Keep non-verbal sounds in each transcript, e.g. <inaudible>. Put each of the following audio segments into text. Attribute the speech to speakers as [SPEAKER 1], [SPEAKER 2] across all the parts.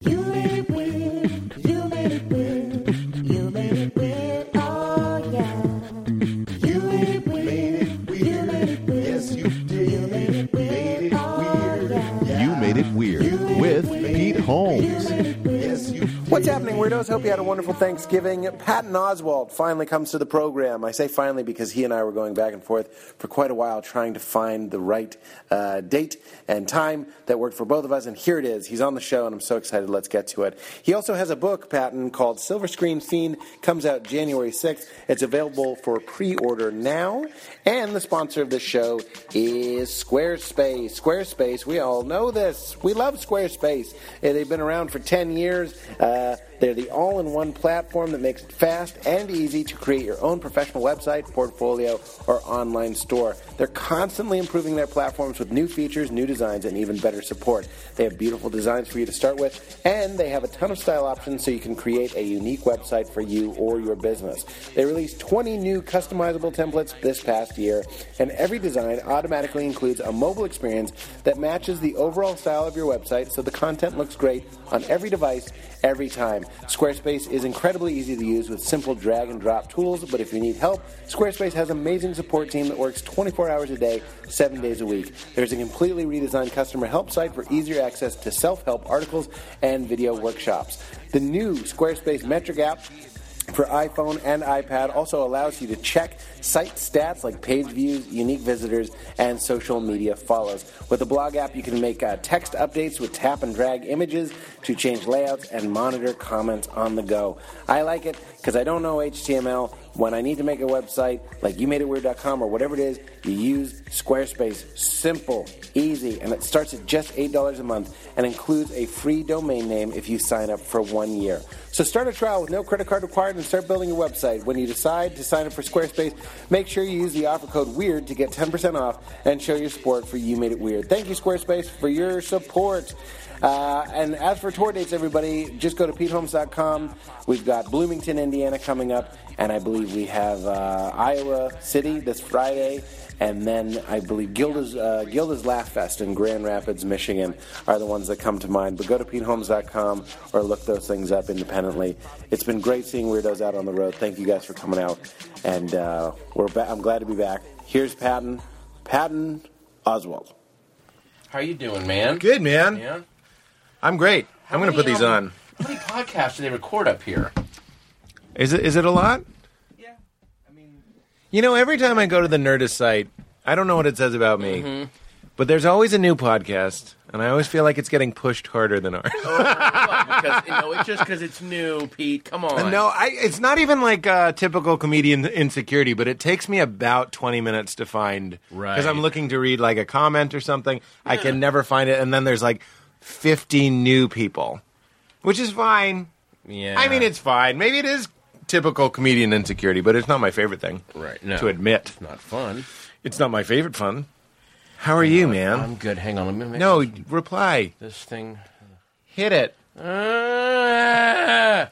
[SPEAKER 1] You made it weird. You made it weird. You made it weird. Oh yeah. You made it weird. You made it weird. Yes, you did. You made it weird. Oh yeah.
[SPEAKER 2] You Made It Weird with Pete Holmes.
[SPEAKER 3] What's happening, weirdos? Hope you had a wonderful Thanksgiving. Patton Oswald finally comes to the program. I say finally because he and I were going back and forth for quite a while trying to find the right uh, date and time that worked for both of us, and here it is. He's on the show, and I'm so excited. Let's get to it. He also has a book, Patton, called Silver Screen Fiend. Comes out January 6th. It's available for pre-order now, and the sponsor of this show is Squarespace. Squarespace, we all know this. We love Squarespace. Uh, They've been around for 10 years. Uh, they're the all in one platform that makes it fast and easy to create your own professional website, portfolio, or online store. They're constantly improving their platforms with new features, new designs, and even better support. They have beautiful designs for you to start with, and they have a ton of style options so you can create a unique website for you or your business. They released 20 new customizable templates this past year, and every design automatically includes a mobile experience that matches the overall style of your website so the content looks great on every device every time. Squarespace is incredibly easy to use with simple drag and drop tools, but if you need help, Squarespace has an amazing support team that works 24 hours a day, 7 days a week. There's a completely redesigned customer help site for easier access to self-help articles and video workshops. The new Squarespace Metric app for iPhone and iPad also allows you to check site stats like page views, unique visitors, and social media follows. With the blog app, you can make uh, text updates with tap and drag images to change layouts and monitor comments on the go. I like it because I don't know HTML. When I need to make a website like youmadeitweird.com or whatever it is, you use Squarespace. Simple, easy, and it starts at just $8 a month and includes a free domain name if you sign up for one year. So start a trial with no credit card required and start building your website. When you decide to sign up for Squarespace, make sure you use the offer code WEIRD to get 10% off and show your support for You Made It Weird. Thank you, Squarespace, for your support. Uh, and as for tour dates, everybody, just go to PeteHolmes.com. We've got Bloomington, Indiana coming up, and I believe we have uh, Iowa City this Friday, and then I believe Gilda's, uh, Gilda's Laugh Fest in Grand Rapids, Michigan are the ones that come to mind. But go to PeteHolmes.com or look those things up independently. It's been great seeing weirdos out on the road. Thank you guys for coming out, and uh, we're ba- I'm glad to be back. Here's Patton, Patton Oswald.
[SPEAKER 4] How you doing, man?
[SPEAKER 5] Good, man.
[SPEAKER 4] Yeah.
[SPEAKER 5] I'm great. I'm going to
[SPEAKER 4] many,
[SPEAKER 5] put these
[SPEAKER 4] um,
[SPEAKER 5] on.
[SPEAKER 4] How many podcasts do they record up here?
[SPEAKER 5] Is it is it a lot?
[SPEAKER 4] Yeah. I mean,
[SPEAKER 5] You know, every time I go to the Nerdist site, I don't know what it says about me,
[SPEAKER 4] Mm-hmm.
[SPEAKER 5] but there's always a new podcast, and I always feel like it's getting pushed harder than ours.
[SPEAKER 4] <laughs> Oh, because you know, it's just because it's new, Pete. Come on.
[SPEAKER 5] <laughs> no, I, it's not even like uh, typical comedian insecurity, but it takes me about 20 minutes to find
[SPEAKER 4] Right.
[SPEAKER 5] because I'm looking to read like a comment or something. I can never find it, and then there's like 50 new people, which is fine.
[SPEAKER 4] Yeah.
[SPEAKER 5] I mean, it's fine. Maybe it is typical comedian insecurity, but it's not my favorite thing.
[SPEAKER 4] Right, no.
[SPEAKER 5] To admit,
[SPEAKER 4] not fun.
[SPEAKER 5] it's not my favorite fun. How are you, man?
[SPEAKER 4] I'm good. Hang on. Let me make
[SPEAKER 5] no, reply.
[SPEAKER 4] this thing.
[SPEAKER 5] Hit it.
[SPEAKER 4] Ah!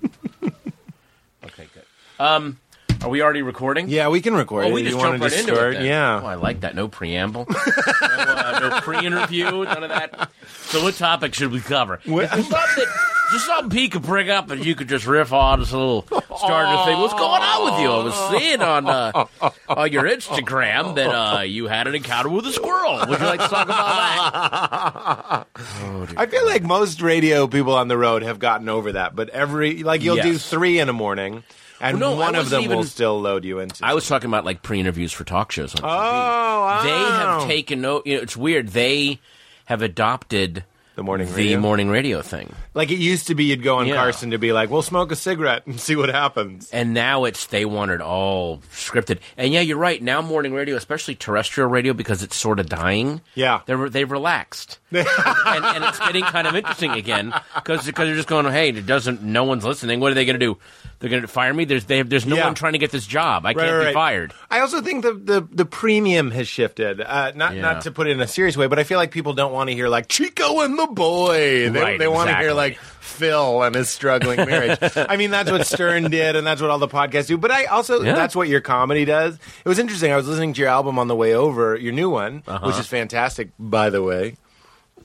[SPEAKER 4] <laughs> okay, good. Um, are we already recording?
[SPEAKER 5] Yeah, we can record.
[SPEAKER 4] Oh,
[SPEAKER 5] it
[SPEAKER 4] we
[SPEAKER 5] if
[SPEAKER 4] just
[SPEAKER 5] you wanna
[SPEAKER 4] jump right
[SPEAKER 5] just
[SPEAKER 4] into
[SPEAKER 5] start.
[SPEAKER 4] it. Then. Oh, I
[SPEAKER 5] Yeah.
[SPEAKER 4] like that. No preamble, <laughs> no, uh, no pre-interview, none of that. So, what topic should we cover?
[SPEAKER 5] What-
[SPEAKER 4] Just something, that- just something Pete could bring up, and you could just riff on just a little starter thing. What's going on with you? I was seeing on uh, on your Instagram that uh, you had an encounter with a squirrel. Would you like to talk about that?
[SPEAKER 5] I feel like most radio people on the road have gotten over that, but every like you'll do
[SPEAKER 4] Yes.
[SPEAKER 5] three in the morning, and
[SPEAKER 4] Well, no, I
[SPEAKER 5] one of
[SPEAKER 4] wasn't
[SPEAKER 5] them will
[SPEAKER 4] even-
[SPEAKER 5] still load you into.
[SPEAKER 4] I was talking about like pre-interviews for talk shows. On
[SPEAKER 5] oh,
[SPEAKER 4] they
[SPEAKER 5] oh.
[SPEAKER 4] have taken no. You know, it's weird. They have adopted
[SPEAKER 5] The morning
[SPEAKER 4] the
[SPEAKER 5] radio?
[SPEAKER 4] morning radio thing.
[SPEAKER 5] like it used to be. You'd go on
[SPEAKER 4] Yeah.
[SPEAKER 5] Carson to be like, "We'll smoke a cigarette and see what happens."
[SPEAKER 4] And now it's they want it all scripted. And yeah, you're right. Now morning radio, especially terrestrial radio, because it's sort of dying.
[SPEAKER 5] Yeah.
[SPEAKER 4] they're they've
[SPEAKER 5] <laughs>
[SPEAKER 4] relaxed, and, and it's getting kind of interesting again because they're just going, hey, it doesn't. No one's listening. What are they going to do? They're going to fire me. There's they have, there's no
[SPEAKER 5] Yeah.
[SPEAKER 4] one trying to get this job. I can't be fired.
[SPEAKER 5] I also think the the, the premium has shifted. Uh, not
[SPEAKER 4] Yeah.
[SPEAKER 5] not to put it in a serious way, but I feel like people don't want to hear like Chico and the boy. They,
[SPEAKER 4] Right,
[SPEAKER 5] they want to
[SPEAKER 4] exactly.
[SPEAKER 5] hear like Phil and his struggling
[SPEAKER 4] <laughs>
[SPEAKER 5] marriage. I mean, that's what Stern did, and that's what all the podcasts do. But I also
[SPEAKER 4] Yeah.
[SPEAKER 5] that's what your comedy does. It was interesting. I was listening to your album on the way over, your new one,
[SPEAKER 4] Uh-huh.
[SPEAKER 5] which is fantastic, by the way.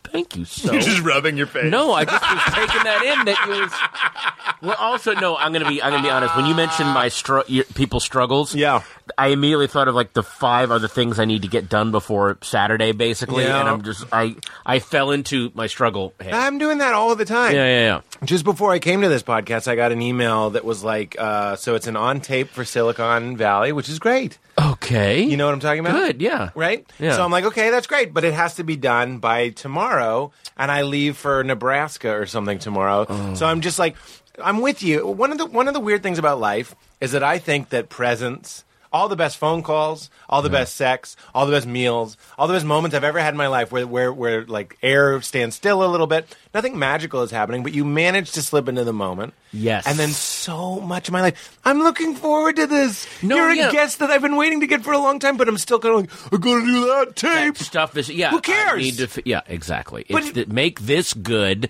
[SPEAKER 4] Thank you
[SPEAKER 5] <laughs>
[SPEAKER 4] so.
[SPEAKER 5] You're just rubbing your face.
[SPEAKER 4] Oh. no, I just was taking that in. That you was. Well, also no. I'm going to be. I'm going to be honest. When you mentioned my str- your, people's struggles,
[SPEAKER 5] Yeah.
[SPEAKER 4] I immediately thought of like the five other things I need to get done before Saturday, basically.
[SPEAKER 5] Yeah.
[SPEAKER 4] And I'm just I I fell into my struggle. Head.
[SPEAKER 5] I'm doing that all the time.
[SPEAKER 4] yeah, yeah, yeah.
[SPEAKER 5] Just before I came to this podcast, I got an email that was like, uh, so it's an on tape for Silicon Valley, which is great.
[SPEAKER 4] Okay.
[SPEAKER 5] You know what I'm talking about?
[SPEAKER 4] Good, yeah.
[SPEAKER 5] Right?
[SPEAKER 4] Yeah.
[SPEAKER 5] So I'm like, okay, that's great, but it has to be done by tomorrow, and I leave for Nebraska or something tomorrow.
[SPEAKER 4] Oh.
[SPEAKER 5] So I'm just like, I'm with you. One of the one of the weird things about life is that I think that presents all the best phone calls, all the best sex, all the best meals, all the best moments I've ever had in my life where, where, where like air stands still a little bit. Nothing magical is happening, but you manage to slip into the moment.
[SPEAKER 4] Yes.
[SPEAKER 5] And then so much of my life. I'm looking forward to this.
[SPEAKER 4] No,
[SPEAKER 5] You're
[SPEAKER 4] yeah.
[SPEAKER 5] a guest that I've been waiting to get for a long time, but I'm still kind of like, I gotta do that tape.
[SPEAKER 4] stuff is yeah.
[SPEAKER 5] Who
[SPEAKER 4] I
[SPEAKER 5] cares?
[SPEAKER 4] need to fi- yeah, exactly.
[SPEAKER 5] But
[SPEAKER 4] it's
[SPEAKER 5] it-
[SPEAKER 4] that make this good.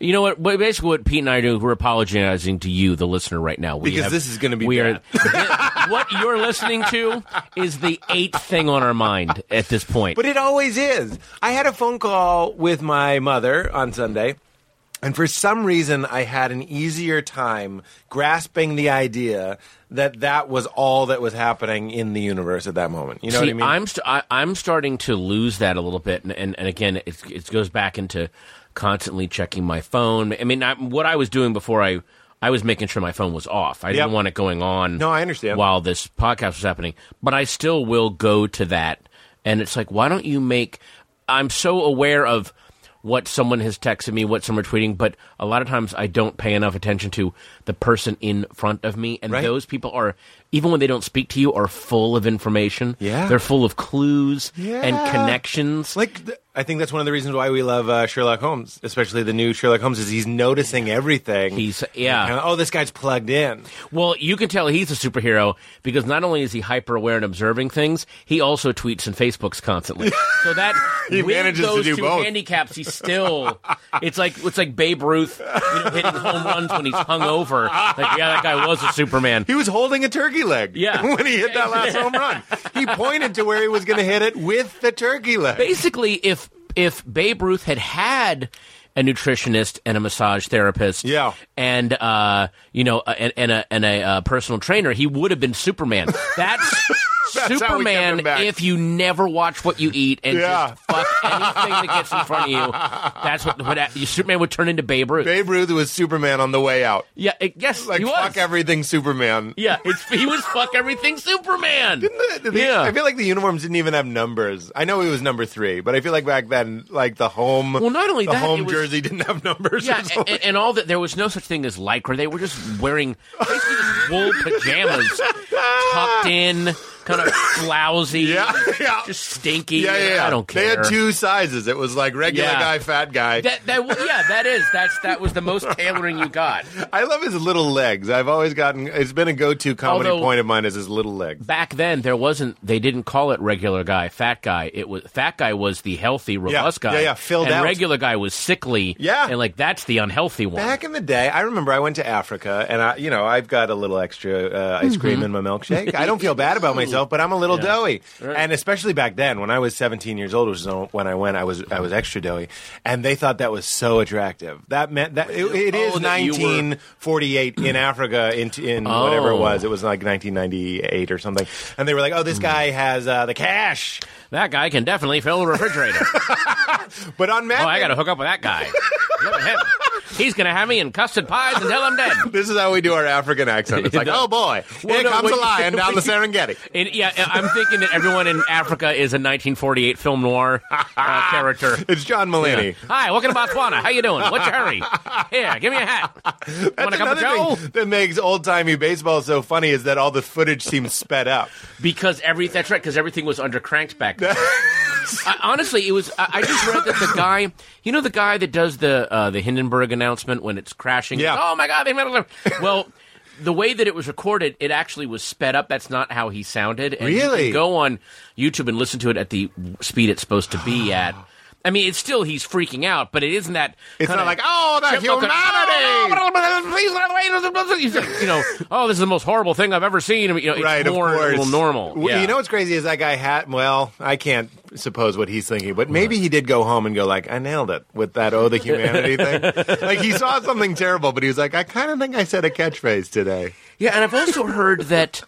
[SPEAKER 4] You know what? what- Basically, what Pete and I do, we're apologizing to you, the listener, right now. We
[SPEAKER 5] Because this is gonna be
[SPEAKER 4] we
[SPEAKER 5] bad.
[SPEAKER 4] Are, <laughs> what you're listening to is the eighth thing on our mind at this point.
[SPEAKER 5] But it always is. I had a phone call with my mother on Sunday. And for some reason, I had an easier time grasping the idea that that was all that was happening in the universe at that moment. You know what I mean?
[SPEAKER 4] am st- I, I'm starting to lose that a little bit, and and, and again, it, it goes back into constantly checking my phone. I mean, I, what I was doing before I I was making sure my phone was off. I
[SPEAKER 5] Yep.
[SPEAKER 4] didn't want it going on.
[SPEAKER 5] No, I understand.
[SPEAKER 4] While this podcast was happening, but I still will go to that, and it's like, why don't you make? I'm so aware of what someone has texted me, what someone tweeting, but a lot of times I don't pay enough attention to the person in front of me, and
[SPEAKER 5] Right.
[SPEAKER 4] those people are even when they don't speak to you are full of information.
[SPEAKER 5] Yeah.
[SPEAKER 4] They're full of clues
[SPEAKER 5] Yeah.
[SPEAKER 4] and connections.
[SPEAKER 5] Like, th- I think that's one of the reasons why we love uh, Sherlock Holmes, especially the new Sherlock Holmes, is he's noticing everything.
[SPEAKER 4] He's- yeah.
[SPEAKER 5] Kinda, oh, this guy's plugged in.
[SPEAKER 4] well, you can tell he's a superhero because not only is he hyper aware and observing things, he also tweets and Facebooks
[SPEAKER 5] <laughs>
[SPEAKER 4] constantly. So that
[SPEAKER 5] He
[SPEAKER 4] with
[SPEAKER 5] manages to
[SPEAKER 4] those
[SPEAKER 5] do
[SPEAKER 4] two
[SPEAKER 5] both.
[SPEAKER 4] handicaps, he's still it's like it's like Babe Ruth you know, hitting home runs when he's hungover. Like, yeah, that guy was a Superman.
[SPEAKER 5] He was holding a turkey leg.
[SPEAKER 4] Yeah.
[SPEAKER 5] <laughs> when he hit that last home run, he pointed to where he was going to hit it with the turkey leg.
[SPEAKER 4] basically if if Babe Ruth had had a nutritionist and a massage therapist,
[SPEAKER 5] Yeah.
[SPEAKER 4] and uh, you know, a- and, and a and a uh, personal trainer, he would have been
[SPEAKER 5] <laughs>
[SPEAKER 4] Superman. That's.
[SPEAKER 5] That's how we kept him
[SPEAKER 4] Superman,
[SPEAKER 5] back.
[SPEAKER 4] if you never watch what you eat and
[SPEAKER 5] Yeah.
[SPEAKER 4] just fuck anything that gets in front of you, that's what, what Superman would turn into Babe Ruth.
[SPEAKER 5] Babe Ruth was Superman on the way out.
[SPEAKER 4] yeah, it, yes,
[SPEAKER 5] Like
[SPEAKER 4] he was.
[SPEAKER 5] fuck everything, Superman.
[SPEAKER 4] yeah, it's, he was fuck everything Superman.
[SPEAKER 5] Didn't <laughs> the- the-
[SPEAKER 4] yeah,
[SPEAKER 5] I feel like the uniforms didn't even have numbers. I know he was number three, but I feel like back then, like the home,
[SPEAKER 4] Well, not only
[SPEAKER 5] the
[SPEAKER 4] that,
[SPEAKER 5] home
[SPEAKER 4] it was-
[SPEAKER 5] jersey didn't have numbers. <laughs> or
[SPEAKER 4] Yeah, a- a-
[SPEAKER 5] something.
[SPEAKER 4] and, all that there was no such thing as lycra. They were just wearing basically just wool
[SPEAKER 5] <laughs>
[SPEAKER 4] pajamas, tucked in, kind of lousy,
[SPEAKER 5] Yeah, yeah.
[SPEAKER 4] just stinky.
[SPEAKER 5] Yeah, yeah, yeah.
[SPEAKER 4] I don't care.
[SPEAKER 5] They had two sizes. It was like regular
[SPEAKER 4] Yeah.
[SPEAKER 5] guy, fat guy.
[SPEAKER 4] That, that w- yeah, that is that's that was the most tailoring you got.
[SPEAKER 5] I love his little legs. I've always gotten. It's been a go-to comedy
[SPEAKER 4] Although-
[SPEAKER 5] point of mine is his little legs.
[SPEAKER 4] Back then, there wasn't. They didn't call it regular guy, fat guy. It was fat guy was the healthy, robust
[SPEAKER 5] yeah,
[SPEAKER 4] guy.
[SPEAKER 5] yeah, filled
[SPEAKER 4] and
[SPEAKER 5] out.
[SPEAKER 4] Regular guy was sickly.
[SPEAKER 5] Yeah.
[SPEAKER 4] and like that's the unhealthy one.
[SPEAKER 5] Back in the day, I remember I went to Africa, and I, you know, I've got a little extra uh, ice
[SPEAKER 4] Mm-hmm.
[SPEAKER 5] cream in my milkshake. I don't feel
[SPEAKER 4] <laughs>
[SPEAKER 5] bad about myself, but I'm a little doughy, and especially back then when I was 17 years old, which is when I went, I was I was extra doughy, and they thought that was so attractive. That meant that it, it is
[SPEAKER 4] Oh, that you were-
[SPEAKER 5] 1948 in Africa, in in whatever it
[SPEAKER 4] Oh.
[SPEAKER 5] was, it was like 1998 or something, and they were like, "Oh,
[SPEAKER 4] Mm.
[SPEAKER 5] this guy has uh, the cash,"
[SPEAKER 4] that guy can definitely fill a refrigerator.
[SPEAKER 5] but on Mad
[SPEAKER 4] Oh, I
[SPEAKER 5] Men-
[SPEAKER 4] got to hook up with that guy. Look at him. He's going to have me in custard pies until I'm dead.
[SPEAKER 5] <laughs> This is how we do our African accent. It's like, oh boy,
[SPEAKER 4] Well,
[SPEAKER 5] here
[SPEAKER 4] no, <laughs>
[SPEAKER 5] comes
[SPEAKER 4] when-
[SPEAKER 5] a lion down the Serengeti.
[SPEAKER 4] And, yeah, I'm thinking that everyone in Africa is a 1948 film noir <laughs> uh, character.
[SPEAKER 5] It's John Mulaney.
[SPEAKER 4] Hi, welcome to Botswana. How you doing? What's your hurry? Here, give me a <laughs> hat. Want a
[SPEAKER 5] That's
[SPEAKER 4] cup of
[SPEAKER 5] another
[SPEAKER 4] Joe?
[SPEAKER 5] thing that makes old timey baseball so funny is that all the footage seems sped
[SPEAKER 4] <laughs>
[SPEAKER 5] up.
[SPEAKER 4] Because every that's right. Because everything was undercranked back <laughs> then. I, honestly, it was. I, I just read that the guy, you know, the guy that does the uh, the Hindenburg announcement when it's crashing.
[SPEAKER 5] Yeah.
[SPEAKER 4] Oh my God! They met. <laughs> Well, the way that it was recorded, it actually was sped up. That's not how he sounded. And you can
[SPEAKER 5] Really?
[SPEAKER 4] go on YouTube and listen to it at the speed it's supposed to be at. I mean, it's still he's freaking out, but it isn't that.
[SPEAKER 5] It's
[SPEAKER 4] kinda "Ah,
[SPEAKER 5] not like, oh, the
[SPEAKER 4] chipmunk,
[SPEAKER 5] humanity.
[SPEAKER 4] "Oh, no, please, you know, oh, this is the most horrible thing I've ever seen. You know, it's
[SPEAKER 5] right,
[SPEAKER 4] more
[SPEAKER 5] of
[SPEAKER 4] a
[SPEAKER 5] course.
[SPEAKER 4] little normal.
[SPEAKER 5] W-
[SPEAKER 4] Yeah.
[SPEAKER 5] You know what's crazy is that guy had. Well, I can't suppose what he's thinking, but maybe he did go home and go like, "I nailed it" with that "Oh, the
[SPEAKER 4] <laughs>
[SPEAKER 5] humanity" thing. Like he saw something terrible, but he was like, "I kind of think I said a catchphrase today."
[SPEAKER 4] Yeah, and I've also heard that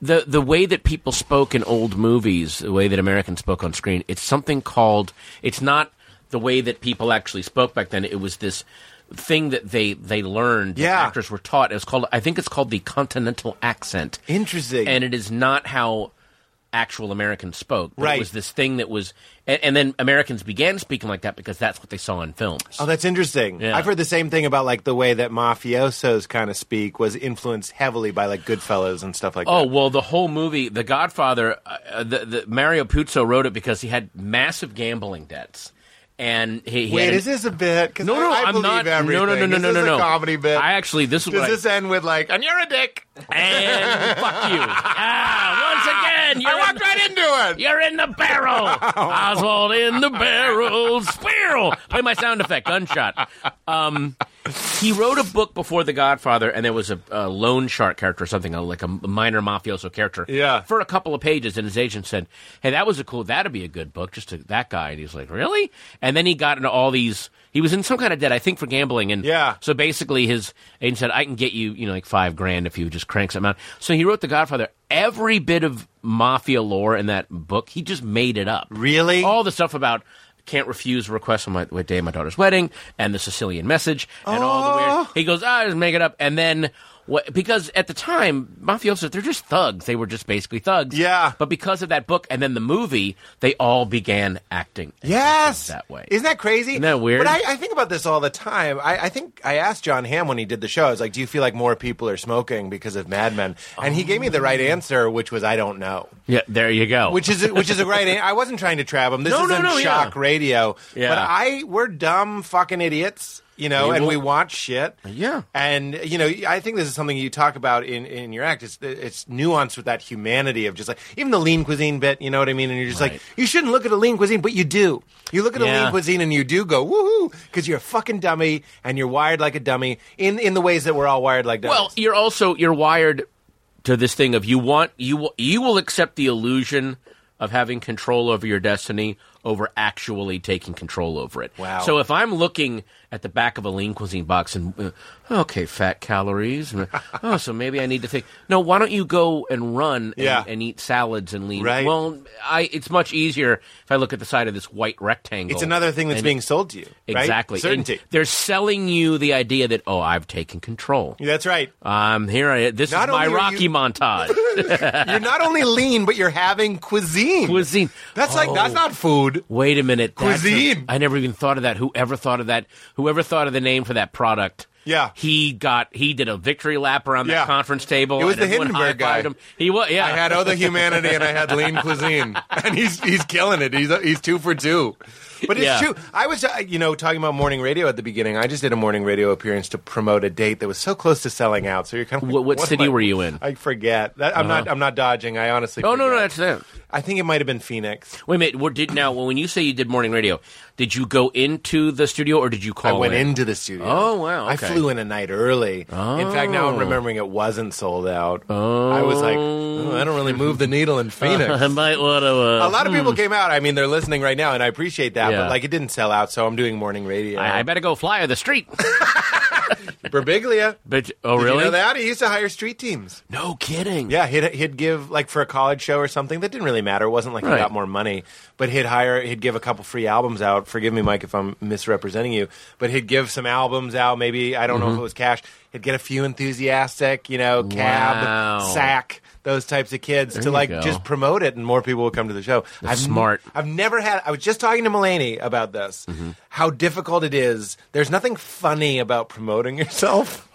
[SPEAKER 4] the the way that people spoke in old movies, the way that Americans spoke on screen, it's something called. It's not the way that people actually spoke back then. It was this thing that they they learned. that
[SPEAKER 5] Yeah.
[SPEAKER 4] actors were taught. It was called. I think it's called the continental accent.
[SPEAKER 5] Interesting.
[SPEAKER 4] and it is not how actual Americans spoke. But
[SPEAKER 5] Right.
[SPEAKER 4] It was this thing that was, and, and then Americans began speaking like that because that's what they saw in films.
[SPEAKER 5] Oh, that's interesting.
[SPEAKER 4] Yeah.
[SPEAKER 5] I've heard the same thing about like the way that mafiosos kind of speak was influenced heavily by like Goodfellas and stuff like
[SPEAKER 4] Oh
[SPEAKER 5] that.
[SPEAKER 4] well, the whole movie, The Godfather, uh, the, the Mario Puzo wrote it because he had massive gambling debts, and he, he had
[SPEAKER 5] Wait,
[SPEAKER 4] an-
[SPEAKER 5] is this a bit? 'Cause
[SPEAKER 4] no, no,
[SPEAKER 5] I, I
[SPEAKER 4] am
[SPEAKER 5] believe
[SPEAKER 4] not.
[SPEAKER 5] Everything.
[SPEAKER 4] No, no, no, no,
[SPEAKER 5] Is
[SPEAKER 4] no,
[SPEAKER 5] this
[SPEAKER 4] no, no.
[SPEAKER 5] A comedy bit.
[SPEAKER 4] I actually, this is
[SPEAKER 5] Does
[SPEAKER 4] what
[SPEAKER 5] this end with like, and you're a dick?
[SPEAKER 4] I, and fuck you. Ah, once again, you're
[SPEAKER 5] I
[SPEAKER 4] in,
[SPEAKER 5] walked right into it.
[SPEAKER 4] You're in the barrel,
[SPEAKER 5] <laughs>
[SPEAKER 4] Oswald. In the barrel, squirrel. Play my sound effect, gunshot. Um, he wrote a book before The Godfather, and there was a, a loan shark character or something, a- like a minor mafioso character.
[SPEAKER 5] Yeah.
[SPEAKER 4] For a couple of pages, and his agent said, "Hey, that was a cool. That'd be a good book, just to that guy." And he's like, "Really?" And then he got into all these. He was in some kind of debt, I think, for gambling, and
[SPEAKER 5] Yeah.
[SPEAKER 4] So basically, his agent said, "I can get you, you know, like five grand if you just crank something out." So he wrote The Godfather. Every bit of mafia lore in that book, he just made it up.
[SPEAKER 5] Really?
[SPEAKER 4] All the stuff about can't refuse requests on my the day of my daughter's wedding and the Sicilian message and all the
[SPEAKER 5] Oh.
[SPEAKER 4] weird. He goes, ah, just make it up. And then, what, because at the time, mafiosos, they're just thugs. They were just basically thugs.
[SPEAKER 5] Yeah.
[SPEAKER 4] But because of that book and then the movie, they all began acting. and
[SPEAKER 5] Yes,
[SPEAKER 4] thinking That way.
[SPEAKER 5] Isn't that crazy?
[SPEAKER 4] Isn't that weird?
[SPEAKER 5] But I, I think about this all the time. I, I think I asked John Hamm when he did the show. I was like, "Do you feel like more people are smoking because of Mad Men?" And
[SPEAKER 4] Oh.
[SPEAKER 5] he gave me the right answer, which was, "I don't know."
[SPEAKER 4] yeah, there you go.
[SPEAKER 5] Which is which is a great. an- I wasn't trying to trap him. This
[SPEAKER 4] No, no,
[SPEAKER 5] isn't
[SPEAKER 4] no, yeah.
[SPEAKER 5] shock radio.
[SPEAKER 4] Yeah.
[SPEAKER 5] But I we're dumb fucking idiots, you know,
[SPEAKER 4] We
[SPEAKER 5] and
[SPEAKER 4] will-
[SPEAKER 5] we watch shit.
[SPEAKER 4] Yeah.
[SPEAKER 5] And you know, I think this is something you talk about in in your act. It's it's nuanced with that humanity of just like even the lean cuisine bit. You know what I mean? And you're just like
[SPEAKER 4] Right.
[SPEAKER 5] you shouldn't look at a lean cuisine, but you do. You look at a
[SPEAKER 4] Yeah.
[SPEAKER 5] lean cuisine and you do go woohoo because you're a fucking dummy and you're wired like a dummy in in the ways that we're all wired like dummies.
[SPEAKER 4] Well, you're also you're wired to this thing of you want you will you will accept the illusion of having control over your destiny over actually taking control over it.
[SPEAKER 5] Wow.
[SPEAKER 4] So if I'm looking at the back of a lean cuisine box and uh, okay, fat calories. and, oh, so maybe I need to think. No, why don't you go and run and,
[SPEAKER 5] Yeah.
[SPEAKER 4] and eat salads and lean?
[SPEAKER 5] Right.
[SPEAKER 4] Well, I it's much easier if I look at the side of this white rectangle.
[SPEAKER 5] it's another thing that's
[SPEAKER 4] and-
[SPEAKER 5] being sold to you. right?
[SPEAKER 4] Exactly. And
[SPEAKER 5] Certainty.
[SPEAKER 4] They're selling you the idea that oh, I've taken control.
[SPEAKER 5] That's right.
[SPEAKER 4] Um, here I this
[SPEAKER 5] Not
[SPEAKER 4] is my
[SPEAKER 5] only are
[SPEAKER 4] Rocky
[SPEAKER 5] you-
[SPEAKER 4] montage.
[SPEAKER 5] <laughs> You're not only lean, but you're having cuisine.
[SPEAKER 4] Cuisine. Oh.
[SPEAKER 5] That's like that's not food.
[SPEAKER 4] Wait a minute. that's a-
[SPEAKER 5] Cuisine.
[SPEAKER 4] I never even thought of that. Whoever thought of that? Whoever thought of the name for that product?
[SPEAKER 5] Yeah.
[SPEAKER 4] He got. He did a victory lap around
[SPEAKER 5] Yeah.
[SPEAKER 4] that conference table.
[SPEAKER 5] It was
[SPEAKER 4] and
[SPEAKER 5] the
[SPEAKER 4] everyone
[SPEAKER 5] Hindenburg guy.
[SPEAKER 4] high-fived Him. He was. Yeah.
[SPEAKER 5] I had oh the humanity and I had lean cuisine, <laughs> and he's he's killing it. He's he's two for two. But it's
[SPEAKER 4] Yeah.
[SPEAKER 5] true. I was uh, you know talking about morning radio at the beginning. I just did a morning radio appearance to promote a date that was so close to selling out. So you're kind of like,
[SPEAKER 4] What- what
[SPEAKER 5] am
[SPEAKER 4] city
[SPEAKER 5] I-
[SPEAKER 4] were you in?
[SPEAKER 5] I forget. That, I'm not I'm not dodging. I honestly.
[SPEAKER 4] Oh no no
[SPEAKER 5] forget.
[SPEAKER 4] that's them.
[SPEAKER 5] I think it might have been Phoenix.
[SPEAKER 4] Wait a minute. What did now? When you say you did morning radio, did you go into the studio or did you
[SPEAKER 5] I
[SPEAKER 4] call?
[SPEAKER 5] went
[SPEAKER 4] in?
[SPEAKER 5] into the studio.
[SPEAKER 4] Oh, wow,
[SPEAKER 5] I
[SPEAKER 4] okay. Oh.
[SPEAKER 5] flew in a night early. In fact, now I'm remembering it wasn't sold out. Oh. I was like, oh, I don't really move the
[SPEAKER 4] <laughs>
[SPEAKER 5] needle in Phoenix.
[SPEAKER 4] I might want to. Uh,
[SPEAKER 5] a lot of people came out. I mean, they're listening right now, and I appreciate that. But
[SPEAKER 4] Yeah.
[SPEAKER 5] like, it didn't sell out, so I'm doing morning radio.
[SPEAKER 4] I, I better go flyer the street.
[SPEAKER 5] <laughs> Berbiglia.
[SPEAKER 4] but oh
[SPEAKER 5] Did
[SPEAKER 4] really?
[SPEAKER 5] You know that he used to hire street teams.
[SPEAKER 4] No kidding.
[SPEAKER 5] Yeah, he'd, he'd give like for a college show or something that didn't really matter. It wasn't like he
[SPEAKER 4] Right.
[SPEAKER 5] got more money, but he'd hire he'd give a couple free albums out. Forgive me, Mike, if I'm misrepresenting you, but he'd give some albums out. Maybe I don't know
[SPEAKER 4] Mm-hmm.
[SPEAKER 5] if it was Cash. He'd get a few enthusiastic, you know, Cab,
[SPEAKER 4] Wow.
[SPEAKER 5] Sack, those types of kids to
[SPEAKER 4] you
[SPEAKER 5] like
[SPEAKER 4] go.
[SPEAKER 5] just promote it, and more people will come to the show. I've
[SPEAKER 4] smart. Mm-hmm.
[SPEAKER 5] I've never had. I was just talking to Mulaney about this. How difficult it is. There's nothing funny about promoting yourself.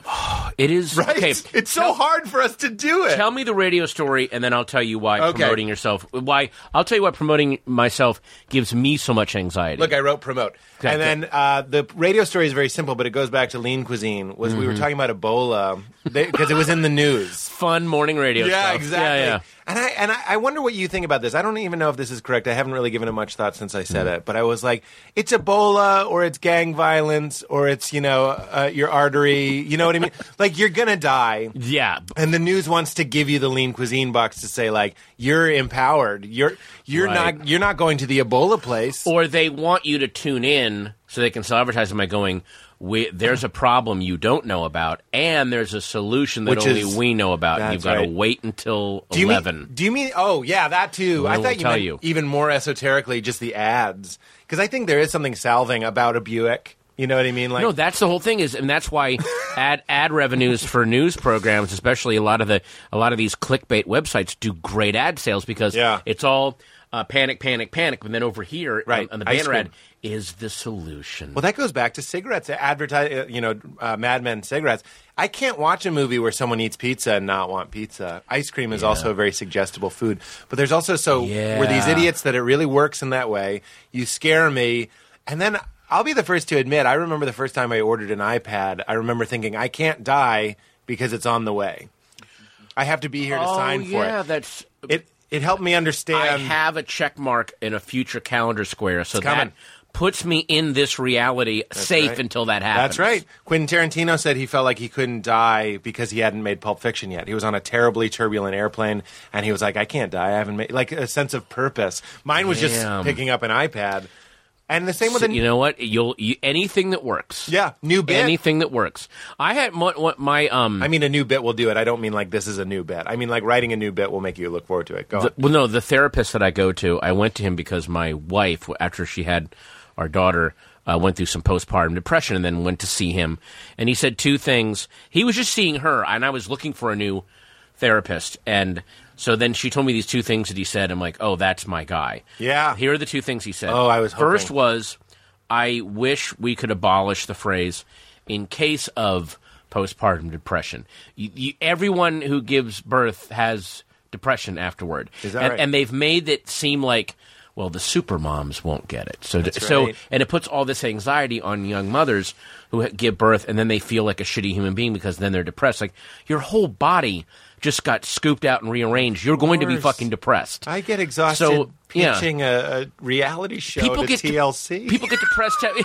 [SPEAKER 4] It is
[SPEAKER 5] Right?
[SPEAKER 4] okay.
[SPEAKER 5] <laughs> It's so hard for us to do it.
[SPEAKER 4] Tell me the radio story, and then I'll tell you why
[SPEAKER 5] Okay.
[SPEAKER 4] promoting yourself. Why I'll tell you why promoting myself gives me so much anxiety.
[SPEAKER 5] Look, I wrote promote, and then uh, the radio story is very simple, but it goes back to lean cuisine. Was
[SPEAKER 4] Mm-hmm.
[SPEAKER 5] we were talking about Ebola because it was in the news.
[SPEAKER 4] fun morning radio.
[SPEAKER 5] yeah,
[SPEAKER 4] stuff. <laughs>
[SPEAKER 5] exactly.
[SPEAKER 4] Yeah, yeah.
[SPEAKER 5] And I and I, I wonder what you think about this. I don't even know if this is correct. I haven't really given it much thought since I
[SPEAKER 4] Mm.
[SPEAKER 5] said it, but I was like, it's Ebola or it's gang violence or it's you know uh, your artery. You know what
[SPEAKER 4] <laughs>
[SPEAKER 5] I mean? like you're gonna die.
[SPEAKER 4] Yeah, b-
[SPEAKER 5] And the news wants to give you the lean cuisine box to say like you're empowered. You're you're
[SPEAKER 4] Right.
[SPEAKER 5] not you're not going to the Ebola place.
[SPEAKER 4] or they want you to tune in so they can sell advertising by going. We, there's a problem you don't know about, and there's a solution that
[SPEAKER 5] Which
[SPEAKER 4] only
[SPEAKER 5] is-
[SPEAKER 4] we know about.
[SPEAKER 5] that's
[SPEAKER 4] You've got
[SPEAKER 5] right.
[SPEAKER 4] to wait until
[SPEAKER 5] you
[SPEAKER 4] eleven.
[SPEAKER 5] Mean, do you mean? Oh, yeah, that too. I
[SPEAKER 4] will
[SPEAKER 5] thought you
[SPEAKER 4] tell
[SPEAKER 5] meant
[SPEAKER 4] you.
[SPEAKER 5] even more esoterically, just the ads, because I think there is something salving about a Buick. You know what I mean? Like,
[SPEAKER 4] No, that's the whole thing is, and that's
[SPEAKER 5] <laughs>
[SPEAKER 4] why ad ad revenues for news programs, especially a lot of the a lot of these clickbait websites, do great ad sales because
[SPEAKER 5] Yeah.
[SPEAKER 4] it's all uh, panic, panic, panic. But then over here, on-
[SPEAKER 5] Right,
[SPEAKER 4] on, the
[SPEAKER 5] ice
[SPEAKER 4] banner ad
[SPEAKER 5] cream.
[SPEAKER 4] is the solution.
[SPEAKER 5] well, that goes back to cigarettes. Advertise, you know, uh, Mad Men cigarettes. I can't watch a movie where someone eats pizza and not want pizza. Ice cream is also a very suggestible food, but there's also so
[SPEAKER 4] Yeah.
[SPEAKER 5] we're these idiots that it really works in that way. You scare me, and then. I'll be the first to admit, I remember the first time I ordered an iPad, I remember thinking, I can't die because it's on the way. I have to be here to
[SPEAKER 4] oh
[SPEAKER 5] sign for
[SPEAKER 4] yeah,
[SPEAKER 5] it.
[SPEAKER 4] that's.
[SPEAKER 5] It it helped me
[SPEAKER 4] I
[SPEAKER 5] understand.
[SPEAKER 4] have a check mark in a future calendar square, so
[SPEAKER 5] coming.
[SPEAKER 4] that puts me in this reality safe
[SPEAKER 5] right.
[SPEAKER 4] until that happens.
[SPEAKER 5] That's right. Quentin Tarantino said he felt like he couldn't die because he hadn't made Pulp Fiction yet. He was on a terribly turbulent airplane, and he was like, "I can't die. I haven't made like a sense of purpose." Mine was
[SPEAKER 4] Damn.
[SPEAKER 5] just picking up an iPad, and the same with
[SPEAKER 4] So
[SPEAKER 5] a,
[SPEAKER 4] you know what? You'll you, anything that works.
[SPEAKER 5] yeah new bit.
[SPEAKER 4] Anything that works. I had my, my um
[SPEAKER 5] I mean, a new bit will do it. I don't mean like this is a new bit. I mean like writing a new bit will make you look forward to it. Go on.
[SPEAKER 4] The, well, no, the therapist that I go to, I went to him because my wife, after she had our daughter, uh, went through some postpartum depression and then went to see him. And he said two things. He was just seeing her, and I was looking for a new therapist. And so then she told me these two things that he said. I'm like, oh, that's my guy.
[SPEAKER 5] Yeah.
[SPEAKER 4] Here are the two things he said.
[SPEAKER 5] Oh, I was hoping.
[SPEAKER 4] First was, I wish we could abolish the phrase in case of postpartum depression. You, you, everyone who gives birth has depression afterward.
[SPEAKER 5] Is that
[SPEAKER 4] and,
[SPEAKER 5] right?
[SPEAKER 4] and they've made it seem like, well, the super moms won't get it. So, so
[SPEAKER 5] right.
[SPEAKER 4] and it puts all this anxiety on young mothers who ha- give birth and then they feel like a shitty human being because then they're depressed. Like your whole body just got scooped out and rearranged. You're going to be
[SPEAKER 5] course.
[SPEAKER 4] fucking depressed.
[SPEAKER 5] I get exhausted
[SPEAKER 4] So, yeah.
[SPEAKER 5] pitching a, a reality show to
[SPEAKER 4] de- <laughs>
[SPEAKER 5] TLC.
[SPEAKER 4] people get
[SPEAKER 5] <laughs>
[SPEAKER 4] depressed. to-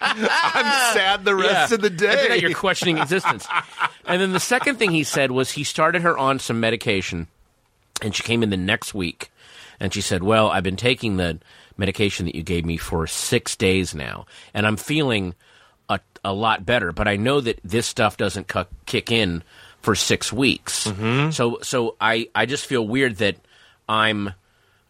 [SPEAKER 5] I'm sad the rest
[SPEAKER 4] Yeah.
[SPEAKER 5] of the
[SPEAKER 4] I think that
[SPEAKER 5] day.
[SPEAKER 4] you're questioning
[SPEAKER 5] <laughs>
[SPEAKER 4] existence. and then the second thing he said was he started her on some medication, and she came in the next week, and she said, "Well, I've been taking the medication that you gave me for six days now, and I'm feeling a a lot better, but I know that this stuff doesn't cu- kick in for six weeks.
[SPEAKER 5] Mm-hmm.
[SPEAKER 4] So so I I just feel weird that I'm."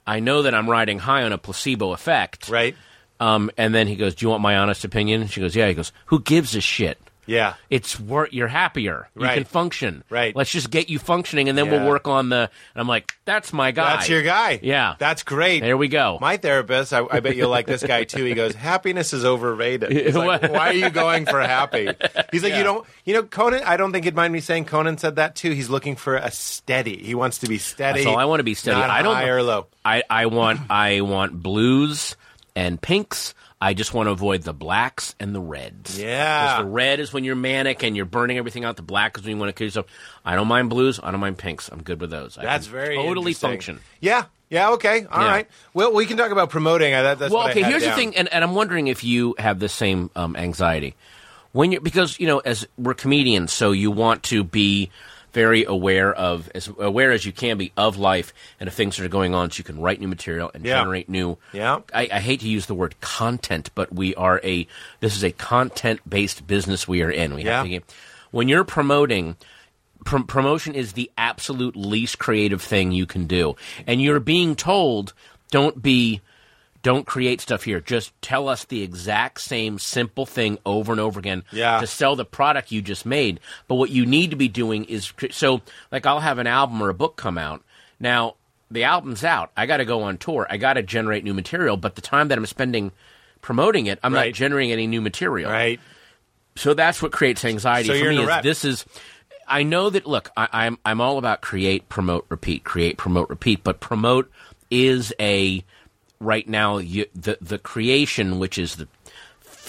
[SPEAKER 4] I know that I'm riding high on a placebo effect,
[SPEAKER 5] Right.
[SPEAKER 4] um, and then he goes, "Do you want my honest opinion?" She goes, "Yeah." He goes, "Who gives a shit?
[SPEAKER 5] Yeah.
[SPEAKER 4] It's work. You're happier. You
[SPEAKER 5] Right.
[SPEAKER 4] can function.
[SPEAKER 5] Right.
[SPEAKER 4] Let's just get you functioning, and then
[SPEAKER 5] Yeah.
[SPEAKER 4] we'll work on the." And I'm like, "That's my guy.
[SPEAKER 5] That's your guy.
[SPEAKER 4] Yeah.
[SPEAKER 5] That's great.
[SPEAKER 4] There we go.
[SPEAKER 5] My therapist, I, I bet you'll like this guy too. He goes, happiness is overrated. He's like, why are you going for happy? He's like, you don't, you know, Conan, I don't think he'd mind me saying Conan said that too. He's looking for a steady. He wants to be steady.
[SPEAKER 4] That's all I want to be steady.
[SPEAKER 5] Not
[SPEAKER 4] I don't
[SPEAKER 5] high or low.
[SPEAKER 4] I I
[SPEAKER 5] <clears throat>
[SPEAKER 4] want I want blues and pinks. I just want to avoid the blacks and the reds.
[SPEAKER 5] Yeah.
[SPEAKER 4] 'Cause the red is when you're manic and you're burning everything out. The black is when you want to kill yourself. I don't mind blues. I don't mind pinks. I'm good with those. I
[SPEAKER 5] That's
[SPEAKER 4] can
[SPEAKER 5] very
[SPEAKER 4] totally
[SPEAKER 5] interesting.
[SPEAKER 4] function.
[SPEAKER 5] Yeah. Yeah. Okay. All right.
[SPEAKER 4] Yeah.
[SPEAKER 5] Well, we can talk about promoting. I, that, that's
[SPEAKER 4] well,
[SPEAKER 5] what I
[SPEAKER 4] okay.
[SPEAKER 5] had
[SPEAKER 4] Here's the
[SPEAKER 5] down.
[SPEAKER 4] thing, and, and I'm wondering if you have the same um, anxiety when you because you know as we're comedians, so you want to be very aware of as aware as you can be of life and of things that are going on, so you can write new material and
[SPEAKER 5] Yeah.
[SPEAKER 4] generate new.
[SPEAKER 5] Yeah.
[SPEAKER 4] I, I hate to use the word content, but we are a this is a content based business we are in. We have
[SPEAKER 5] Yeah.
[SPEAKER 4] to, when you're promoting pr- promotion is the absolute least creative thing you can do. And you're being told, don't be, don't create stuff here. Just tell us the exact same simple thing over and over again
[SPEAKER 5] Yeah.
[SPEAKER 4] to sell the product you just made. But what you need to be doing is cre- so, like, I'll have an album or a book come out. Now, the album's out. I got to go on tour. I got to generate new material. But the time that I'm spending promoting it, I'm
[SPEAKER 5] Right.
[SPEAKER 4] not generating any new material.
[SPEAKER 5] Right.
[SPEAKER 4] So that's what creates anxiety
[SPEAKER 5] So
[SPEAKER 4] for
[SPEAKER 5] you're
[SPEAKER 4] me.
[SPEAKER 5] in a
[SPEAKER 4] is
[SPEAKER 5] rut.
[SPEAKER 4] this is, I know that. Look, I, I'm I'm all about create, promote, repeat, create, promote, repeat. But promote is a right now you, the the creation, which is the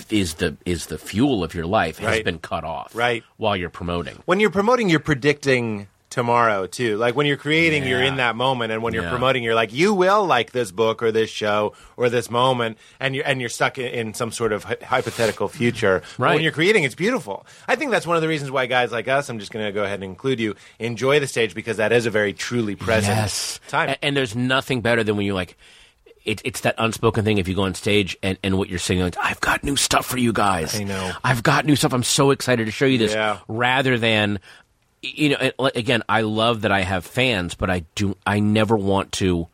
[SPEAKER 4] is the is the fuel of your life, has
[SPEAKER 5] Right.
[SPEAKER 4] been cut off.
[SPEAKER 5] Right.
[SPEAKER 4] while you're promoting.
[SPEAKER 5] When you're promoting, you're predicting tomorrow too. Like when you're creating, you're
[SPEAKER 4] Yeah.
[SPEAKER 5] in that moment, and when you're
[SPEAKER 4] Yeah.
[SPEAKER 5] promoting, you're like, you will like this book or this show or this moment, and you're and you're stuck in, in some sort of hy- hypothetical future. But
[SPEAKER 4] Right.
[SPEAKER 5] when you're creating, it's beautiful. I think that's one of the reasons why guys like us. I'm just going to go ahead and include you. Enjoy the stage because that is a very truly present time.
[SPEAKER 4] A- And, there's nothing better than when you like. It, it's that unspoken thing. If you go on stage and, and what you're singing, like, I've got new stuff for you guys.
[SPEAKER 5] I know.
[SPEAKER 4] I've got new stuff. I'm so excited to show you this.
[SPEAKER 5] Yeah.
[SPEAKER 4] Rather than, you know, and, like, again, I love that I have fans, but I do. I never want to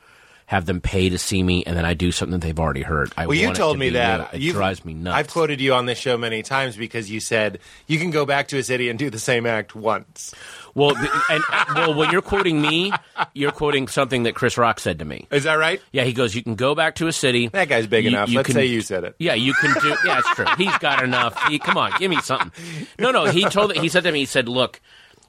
[SPEAKER 4] have them pay to see me, and then I do something they've already heard. I
[SPEAKER 5] Well, you
[SPEAKER 4] want it
[SPEAKER 5] told
[SPEAKER 4] to
[SPEAKER 5] me
[SPEAKER 4] be
[SPEAKER 5] that.
[SPEAKER 4] new. It
[SPEAKER 5] You've-
[SPEAKER 4] drives me nuts.
[SPEAKER 5] I've quoted you on this show many times because you said you can go back to a city and do the same act once.
[SPEAKER 4] well, th- and well, when you're quoting me, you're quoting something that Chris Rock said to me.
[SPEAKER 5] Is that right?
[SPEAKER 4] Yeah, he goes. You can go back to a city.
[SPEAKER 5] That guy's big
[SPEAKER 4] You-
[SPEAKER 5] enough.
[SPEAKER 4] you
[SPEAKER 5] Let's
[SPEAKER 4] can-
[SPEAKER 5] say you said it.
[SPEAKER 4] Yeah, you can
[SPEAKER 5] <laughs>
[SPEAKER 4] do. Yeah, it's true. He's got enough. He, come on, give me something. No, no. He told. He said to me. He said, "Look,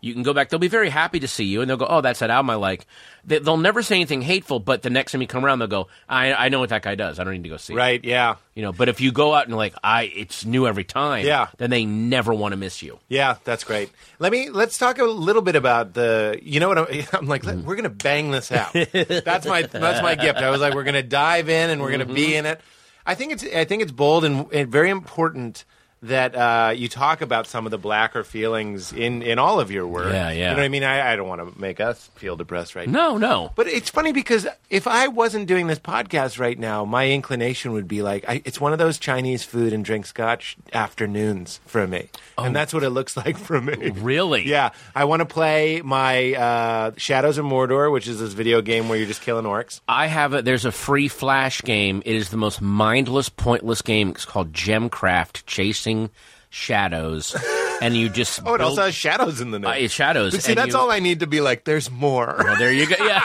[SPEAKER 4] you can go back. They'll be very happy to see you, and they'll go, oh, that's that album I like.' They, they'll never say anything hateful, but the next time you come around, they'll go, I, I know what that guy does. I don't need to go see. it."
[SPEAKER 5] Right? Yeah.
[SPEAKER 4] You know. But if you go out and like, I, it's new every time.
[SPEAKER 5] Yeah.
[SPEAKER 4] Then they never want to miss you.
[SPEAKER 5] Yeah, that's great. Let me let's talk a little bit about the. You know what I'm, <laughs> I'm like? let- We're gonna bang this out. that's my that's my gift. I was like, we're gonna dive in and we're gonna
[SPEAKER 4] Mm-hmm.
[SPEAKER 5] be in it. I think it's I think it's bold and, and very important that uh, you talk about some of the blacker feelings in in all of your work.
[SPEAKER 4] Yeah, yeah.
[SPEAKER 5] You know what I mean? I, I don't want to make us feel depressed right now.
[SPEAKER 4] No, no.
[SPEAKER 5] But it's funny because if I wasn't doing this podcast right now, my inclination would be like, I, it's one of those Chinese food and drink scotch afternoons for me. And that's what it looks <laughs> like for me.
[SPEAKER 4] Oh. Really?
[SPEAKER 5] Yeah. I want to play my uh, Shadows of Mordor, which is this video game where you're just killing orcs.
[SPEAKER 4] I have a there's a free flash game. It is the most mindless, pointless game. It's called Gemcraft Chasing Shadows. and you just
[SPEAKER 5] Oh, it also
[SPEAKER 4] build-
[SPEAKER 5] has shadows in the name.
[SPEAKER 4] Uh, it's shadows.
[SPEAKER 5] But see,
[SPEAKER 4] and
[SPEAKER 5] that's
[SPEAKER 4] you-
[SPEAKER 5] all I need to be like, there's more. <laughs>
[SPEAKER 4] Well, there you go. Yeah.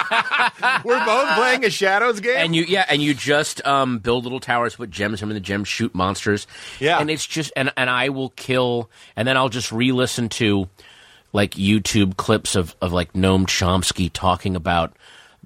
[SPEAKER 5] We're both playing a shadows game.
[SPEAKER 4] and you yeah, and you just um, build little towers, put gems in the gems, shoot monsters.
[SPEAKER 5] Yeah.
[SPEAKER 4] And it's just and and I will kill and then I'll just re listen to like YouTube clips of, of like Noam Chomsky talking about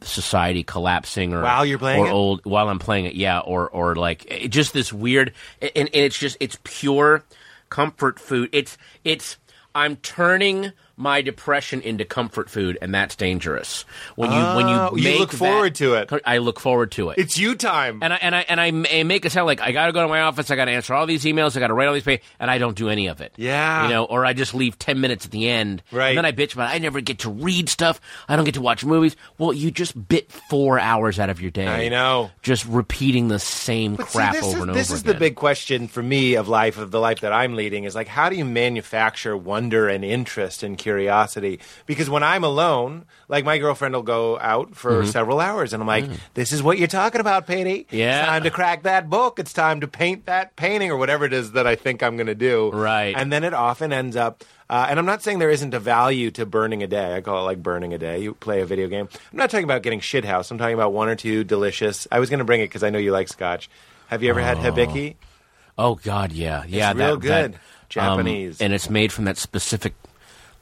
[SPEAKER 4] society collapsing or
[SPEAKER 5] While you're playing
[SPEAKER 4] or
[SPEAKER 5] it?
[SPEAKER 4] old while I'm playing it, yeah, or or like it- just this weird and, and it's just it's pure comfort food. It's it's I'm turning my depression into comfort food, and that's dangerous. When you when
[SPEAKER 5] Oh,
[SPEAKER 4] you
[SPEAKER 5] you
[SPEAKER 4] make
[SPEAKER 5] look
[SPEAKER 4] that-
[SPEAKER 5] forward to it.
[SPEAKER 4] I look forward to it.
[SPEAKER 5] it's you time.
[SPEAKER 4] and I and I and I ma- make it sound like I got to go to my office. I got to answer all these emails. I got to write all these papers, and I don't do any of it.
[SPEAKER 5] Yeah.
[SPEAKER 4] you know, or I just leave ten minutes at the end.
[SPEAKER 5] Right.
[SPEAKER 4] And then I bitch about I never get to read stuff. I don't get to watch movies. Well, you just bit four hours out of your day.
[SPEAKER 5] I know.
[SPEAKER 4] Just repeating the same
[SPEAKER 5] But see,
[SPEAKER 4] crap
[SPEAKER 5] this
[SPEAKER 4] over
[SPEAKER 5] is,
[SPEAKER 4] and over.
[SPEAKER 5] This is the
[SPEAKER 4] again.
[SPEAKER 5] big question for me of life, of the life that I'm leading, is like, how do you manufacture wonder and interest and curiosity? Because when I'm alone, like my girlfriend will go out for
[SPEAKER 4] Mm-hmm.
[SPEAKER 5] several hours, and I'm like, this is what you're talking about, Petey.
[SPEAKER 4] Mm. Yeah.
[SPEAKER 5] It's time to crack that book. It's time to paint that painting or whatever it is that I think I'm going to do.
[SPEAKER 4] Right.
[SPEAKER 5] And then it often ends up. Uh, and I'm not saying there isn't a value to burning a day. I call it like burning a day. You play a video game. I'm not talking about getting shithoused. I'm talking about one or two delicious. I was going to bring it because I know you like scotch. Have you ever had Hibiki?
[SPEAKER 4] Oh God, yeah, yeah,
[SPEAKER 5] real
[SPEAKER 4] that,
[SPEAKER 5] good.
[SPEAKER 4] that, um,
[SPEAKER 5] Japanese.
[SPEAKER 4] and it's made from that specific,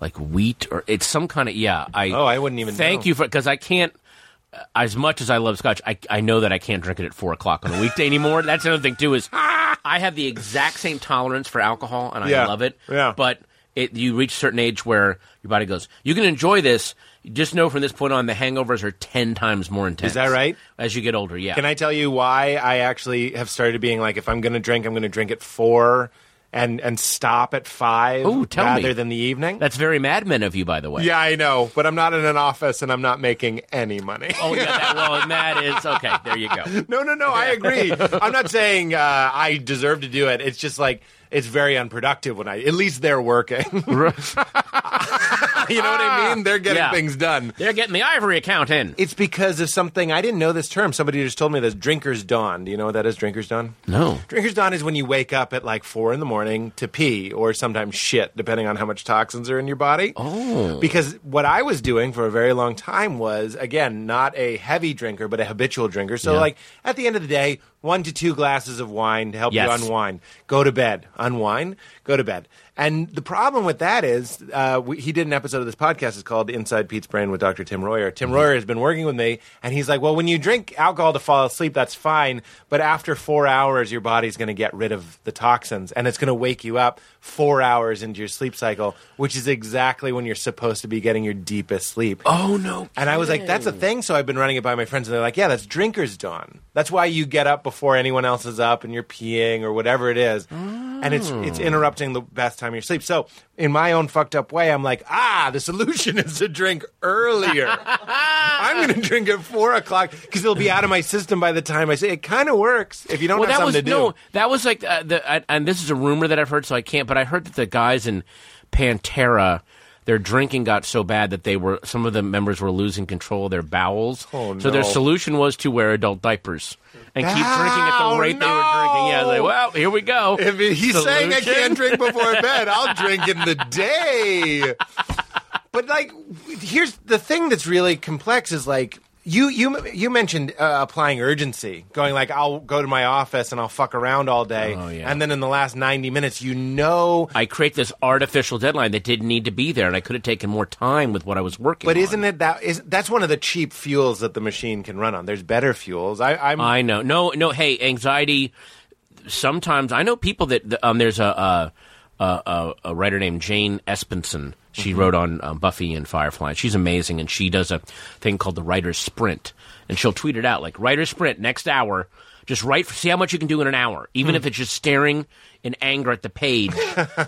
[SPEAKER 4] like wheat or it's some kind of yeah. I
[SPEAKER 5] Oh, I wouldn't even
[SPEAKER 4] thank
[SPEAKER 5] know.
[SPEAKER 4] you for because I can't. As much as I love scotch, I, I know that I can't drink it at four o'clock on a weekday anymore. That's another thing
[SPEAKER 5] <laughs>
[SPEAKER 4] too is I have the exact same tolerance for alcohol and I
[SPEAKER 5] Yeah,
[SPEAKER 4] love it.
[SPEAKER 5] yeah.
[SPEAKER 4] but it you reach a certain age where your body goes, you can enjoy this. Just know from this point on, the hangovers are ten times more intense.
[SPEAKER 5] that right?
[SPEAKER 4] As you get older, yeah.
[SPEAKER 5] Can I tell you why I actually have started being like, if I'm going to drink, I'm going to drink at four and and stop at five
[SPEAKER 4] Ooh, tell me.
[SPEAKER 5] rather than the evening?
[SPEAKER 4] That's very Mad Men of you, by the way.
[SPEAKER 5] yeah, I know, but I'm not in an office and I'm not making any money.
[SPEAKER 4] Oh yeah, that, well, that is okay. There you go.
[SPEAKER 5] <laughs> No, no, no. I agree. I'm not saying uh, I deserve to do it. It's just like it's very unproductive when I. At least they're working. <laughs> you know what I mean? They're getting
[SPEAKER 4] Yeah.
[SPEAKER 5] things done.
[SPEAKER 4] They're getting the ivory account in.
[SPEAKER 5] It's because of something I didn't know this term. Somebody just told me this. Drinker's dawn. Do you know what that is? Drinker's dawn.
[SPEAKER 4] No.
[SPEAKER 5] Drinker's dawn is when you wake up at like four in the morning to pee or sometimes shit, depending on how much toxins are in your body. Oh. Because what I was doing for a very long time was, again, not a heavy drinker, but a habitual drinker. So,
[SPEAKER 4] Yeah.
[SPEAKER 5] like, at the end of the day, one to two glasses of wine to help
[SPEAKER 4] Yes.
[SPEAKER 5] you unwind. Go to bed. Unwind. Go to bed. And the problem with that is, uh, we, he did an episode of this podcast. It's called Inside Pete's Brain with Dr. Tim Royer. Tim Royer has been working with me, and he's like, "Well, when you drink alcohol to fall asleep, that's fine, but after four hours, your body's going to get rid of the toxins, and it's going to wake you up four hours into your sleep cycle, which is exactly when you're supposed to be getting your deepest sleep."
[SPEAKER 4] Oh no!
[SPEAKER 5] And I was like, that's a thing. So I've been running it by my friends, and they're like, yeah, that's drinker's dawn. That's why you get up before anyone else is up and you're peeing or whatever it is. And it's, it's
[SPEAKER 4] Oh.
[SPEAKER 5] interrupting the best time of your sleep. So in my own fucked up way, I'm like, ah, the solution <laughs> is to drink
[SPEAKER 4] <laughs>
[SPEAKER 5] earlier. I'm going to drink at four o'clock because it'll be out of my system by the time I say it kind of works if you don't
[SPEAKER 4] well,
[SPEAKER 5] have
[SPEAKER 4] that was
[SPEAKER 5] something to do.
[SPEAKER 4] no, that was like uh, the, I, and this is a rumor that I've heard, so I can't. But I heard that the guys in Pantera, their drinking got so bad that they were some of the members were losing control of their bowels.
[SPEAKER 5] Oh,
[SPEAKER 4] So their
[SPEAKER 5] no.
[SPEAKER 4] solution was to wear adult diapers and keep drinking at
[SPEAKER 5] Oh,
[SPEAKER 4] the rate they were drinking. Yeah, I was like,
[SPEAKER 5] no.
[SPEAKER 4] well, here we go.
[SPEAKER 5] If he's saying I
[SPEAKER 4] Solution.
[SPEAKER 5] can't drink before bed, I'll drink in the day. But like, here's the thing that's really complex is like you you you mentioned uh, applying urgency, going like I'll go to my office and I'll fuck around all day,
[SPEAKER 4] Oh, yeah.
[SPEAKER 5] and then in the last ninety minutes, you know.
[SPEAKER 4] I create this artificial deadline that didn't need to be there, and I could have taken more time with what I was working.
[SPEAKER 5] But
[SPEAKER 4] on.
[SPEAKER 5] isn't it that is that's one of the cheap fuels that the machine can run on? There's better fuels. I, I'm
[SPEAKER 4] I know. No, no. Hey, anxiety. Sometimes I know people that that, um, there's a a, a a writer named Jane Espenson. She
[SPEAKER 5] Mm-hmm.
[SPEAKER 4] wrote on um, Buffy and Firefly. She's amazing, and she does a thing called the writer's sprint, and she'll tweet it out like "writer's sprint next hour." Just write. See how much you can do in an hour,
[SPEAKER 5] Hmm.
[SPEAKER 4] even if it's just staring in anger at the
[SPEAKER 5] <laughs>
[SPEAKER 4] page.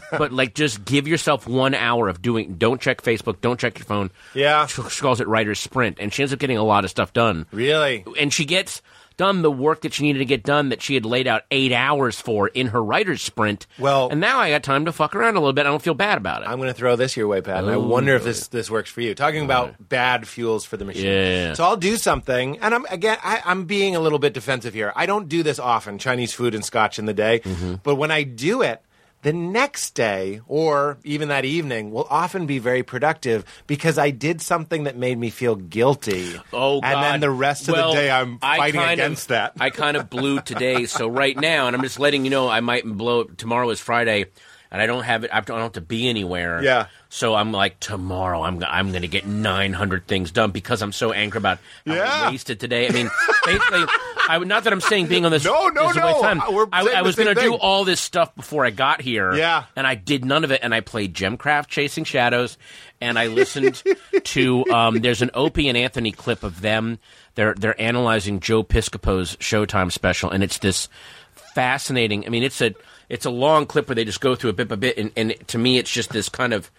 [SPEAKER 4] but like, just give yourself one hour of doing. Don't check Facebook. Don't check your phone.
[SPEAKER 5] Yeah.
[SPEAKER 4] She she calls it writer's sprint, and she ends up getting a lot of stuff done
[SPEAKER 5] really
[SPEAKER 4] and she gets done the work that she needed to get done that she had laid out eight hours for in her writer's sprint.
[SPEAKER 5] Well-
[SPEAKER 4] and now I got time to fuck around a little bit. I don't feel bad about it.
[SPEAKER 5] I'm going to throw this your way, Pat. And I wonder if this this works for you. Talking about bad fuels for the machine.
[SPEAKER 4] Yeah.
[SPEAKER 5] So I'll do something, and I'm again. I, I'm being a little bit defensive here. I don't do this often. Chinese food and scotch in the day,
[SPEAKER 4] Mm-hmm.
[SPEAKER 5] but when I do it. The next day, or even that evening, will often be very productive because I did something that made me feel guilty.
[SPEAKER 4] Oh, God.
[SPEAKER 5] And then the rest of
[SPEAKER 4] Well,
[SPEAKER 5] the day, I'm
[SPEAKER 4] I
[SPEAKER 5] fighting
[SPEAKER 4] kind of-
[SPEAKER 5] against that.
[SPEAKER 4] I kind of blew today, so right now, and I'm just letting you know, I might blow. it. Tomorrow is Friday, and I don't have it. I don't have to be anywhere.
[SPEAKER 5] Yeah.
[SPEAKER 4] So I'm like, tomorrow, I'm go- I'm going to get 900 things done because I'm so angry about how I
[SPEAKER 5] Yeah.
[SPEAKER 4] wasted today. I mean, basically, I would not that I'm saying being on this.
[SPEAKER 5] <laughs> No, no,
[SPEAKER 4] this is a waste of
[SPEAKER 5] no.
[SPEAKER 4] time.
[SPEAKER 5] We're
[SPEAKER 4] I,
[SPEAKER 5] saying
[SPEAKER 4] I
[SPEAKER 5] the
[SPEAKER 4] was
[SPEAKER 5] same
[SPEAKER 4] gonna do
[SPEAKER 5] thing.
[SPEAKER 4] all this stuff before I got here.
[SPEAKER 5] Yeah.
[SPEAKER 4] And I did none of it. And I played Gemcraft Chasing Shadows. And I
[SPEAKER 5] <laughs>
[SPEAKER 4] listened to um, there's an Opie and Anthony clip of them. They're they're analyzing Joe Piscopo's Showtime special, and it's this fascinating. I mean, it's a it's a long clip where they just go through it bit by bit, and, and to me, it's just this kind of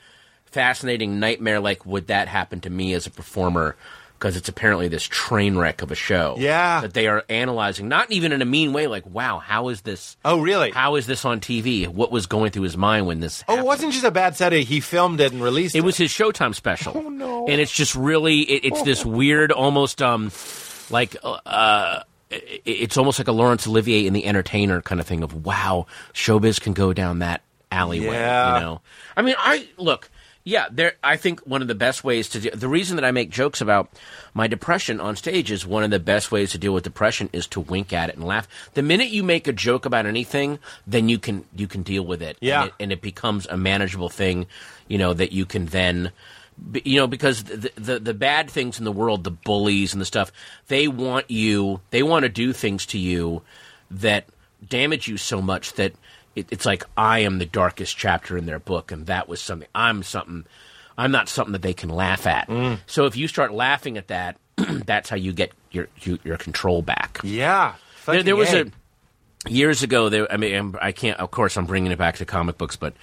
[SPEAKER 4] fascinating nightmare. Like, would that happen to me as a performer? Because it's apparently this train wreck of a show.
[SPEAKER 5] Yeah.
[SPEAKER 4] that they are analyzing, not even in a mean way. Like, wow, how is this?
[SPEAKER 5] Oh, really?
[SPEAKER 4] How is this on TV? What was going through his mind when this?
[SPEAKER 5] oh, it
[SPEAKER 4] happened?
[SPEAKER 5] wasn't just a bad set. He filmed it and released it.
[SPEAKER 4] It was his Showtime special. Oh no! And it's just really, it, it's this weird, almost um, like uh, uh, it- it's almost like a Laurence Olivier in The Entertainer kind of thing. Of wow, showbiz can go down that alleyway.
[SPEAKER 5] Yeah.
[SPEAKER 4] You know, I mean, I look. Yeah, there. I think one of the best ways to do the reason that I make jokes about my depression on stage is one of the best ways to deal with depression is to wink at it and laugh. The minute you make a joke about anything, then you can you can deal with it.
[SPEAKER 5] Yeah.
[SPEAKER 4] and it, and it becomes a manageable thing, you know, that you can then, b- you know, because the, the the bad things in the world, the bullies and the stuff, they want you, they want to do things to you that damage you so much that it, it's like I am the darkest chapter in their book, and that was something I'm something. I'm not something that they can laugh at. So if you start laughing at that, <clears throat> that's how you get your your, your control back
[SPEAKER 5] yeah.
[SPEAKER 4] there, there was
[SPEAKER 5] Fucking
[SPEAKER 4] a years ago. There, I mean, I'm- I can't. Of course, I'm bringing it back to comic books, but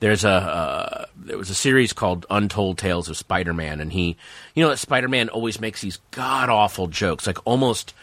[SPEAKER 4] there's a uh, there was a series called Untold Tales of Spider-Man, and he, you know, that Spider-Man always makes these god awful jokes, like almost.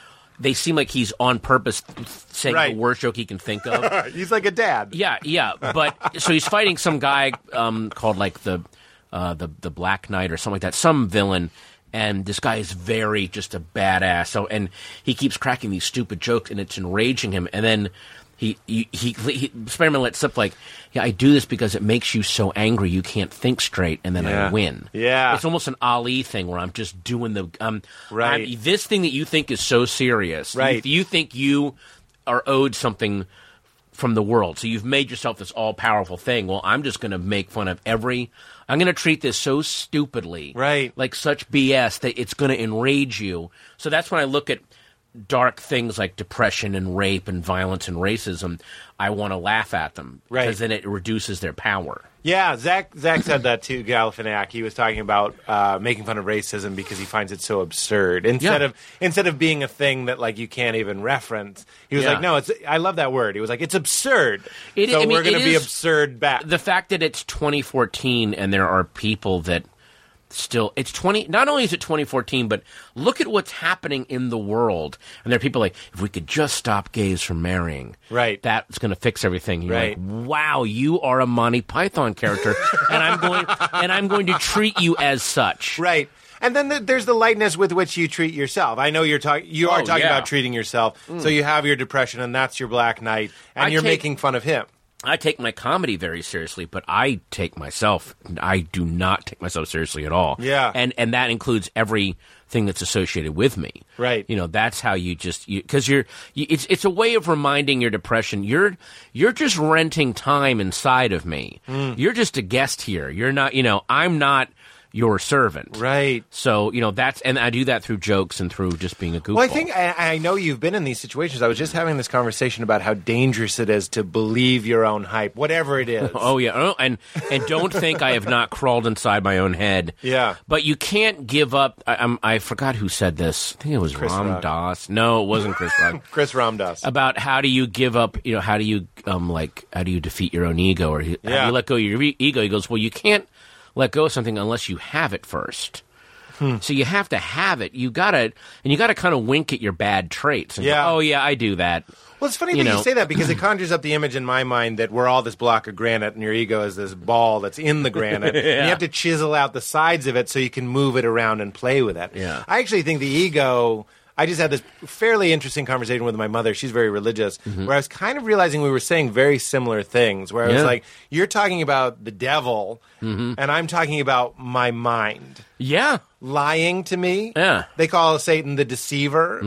[SPEAKER 4] They seem like he's on purpose saying
[SPEAKER 5] Right.
[SPEAKER 4] the worst joke he can think of.
[SPEAKER 5] a- <laughs> He's like a dad.
[SPEAKER 4] Yeah, yeah, but <laughs> so he's fighting some guy um, called like the uh, the the Black Knight or something like that, some villain, and this guy is very just a badass. So and he keeps cracking these stupid jokes, and it's enraging him. And then he he, he, he Spider-Man lets slip like, yeah, I do this because it makes you so angry you can't think straight, and then I
[SPEAKER 5] Yeah.
[SPEAKER 4] win.
[SPEAKER 5] Yeah.
[SPEAKER 4] it's almost an Ali thing where I'm just doing the um I'm-
[SPEAKER 5] Right.
[SPEAKER 4] this thing that you think is so serious. You-
[SPEAKER 5] Right.
[SPEAKER 4] you think you are owed something from the world. So you've made yourself this all powerful thing. Well, I'm just going to make fun of every. I'm going to treat this so stupidly,
[SPEAKER 5] Right.
[SPEAKER 4] Like such BS that it's going to enrage you. So that's when I look at dark things like depression and rape and violence and racism. I want to laugh at them,
[SPEAKER 5] Right.
[SPEAKER 4] Because then it reduces their power.
[SPEAKER 5] Yeah, Zach. Zach said that too. Galifianak. He was talking about uh, making fun of racism because he finds it so absurd. Instead
[SPEAKER 4] Yeah.
[SPEAKER 5] of instead of being a thing that like you can't even reference, he was
[SPEAKER 4] Yeah.
[SPEAKER 5] like, "No, it's." I love that word. He was like, "It's absurd."
[SPEAKER 4] It-
[SPEAKER 5] so
[SPEAKER 4] I mean,
[SPEAKER 5] we're going
[SPEAKER 4] it
[SPEAKER 5] to be
[SPEAKER 4] is-
[SPEAKER 5] absurd back.
[SPEAKER 4] the fact that it's 2014 and there are people that still it's 20 not only is it 2014 but look at what's happening in the world and there are people like if we could just stop gays from marrying
[SPEAKER 5] Right.
[SPEAKER 4] that's going to fix everything And you're
[SPEAKER 5] Right.
[SPEAKER 4] like wow you are a monty python
[SPEAKER 5] <laughs>
[SPEAKER 4] character and i'm going and i'm going to treat you as such
[SPEAKER 5] Right. And then the, there's the lightness with which you treat yourself. I know you're talking. You are
[SPEAKER 4] Oh,
[SPEAKER 5] talking
[SPEAKER 4] yeah. Mm.
[SPEAKER 5] about treating yourself. So you have your depression, and that's your black night, and
[SPEAKER 4] I
[SPEAKER 5] you're
[SPEAKER 4] take-
[SPEAKER 5] making fun of him.
[SPEAKER 4] I take my comedy very seriously, but I take myself. I do not take myself seriously at all.
[SPEAKER 5] Yeah.
[SPEAKER 4] and and that includes everything that's associated with me.
[SPEAKER 5] Right.
[SPEAKER 4] You know, that's how you just because you, are you, it's it's a way of reminding your depression. You're you're just renting time inside of me.
[SPEAKER 5] Mm.
[SPEAKER 4] You're just a guest here. You're not. You know, I'm not your servant.
[SPEAKER 5] Right.
[SPEAKER 4] So you know that's and I do that through jokes and through just being a goofball.
[SPEAKER 5] Well, I think I, I know you've been in these situations. I was just having this conversation about how dangerous it is to believe your own hype, whatever it is.
[SPEAKER 4] Oh yeah, oh, and and don't think I have not crawled inside my own head.
[SPEAKER 5] Yeah.
[SPEAKER 4] but you can't give up. I, I'm, I forgot who said this. I think it was Ram
[SPEAKER 5] Rock.
[SPEAKER 4] Dass. No, it wasn't Chris
[SPEAKER 5] <laughs>
[SPEAKER 4] Rock.
[SPEAKER 5] Chris Ramdas.
[SPEAKER 4] About how do you give up? You know, how do you um like how do you defeat your own ego or how do
[SPEAKER 5] Yeah.
[SPEAKER 4] you let go of your e- ego? He goes, well, you can't let go of something unless you have it first.
[SPEAKER 5] Hmm.
[SPEAKER 4] So you have to have it. You gotta, and you gotta kind of wink at your bad traits. And
[SPEAKER 5] Yeah.
[SPEAKER 4] Go, oh yeah, I do that.
[SPEAKER 5] Well, it's funny
[SPEAKER 4] you
[SPEAKER 5] that you
[SPEAKER 4] know.
[SPEAKER 5] say
[SPEAKER 4] <clears throat>
[SPEAKER 5] that because it conjures up the image in my mind that we're all this block of granite and your ego is this ball that's in the
[SPEAKER 4] <laughs>
[SPEAKER 5] granite. And you have to chisel out the sides of it so you can move it around and play with it.
[SPEAKER 4] Yeah.
[SPEAKER 5] I actually think the ego. I just had this fairly interesting conversation with my mother. She's very religious, where I was kind of realizing we were saying very similar things. Where I was
[SPEAKER 4] Mm-hmm. Yeah. Mm-hmm.
[SPEAKER 5] like, "You're talking about the devil, and I'm talking about my mind."
[SPEAKER 4] Yeah.
[SPEAKER 5] lying to me.
[SPEAKER 4] Yeah. Mm-hmm.
[SPEAKER 5] They call Satan the deceiver,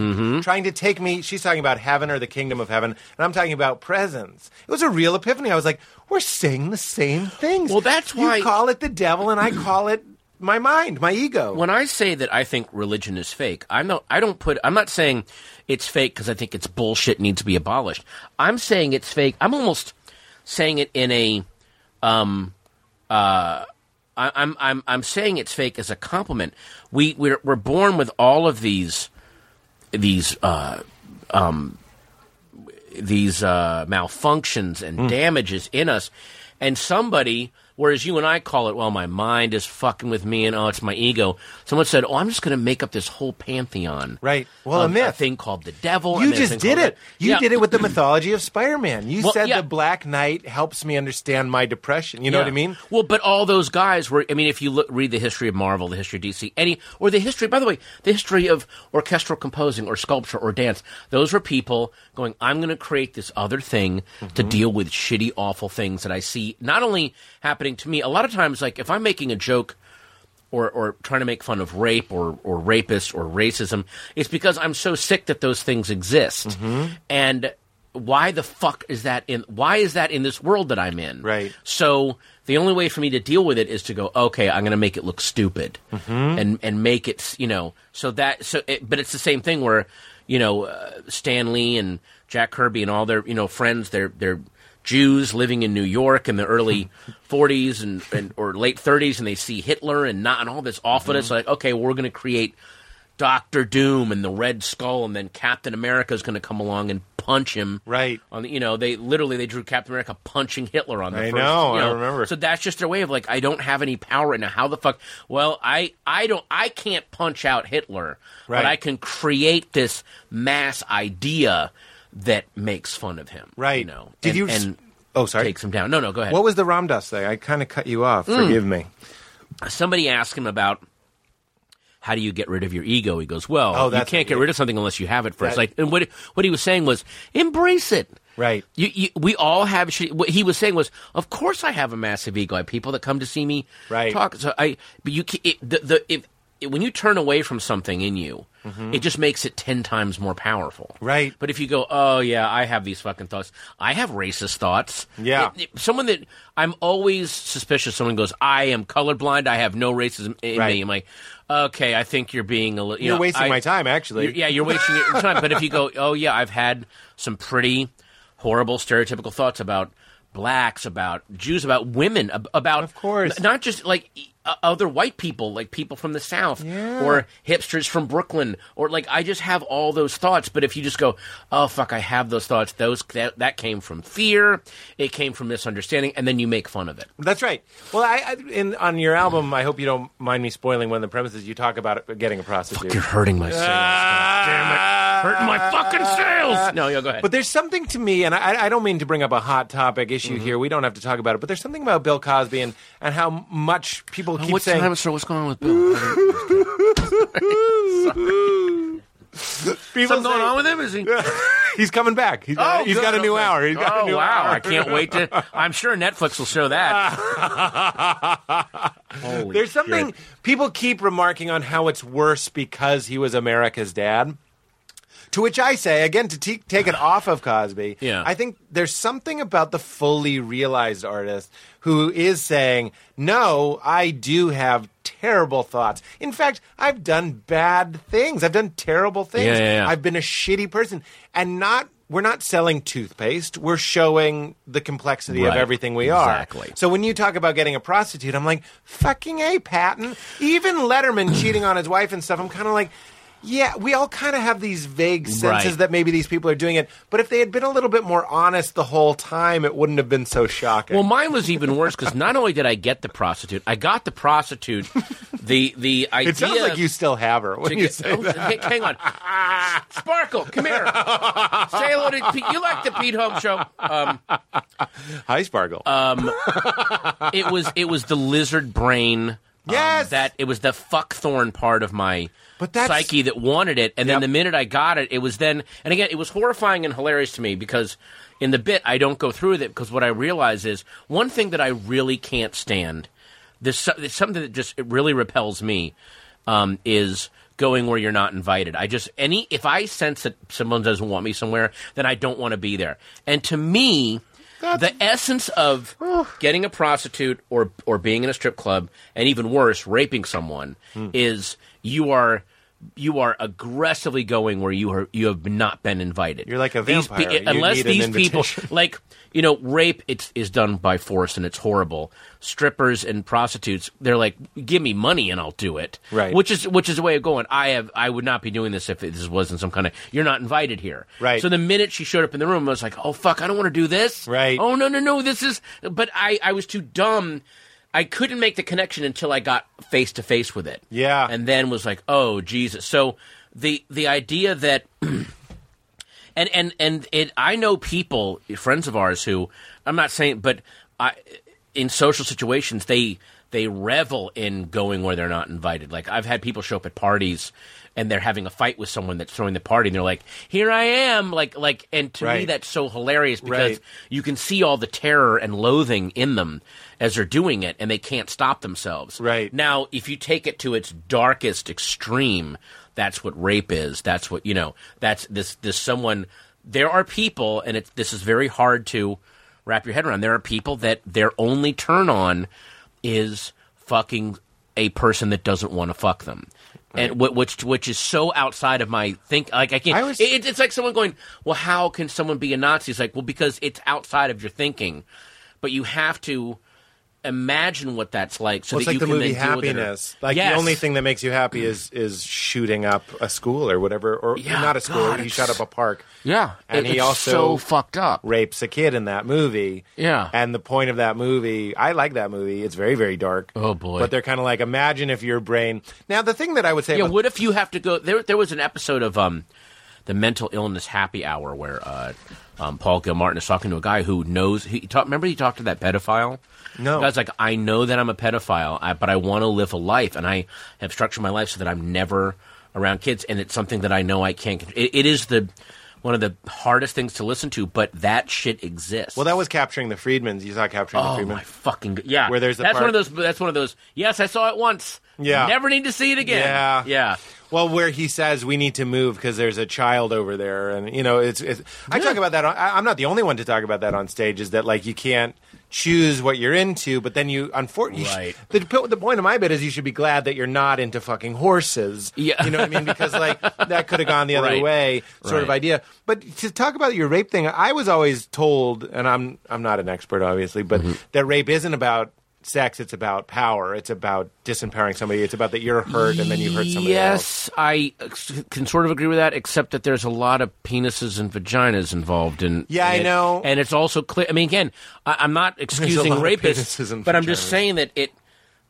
[SPEAKER 5] trying to take me. She's talking about heaven or the kingdom of heaven, and I'm talking about presence. It was a real epiphany. I was like, we're saying the same things.
[SPEAKER 4] Well, that's why-
[SPEAKER 5] You call it the devil, and I call it my mind, my ego.
[SPEAKER 4] when I say that I think religion is fake, I'm not. I don't put. I'm not saying it's fake because I think it's bullshit needs to be abolished. I'm saying it's fake. I'm almost saying it in a. Um, uh, I, I'm I'm I'm saying it's fake as a compliment. We we're we're born with all of these these uh, these uh, malfunctions
[SPEAKER 5] Hmm.
[SPEAKER 4] and damages in us. And somebody, whereas you and I call it, well, my mind is fucking with me and oh, it's my ego. Someone said, oh, I'm just going to make up this whole pantheon.
[SPEAKER 5] Right. Well, a
[SPEAKER 4] of
[SPEAKER 5] myth.
[SPEAKER 4] thing called the devil.
[SPEAKER 5] you
[SPEAKER 4] and there's a thing
[SPEAKER 5] just did
[SPEAKER 4] called
[SPEAKER 5] it.
[SPEAKER 4] that.
[SPEAKER 5] You
[SPEAKER 4] Yeah.
[SPEAKER 5] did it with the mythology of Spider-Man. You
[SPEAKER 4] Well,
[SPEAKER 5] said
[SPEAKER 4] yeah.
[SPEAKER 5] the Black Knight helps me understand my depression. You know
[SPEAKER 4] Yeah.
[SPEAKER 5] what I mean?
[SPEAKER 4] Well, but all those guys were. I mean, if you look, read the history of Marvel, the history of DC, any or the history, by the way, the history of orchestral composing or sculpture or dance, those were people going, "I'm going to create this other thing
[SPEAKER 5] Mm-hmm.
[SPEAKER 4] to deal with shitty, awful things that I see not only happening to me. A lot of times, like if I'm making a joke." Or, or trying to make fun of rape or, or rapists or racism, it's because I'm so sick that those things exist.
[SPEAKER 5] Mm-hmm.
[SPEAKER 4] And why the fuck is that in why is that in this world that I'm in?
[SPEAKER 5] Right.
[SPEAKER 4] So the only way for me to deal with it is to go, okay, I'm going to make it look stupid and and make it, you know, so that so. It, but it's the same thing where, you know, uh, Stan Lee and Jack Kirby and all their you know friends, they're they're Jews living in New York in the early 40s and, and or late 30s, and they see Hitler and not and all this awfulness. Like, okay, we're going to create Doctor Doom and the Red Skull, and then Captain America is going to come along and punch him.
[SPEAKER 5] Right.
[SPEAKER 4] On the, you know, they literally they drew Captain America punching Hitler on the
[SPEAKER 5] I
[SPEAKER 4] first.
[SPEAKER 5] know,
[SPEAKER 4] you
[SPEAKER 5] I remember.
[SPEAKER 4] So that's just their way of like, I don't have any power right now. How the fuck? Well, I I don't I can't punch out Hitler,
[SPEAKER 5] Right.
[SPEAKER 4] but I can create this mass idea that makes fun of him.
[SPEAKER 5] Right.
[SPEAKER 4] You know.
[SPEAKER 5] Did
[SPEAKER 4] and,
[SPEAKER 5] you s-
[SPEAKER 4] and
[SPEAKER 5] Oh, sorry.
[SPEAKER 4] takes Hmm. him down? No, no. Go ahead.
[SPEAKER 5] What was the Ramdas thing? I kind of cut you off. Forgive me.
[SPEAKER 4] somebody asked him about how do you get rid of your ego? He goes, "Well,
[SPEAKER 5] Oh,
[SPEAKER 4] you
[SPEAKER 5] that's-
[SPEAKER 4] can't get rid of something unless you have it first.
[SPEAKER 5] That-
[SPEAKER 4] like, and what what he was saying was embrace it.
[SPEAKER 5] Right.
[SPEAKER 4] You, you, we all have. shit- What he was saying was, of course, I have a massive ego. I have people that come to see me
[SPEAKER 5] Right.
[SPEAKER 4] talk. So I, but you, ca- it, the, the if when you turn away from something in you, it just makes it ten times more powerful.
[SPEAKER 5] Mm-hmm. Right.
[SPEAKER 4] But if you go, oh yeah, I have these fucking thoughts. I have racist thoughts.
[SPEAKER 5] Yeah.
[SPEAKER 4] It- it- someone that I'm always suspicious. Someone goes, I am colorblind. I have no racism in
[SPEAKER 5] Right.
[SPEAKER 4] me. I'm like, okay, I think you're being a little.
[SPEAKER 5] You're wasting my time, actually.
[SPEAKER 4] yeah, you're wasting your time. But if you go, oh yeah, I've had some pretty horrible stereotypical thoughts about blacks, about Jews, about women, ab- about
[SPEAKER 5] Of course.
[SPEAKER 4] n- not just like e- uh, other white people, like people from the South
[SPEAKER 5] Yeah.
[SPEAKER 4] or hipsters from Brooklyn, or like I just have all those thoughts. But if you just go, oh fuck, I have those thoughts. Those that, that came from fear, it came from misunderstanding, and then you make fun of it.
[SPEAKER 5] That's right. Well, I, I in on your album, I hope you don't mind me spoiling one of the premises. You talk about getting a prostitute.
[SPEAKER 4] You're hurting my sales. Damn it, hurting my fucking sales. No, yo, go ahead.
[SPEAKER 5] But there's something to me, and I, I don't mean to bring up a hot topic issue
[SPEAKER 4] Mm-hmm.
[SPEAKER 5] here. We don't have to talk about it. But there's something about Bill Cosby and, and how much people keep
[SPEAKER 4] What's
[SPEAKER 5] saying.
[SPEAKER 4] time, sir? What's going on with Bill?
[SPEAKER 5] people
[SPEAKER 4] Something going
[SPEAKER 5] say-
[SPEAKER 4] on with him? Is he?
[SPEAKER 5] <laughs> He's coming back. He's got, he's
[SPEAKER 4] Oh, good,
[SPEAKER 5] got a new
[SPEAKER 4] okay.
[SPEAKER 5] hour. He's got
[SPEAKER 4] oh
[SPEAKER 5] a new
[SPEAKER 4] wow!
[SPEAKER 5] hour. Ah.
[SPEAKER 4] I can't wait to. I'm sure Netflix will show that. Holy
[SPEAKER 5] There's something
[SPEAKER 4] shit.
[SPEAKER 5] people keep remarking on how it's worse because he was America's dad. To which I say, again, to te- take it off of Cosby,
[SPEAKER 4] Yeah.
[SPEAKER 5] I think there's something about the fully realized artist who is saying, No, I do have terrible thoughts. In fact, I've done bad things. I've done terrible things.
[SPEAKER 4] Yeah, yeah, yeah.
[SPEAKER 5] I've been a shitty person. And not. We're not selling toothpaste. We're showing the complexity of
[SPEAKER 4] Right.
[SPEAKER 5] everything we are.
[SPEAKER 4] Exactly.
[SPEAKER 5] So when you talk about getting a prostitute, I'm like, fucking A, Patton. Even Letterman cheating on his wife and stuff, I'm kind of like, yeah, we all kind of have these vague senses
[SPEAKER 4] Right.
[SPEAKER 5] that maybe these people are doing it. But if they had been a little bit more honest the whole time, it wouldn't have been so shocking.
[SPEAKER 4] Well, mine was even worse because not only did I get the prostitute, I got the prostitute. The the idea.
[SPEAKER 5] it sounds like you still have her
[SPEAKER 4] to
[SPEAKER 5] when you
[SPEAKER 4] get-
[SPEAKER 5] say
[SPEAKER 4] oh,
[SPEAKER 5] that.
[SPEAKER 4] h- Hang on, Sparkle, come here. Say hello to Pete. You like the Pete Holmes show? Um,
[SPEAKER 5] Hi, Sparkle.
[SPEAKER 4] uh, it was it was the lizard brain. um,
[SPEAKER 5] Yes!
[SPEAKER 4] that it was the fuckthorn part of my
[SPEAKER 5] But that's-
[SPEAKER 4] psyche that wanted it, and
[SPEAKER 5] Yep.
[SPEAKER 4] then the minute I got it, it was then. And again, it was horrifying and hilarious to me because in the bit I don't go through with it because what I realize is one thing that I really can't stand. There's, so, there's something that just it really repels me um, is going where you're not invited. I just any if I sense that someone doesn't want me somewhere, then I don't want to be there. And to me, the essence of getting a prostitute or or being in a strip club, and even worse, raping someone, is you are you are aggressively going where you are you have not been invited.
[SPEAKER 5] You're like a
[SPEAKER 4] These
[SPEAKER 5] vampire. You
[SPEAKER 4] unless
[SPEAKER 5] need an
[SPEAKER 4] these people
[SPEAKER 5] invitation.
[SPEAKER 4] <laughs> like you know rape it's is done by force and it's horrible strippers and prostitutes they're like give me money and i'll do it
[SPEAKER 5] Right.
[SPEAKER 4] which is which is a way of going i have i would not be doing this if this wasn't some kind of you're not invited here
[SPEAKER 5] Right.
[SPEAKER 4] so the minute she showed up in the room i was like oh fuck i don't want to do this
[SPEAKER 5] Right.
[SPEAKER 4] oh no no no this is but i i was too dumb I couldn't make the connection until I got face to face with it.
[SPEAKER 5] Yeah.
[SPEAKER 4] And then was like, "Oh, Jesus." So the the idea that <clears throat> and and and it i know people friends of ours who i'm not saying but i in social situations they they revel in going where they're not invited like i've had people show up at parties and they're having a fight with someone that's throwing the party and they're like here i am like like and to me
[SPEAKER 5] Right.
[SPEAKER 4] that's so hilarious because
[SPEAKER 5] Right.
[SPEAKER 4] you can see all the terror and loathing in them as they're doing it and they can't stop themselves
[SPEAKER 5] Right.
[SPEAKER 4] now if you take it to its darkest extreme that's what rape is that's what you know that's this this someone there are people and it's this is very hard to wrap your head around there are people that their only turn on is fucking a person that doesn't want to fuck them and wh- which which is so outside of my think like i can't
[SPEAKER 5] I was-
[SPEAKER 4] it- it- it's like someone going well how can someone be a nazi it's like well because it's outside of your thinking but you have to imagine what that's like so
[SPEAKER 5] Well, it's
[SPEAKER 4] that
[SPEAKER 5] like
[SPEAKER 4] you
[SPEAKER 5] the
[SPEAKER 4] can
[SPEAKER 5] movie
[SPEAKER 4] then deal with it or-
[SPEAKER 5] Happiness. Like
[SPEAKER 4] Yes.
[SPEAKER 5] the only thing that makes
[SPEAKER 4] <clears throat>
[SPEAKER 5] you happy is is shooting up a school or whatever, or
[SPEAKER 4] Yeah,
[SPEAKER 5] not a school.
[SPEAKER 4] God,
[SPEAKER 5] he
[SPEAKER 4] it's-
[SPEAKER 5] shot up a park.
[SPEAKER 4] Yeah,
[SPEAKER 5] and
[SPEAKER 4] It-
[SPEAKER 5] he
[SPEAKER 4] it's
[SPEAKER 5] also
[SPEAKER 4] so fucked up.
[SPEAKER 5] rapes a kid in that movie.
[SPEAKER 4] Yeah.
[SPEAKER 5] and the point of that movie, I like that movie. It's very very dark.
[SPEAKER 4] Oh, boy.
[SPEAKER 5] But they're kind of like, imagine if your brain. Now the thing that I would say,
[SPEAKER 4] Yeah,
[SPEAKER 5] about-
[SPEAKER 4] what if you have to go? There, there was an episode of um, the mental illness happy hour where uh, um, Paul Gilmartin is talking to a guy who knows. He talk, remember he talked to that pedophile.
[SPEAKER 5] No.
[SPEAKER 4] the guy's like, I know that I'm a pedophile, I, but I want to live a life, and I have structured my life so that I'm never around kids, and it's something that I know I can't. con- It, it is the one of the hardest things to listen to, but that shit exists.
[SPEAKER 5] Well, that was capturing the Freedmans. You saw capturing the
[SPEAKER 4] Oh
[SPEAKER 5] Freedmans.
[SPEAKER 4] my fucking g- yeah!
[SPEAKER 5] Where there's the
[SPEAKER 4] that's
[SPEAKER 5] part-
[SPEAKER 4] one of those. That's one of those. Yes, I saw it once.
[SPEAKER 5] Yeah.
[SPEAKER 4] never need to see it again.
[SPEAKER 5] Yeah.
[SPEAKER 4] yeah.
[SPEAKER 5] Well, where he says we need to move because there's a child over there, and you know, it's. it's I talk about that. On, I, I'm not the only one to talk about that on stage. Is that like you can't choose what you're into, but then you unfortunately
[SPEAKER 4] Right.
[SPEAKER 5] the, po- the point of my bit is you should be glad that you're not into fucking horses.
[SPEAKER 4] Yeah.
[SPEAKER 5] you know what I mean because like that could have gone the other
[SPEAKER 4] Right.
[SPEAKER 5] way, sort of
[SPEAKER 4] Right.
[SPEAKER 5] idea. But to talk about your rape thing, I was always told, and I'm I'm not an expert obviously, but
[SPEAKER 4] Mm-hmm.
[SPEAKER 5] that rape isn't about. Sex, it's about power. It's about disempowering somebody. It's about that you're hurt and then you hurt somebody else.
[SPEAKER 4] yes, I ex- can sort of agree with that, except that there's a lot of penises and vaginas involved in.
[SPEAKER 5] Yeah,
[SPEAKER 4] in
[SPEAKER 5] I
[SPEAKER 4] it.
[SPEAKER 5] know.
[SPEAKER 4] and it's also clear. I mean, again, I, I'm not excusing
[SPEAKER 5] lot of
[SPEAKER 4] rapists,
[SPEAKER 5] penises and
[SPEAKER 4] but I'm just
[SPEAKER 5] vaginas.
[SPEAKER 4] saying that it.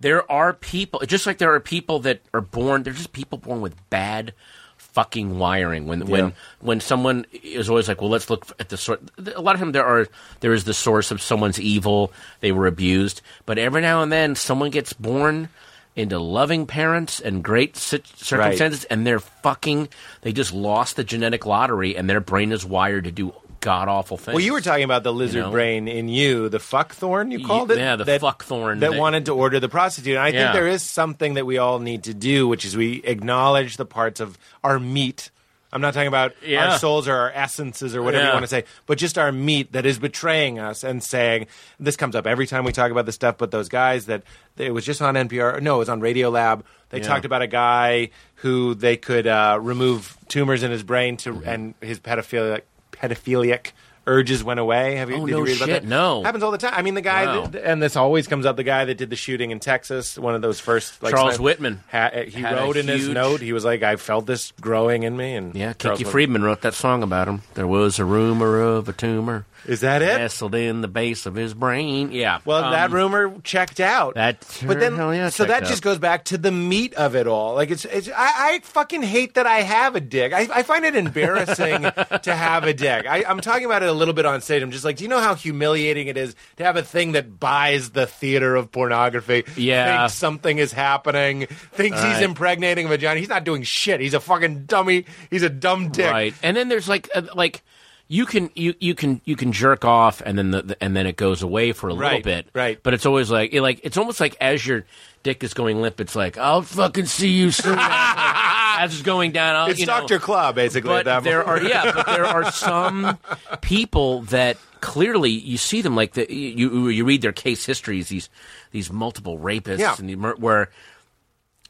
[SPEAKER 4] There are people, just like there are people that are born. They're just people born with bad fucking wiring. When when when someone is always like, well, let's look at the source. A lot of time there are there is the source of someone's evil. They were abused, but every now and then someone gets born into loving parents and great sit- circumstances and they're fucking they just lost the genetic lottery and their brain is wired to do god awful things.
[SPEAKER 5] Well, you were talking about the lizard
[SPEAKER 4] know?
[SPEAKER 5] brain in you, the fuck thorn you
[SPEAKER 4] Ye-
[SPEAKER 5] called it.
[SPEAKER 4] yeah, the fuck thorn
[SPEAKER 5] that,
[SPEAKER 4] that-
[SPEAKER 5] wanted to order the prostitute. And I
[SPEAKER 4] Yeah.
[SPEAKER 5] think there is something that we all need to do, which is we acknowledge the parts of our meat. I'm not talking about
[SPEAKER 4] Yeah.
[SPEAKER 5] our souls or our essences or whatever
[SPEAKER 4] Yeah.
[SPEAKER 5] you want to say, but just our meat that is betraying us and saying this comes up every time we talk about this stuff. But those guys that it was just on NPR, no, it was on Radio Lab. They talked about a guy who they could uh, remove tumors in his brain to,
[SPEAKER 4] Mm-hmm.
[SPEAKER 5] and his pedophilic pedophilic urges went away. Have you?
[SPEAKER 4] Oh,
[SPEAKER 5] did
[SPEAKER 4] no
[SPEAKER 5] you read about
[SPEAKER 4] shit,
[SPEAKER 5] that?
[SPEAKER 4] no.
[SPEAKER 5] happens all the time. I mean, the guy,
[SPEAKER 4] Wow.
[SPEAKER 5] that, and this always comes up. The guy that did the shooting in Texas, one of those first, like,
[SPEAKER 4] Charles
[SPEAKER 5] snipe-
[SPEAKER 4] Whitman
[SPEAKER 5] ha- he
[SPEAKER 4] had a
[SPEAKER 5] wrote in his
[SPEAKER 4] huge-
[SPEAKER 5] note. He was like, "I felt this growing in me." And
[SPEAKER 4] yeah,
[SPEAKER 5] Charles
[SPEAKER 4] Kiki
[SPEAKER 5] Whitman-
[SPEAKER 4] Friedman wrote that song about him. There was a rumor of a tumor
[SPEAKER 5] Is that it?
[SPEAKER 4] nestled in the base of his brain. Yeah.
[SPEAKER 5] Well,
[SPEAKER 4] Um,
[SPEAKER 5] that rumor checked out.
[SPEAKER 4] that-
[SPEAKER 5] but then,
[SPEAKER 4] hell yeah, it
[SPEAKER 5] so that
[SPEAKER 4] checked
[SPEAKER 5] just
[SPEAKER 4] out.
[SPEAKER 5] goes back to the meat of it all. Like it's, it's I, I fucking hate that I have a dick. I, I find
[SPEAKER 4] <laughs>
[SPEAKER 5] it embarrassing to have a dick. I, I'm talking about it a little bit on stage. I'm just like, do you know how humiliating it is to have a thing that buys the theater of pornography?
[SPEAKER 4] Yeah.
[SPEAKER 5] thinks something is happening. Thinks he's
[SPEAKER 4] Right.
[SPEAKER 5] impregnating a vagina. He's not doing shit. He's a fucking dummy. He's a dumb dick.
[SPEAKER 4] Right. And then there's like uh, like you can you you can you can jerk off and then the, the- and then it goes away for a little
[SPEAKER 5] Right,
[SPEAKER 4] bit.
[SPEAKER 5] right.
[SPEAKER 4] But it's always like it like it's almost like as your dick is going limp, it's like I'll fucking see you
[SPEAKER 5] <laughs>
[SPEAKER 4] soon. as it's going down, I'll,
[SPEAKER 5] It's
[SPEAKER 4] you know.
[SPEAKER 5] Doctor Claw basically. at
[SPEAKER 4] But
[SPEAKER 5] that
[SPEAKER 4] there
[SPEAKER 5] moment.
[SPEAKER 4] are yeah, but there
[SPEAKER 5] <laughs>
[SPEAKER 4] are some people that clearly you see them like the, you you read their case histories these these multiple rapists
[SPEAKER 5] Yeah.
[SPEAKER 4] and the, mur- where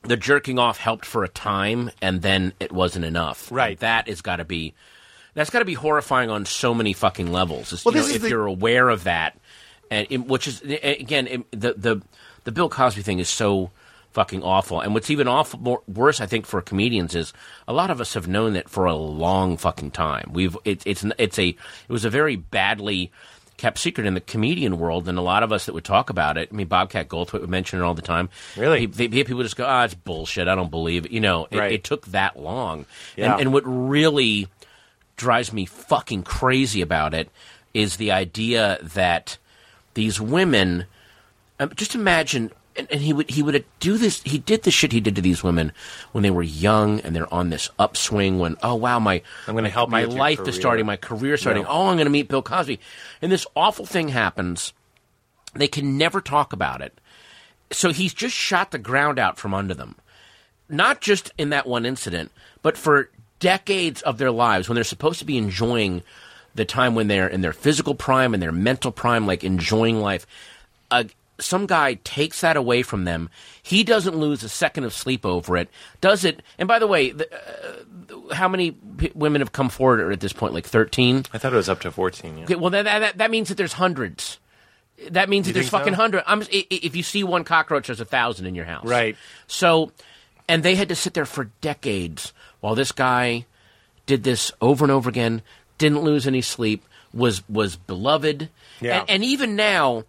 [SPEAKER 4] the jerking off helped for a time and then it wasn't enough.
[SPEAKER 5] Right.
[SPEAKER 4] that has got to be that's got to be horrifying on so many fucking levels. It's,
[SPEAKER 5] Well,
[SPEAKER 4] you
[SPEAKER 5] this
[SPEAKER 4] know,
[SPEAKER 5] is
[SPEAKER 4] if
[SPEAKER 5] the-
[SPEAKER 4] you're aware of that, and it- which is a- again it- the the the Bill Cosby thing is so fucking awful. And what's even awful, more, worse, I think, for comedians is a lot of us have known that for a long fucking time. We've it, it's n- it's a it was a very badly kept secret in the comedian world, and a lot of us that would talk about it. I mean, Bobcat Goldthwait would mention it all the time.
[SPEAKER 5] Really?
[SPEAKER 4] He- they- they- people just go, "Ah, it's bullshit. I don't believe it." You know, it,
[SPEAKER 5] Right.
[SPEAKER 4] it took that long.
[SPEAKER 5] Yeah.
[SPEAKER 4] And, and what really drives me fucking crazy about it is the idea that these women um, just imagine and, and he would he would do this he did the shit he did to these women when they were young and they're on this upswing when oh wow my
[SPEAKER 5] I'm gonna
[SPEAKER 4] my-
[SPEAKER 5] help you
[SPEAKER 4] my
[SPEAKER 5] with your
[SPEAKER 4] life
[SPEAKER 5] career.
[SPEAKER 4] is starting my career starting
[SPEAKER 5] Yeah.
[SPEAKER 4] oh I'm going to meet Bill Cosby and this awful thing happens they can never talk about it so he's just shot the ground out from under them not just in that one incident, but for decades of their lives when they're supposed to be enjoying the time when they're in their physical prime and their mental prime, like enjoying life. Uh, some guy takes that away from them. He doesn't lose a second of sleep over it. Does it? And by the way, the, uh, how many p- women have come forward at this point? Like 13?
[SPEAKER 5] I thought it was up to fourteen. Yeah.
[SPEAKER 4] Okay, well, that, that, that means that there's hundreds. That means that there's
[SPEAKER 5] think so?
[SPEAKER 4] fucking hundred. I'm, i- i- if you see one cockroach, there's a thousand in your house.
[SPEAKER 5] Right.
[SPEAKER 4] So, and they had to sit there for decades while this guy did this over and over again, didn't lose any sleep, was was beloved,
[SPEAKER 5] Yeah.
[SPEAKER 4] and, and even now,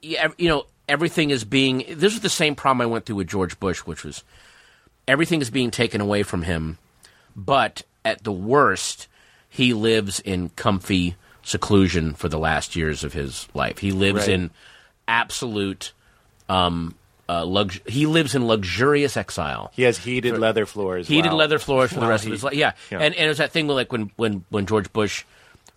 [SPEAKER 4] you ev- you know, everything is being. This was the same problem I went through with George Bush, which was everything is being taken away from him, but at the worst, he lives in comfy seclusion for the last years of his life. He lives
[SPEAKER 5] Right.
[SPEAKER 4] in absolute um, uh, lux- he lives in luxurious exile.
[SPEAKER 5] He has heated leather floors.
[SPEAKER 4] Heated
[SPEAKER 5] Wow.
[SPEAKER 4] leather floors for the
[SPEAKER 5] Wow,
[SPEAKER 4] rest of
[SPEAKER 5] he-
[SPEAKER 4] his life. Yeah.
[SPEAKER 5] Yeah.
[SPEAKER 4] and and it was that thing where like when when when George Bush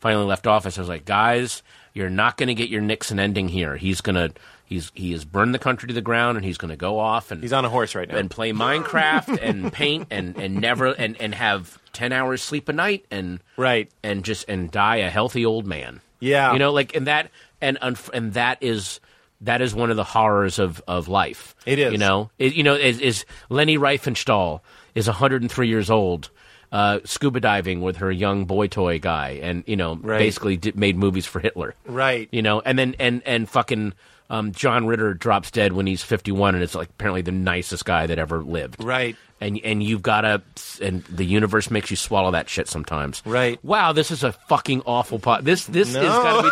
[SPEAKER 4] finally left office, I was like, guys, you're not going to get your Nixon ending here. He's gonna he's he has burned the country to the ground, and he's going to go off and
[SPEAKER 5] He's on a horse right now.
[SPEAKER 4] and play Minecraft
[SPEAKER 5] <laughs>
[SPEAKER 4] and paint and and never and and have ten hours sleep a night and
[SPEAKER 5] Right.
[SPEAKER 4] and just and die a healthy old man.
[SPEAKER 5] Yeah.
[SPEAKER 4] you know, like and that and unf- and that is that is one of the horrors of of life.
[SPEAKER 5] It is.
[SPEAKER 4] you know, It- you know, is, is Lenny Riefenstahl is 103 years old. Uh, scuba diving with her young boy toy guy, and you know,
[SPEAKER 5] Right.
[SPEAKER 4] basically did, made movies for Hitler,
[SPEAKER 5] Right.
[SPEAKER 4] You know, and then and and fucking um, John Ritter drops dead when he's fifty one, and it's like apparently the nicest guy that ever lived,
[SPEAKER 5] Right.
[SPEAKER 4] and and you've got to and the universe makes you swallow that shit sometimes.
[SPEAKER 5] Right.
[SPEAKER 4] Wow, this is a fucking awful pot. This this is
[SPEAKER 5] No.
[SPEAKER 4] got to be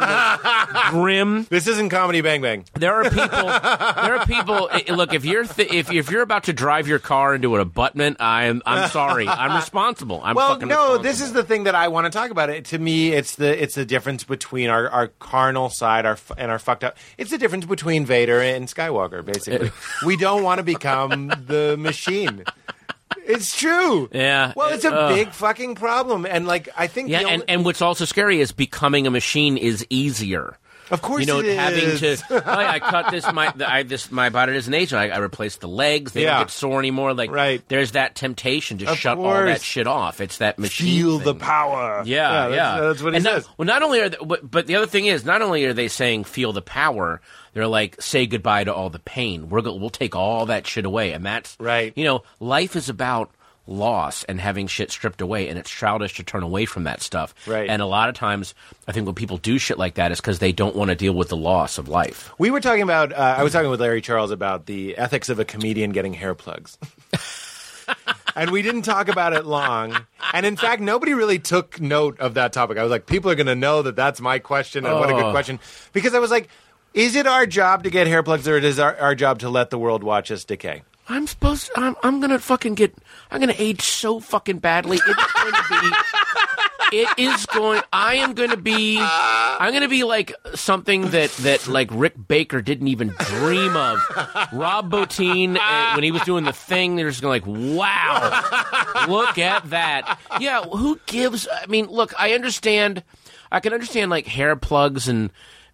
[SPEAKER 4] the
[SPEAKER 5] <laughs>
[SPEAKER 4] most grim.
[SPEAKER 5] This isn't comedy bang bang.
[SPEAKER 4] There are people. There are people. i- Look, if you're th- if if you're about to drive your car into an abutment, I'm I'm sorry. I'm responsible. I'm
[SPEAKER 5] Well,
[SPEAKER 4] fucking
[SPEAKER 5] no,
[SPEAKER 4] responsible.
[SPEAKER 5] this is the thing that I want to talk about. It to me, it's the it's the difference between our, our carnal side, our f- and our fucked up. It's the difference between Vader and Skywalker.
[SPEAKER 4] <laughs>
[SPEAKER 5] Basically, we don't want to become the machine. It's true.
[SPEAKER 4] Yeah,
[SPEAKER 5] Well,
[SPEAKER 4] it-
[SPEAKER 5] it's a
[SPEAKER 4] ugh.
[SPEAKER 5] big fucking problem, and like I think.
[SPEAKER 4] Yeah,
[SPEAKER 5] the
[SPEAKER 4] and,
[SPEAKER 5] only-
[SPEAKER 4] and what's also scary is becoming a machine is easier.
[SPEAKER 5] Of course
[SPEAKER 4] you know
[SPEAKER 5] it
[SPEAKER 4] having
[SPEAKER 5] <laughs> is.
[SPEAKER 4] to. Oh, yeah, I cut this my the- I this my body doesn't age. I, I replaced the legs. They
[SPEAKER 5] Yeah.
[SPEAKER 4] don't get sore anymore. Like
[SPEAKER 5] Right.
[SPEAKER 4] there's that temptation to
[SPEAKER 5] Of
[SPEAKER 4] shut all
[SPEAKER 5] course.
[SPEAKER 4] that shit off. It's that machine.
[SPEAKER 5] feel the
[SPEAKER 4] thing.
[SPEAKER 5] power.
[SPEAKER 4] Yeah, yeah.
[SPEAKER 5] that's, that's what he
[SPEAKER 4] and not-
[SPEAKER 5] says.
[SPEAKER 4] well, not only are they, but, but the other thing is, not only are they saying feel the power, they're like say goodbye to all the pain. We're go- we'll take all that shit away, and that's
[SPEAKER 5] Right.
[SPEAKER 4] You know, life is about loss and having shit stripped away, and it's childish to turn away from that stuff.
[SPEAKER 5] Right.
[SPEAKER 4] And a lot of times, I think when people do shit like that, is because they don't want to deal with the loss of life.
[SPEAKER 5] We were talking about. Uh, I was talking with Larry Charles about the ethics of a comedian getting
[SPEAKER 4] <laughs>
[SPEAKER 5] hair plugs. And we didn't talk about it long. And in fact, nobody really took note of that topic. I was like, people are going to know that that's my question, and what a
[SPEAKER 4] Oh.
[SPEAKER 5] good question. Because I was like, is it our job to get hair plugs, or is it our, our job to let the world watch us decay?
[SPEAKER 4] I'm supposed. I'm. I'm gonna fucking get. I'm gonna age so fucking badly. It's going to be. It is going. I am going to be. I'm going to be like something that that like Rick Baker didn't even dream of. Rob Bottin uh, when he was doing the thing, they're just going like, wow, look at that. Yeah, who gives? I mean, look, I understand. I can understand like hair plugs and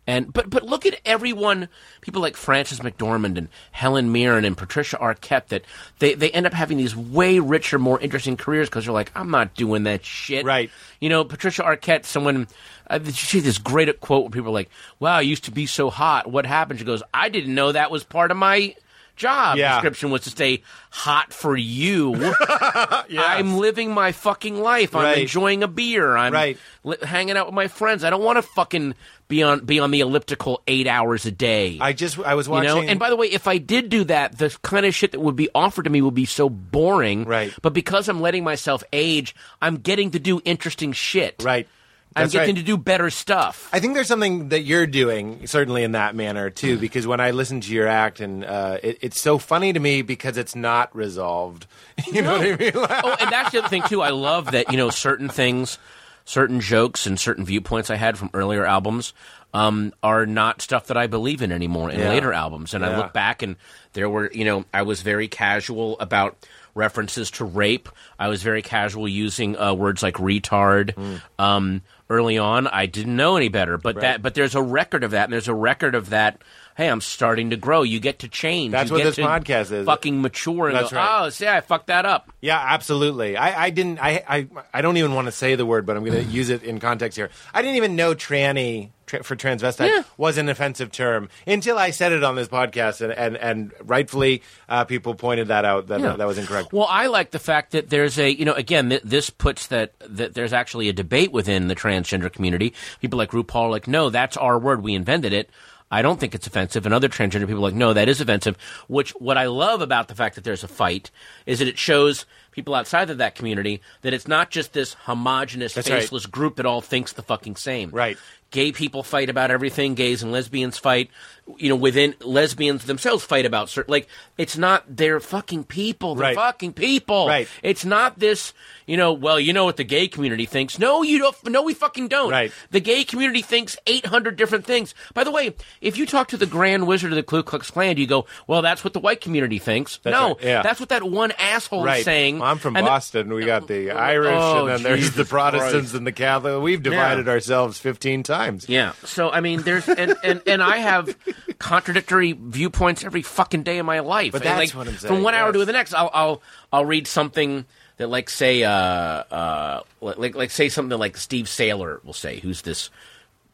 [SPEAKER 4] and but but look at everyone people like Frances McDormand and Helen Mirren and Patricia Arquette that they, they end up having these way richer, more interesting careers because they're like, I'm not doing that shit.
[SPEAKER 5] Right.
[SPEAKER 4] You know, Patricia Arquette, someone uh, she had this great quote where people are like, Wow, I used to be so hot. What happened? She goes, I didn't know that was part of my job
[SPEAKER 5] Yeah.
[SPEAKER 4] description was to stay hot for you.
[SPEAKER 5] <laughs>
[SPEAKER 4] I'm living my fucking life. I'm
[SPEAKER 5] Right.
[SPEAKER 4] enjoying a beer. I'm
[SPEAKER 5] Right.
[SPEAKER 4] li- hanging out with my friends. I don't want to fucking be on be on the elliptical eight hours a day.
[SPEAKER 5] I just, I was
[SPEAKER 4] you
[SPEAKER 5] watching.
[SPEAKER 4] know, and by the way, if I did do that, the kind of shit that would be offered to me would be so boring.
[SPEAKER 5] Right.
[SPEAKER 4] But because I'm letting myself age, I'm getting to do interesting shit.
[SPEAKER 5] right.
[SPEAKER 4] I'm
[SPEAKER 5] That's
[SPEAKER 4] getting
[SPEAKER 5] right.
[SPEAKER 4] to do better stuff.
[SPEAKER 5] I think there's something that you're doing certainly in that manner too,
[SPEAKER 4] Mm.
[SPEAKER 5] because when I listen to your act, and uh, it, it's so funny to me because it's not resolved. <laughs> You know what I mean?
[SPEAKER 4] <laughs>
[SPEAKER 5] Like-
[SPEAKER 4] oh, and that's the other thing too. I love that you know certain things, certain jokes, and certain viewpoints I had from earlier albums um, are not stuff that I believe in anymore in
[SPEAKER 5] Yeah.
[SPEAKER 4] later albums. And I
[SPEAKER 5] Yeah.
[SPEAKER 4] look back, and there were you know I was very casual about references to rape. I was very casual using uh, words like retard.
[SPEAKER 5] Hmm.
[SPEAKER 4] Um, early on, I didn't know any better, but that but there's a record of that, and there's a record of that. Hey, I'm starting to grow. You get to change.
[SPEAKER 5] That's
[SPEAKER 4] You
[SPEAKER 5] what
[SPEAKER 4] get
[SPEAKER 5] this
[SPEAKER 4] to
[SPEAKER 5] podcast is.
[SPEAKER 4] Fucking mature and
[SPEAKER 5] That's
[SPEAKER 4] go,
[SPEAKER 5] right.
[SPEAKER 4] oh, see, I fucked that up.
[SPEAKER 5] Yeah, absolutely. I, I didn't. I, I I don't even want to say the word, but I'm going
[SPEAKER 4] Mm.
[SPEAKER 5] to use it in context here. I didn't even know tranny tra- for transvestite
[SPEAKER 4] Yeah.
[SPEAKER 5] was an offensive term until I said it on this podcast, and and, and rightfully uh, people pointed that out that
[SPEAKER 4] Yeah.
[SPEAKER 5] that was incorrect.
[SPEAKER 4] Well, I like the fact that there's a you know again th- this puts that that there's actually a debate within the transgender community. People like RuPaul are like no, that's our word, we invented it. I don't think it's offensive, and other transgender people are like no, that is offensive. Which what I love about the fact that there's a fight is that it shows people outside of that community that it's not just this homogenous,
[SPEAKER 5] right.
[SPEAKER 4] faceless group that all thinks the fucking same.
[SPEAKER 5] Right.
[SPEAKER 4] Gay people fight about everything. Gays and lesbians fight. You know, within lesbians themselves fight about certain. Like, it's not they're fucking people. They're
[SPEAKER 5] Right.
[SPEAKER 4] fucking people.
[SPEAKER 5] Right.
[SPEAKER 4] It's not this. You know, well, you know what the gay community thinks. No, you don't. No, we fucking don't.
[SPEAKER 5] Right.
[SPEAKER 4] The gay community thinks 800 different things. By the way, if you talk to the Grand Wizard of the Ku Klux Klan, do you go, well, that's what the white community thinks?
[SPEAKER 5] That's
[SPEAKER 4] no,
[SPEAKER 5] right, yeah.
[SPEAKER 4] that's what that one asshole
[SPEAKER 5] Right.
[SPEAKER 4] is saying.
[SPEAKER 5] Well, I'm from
[SPEAKER 4] And the-
[SPEAKER 5] Boston. we got the Irish,
[SPEAKER 4] Oh,
[SPEAKER 5] and then there's
[SPEAKER 4] Jesus
[SPEAKER 5] the Protestants
[SPEAKER 4] Christ.
[SPEAKER 5] and the Catholic. We've divided ourselves 15 times.
[SPEAKER 4] Yeah. So I mean, there's and, and and I have contradictory viewpoints every fucking day of my life.
[SPEAKER 5] But
[SPEAKER 4] And,
[SPEAKER 5] that's
[SPEAKER 4] like,
[SPEAKER 5] what I'm
[SPEAKER 4] From
[SPEAKER 5] saying,
[SPEAKER 4] one hour to
[SPEAKER 5] yes.
[SPEAKER 4] the next, I'll I'll I'll read something that like say uh uh like like say something that, like Steve Saylor will say, who's this.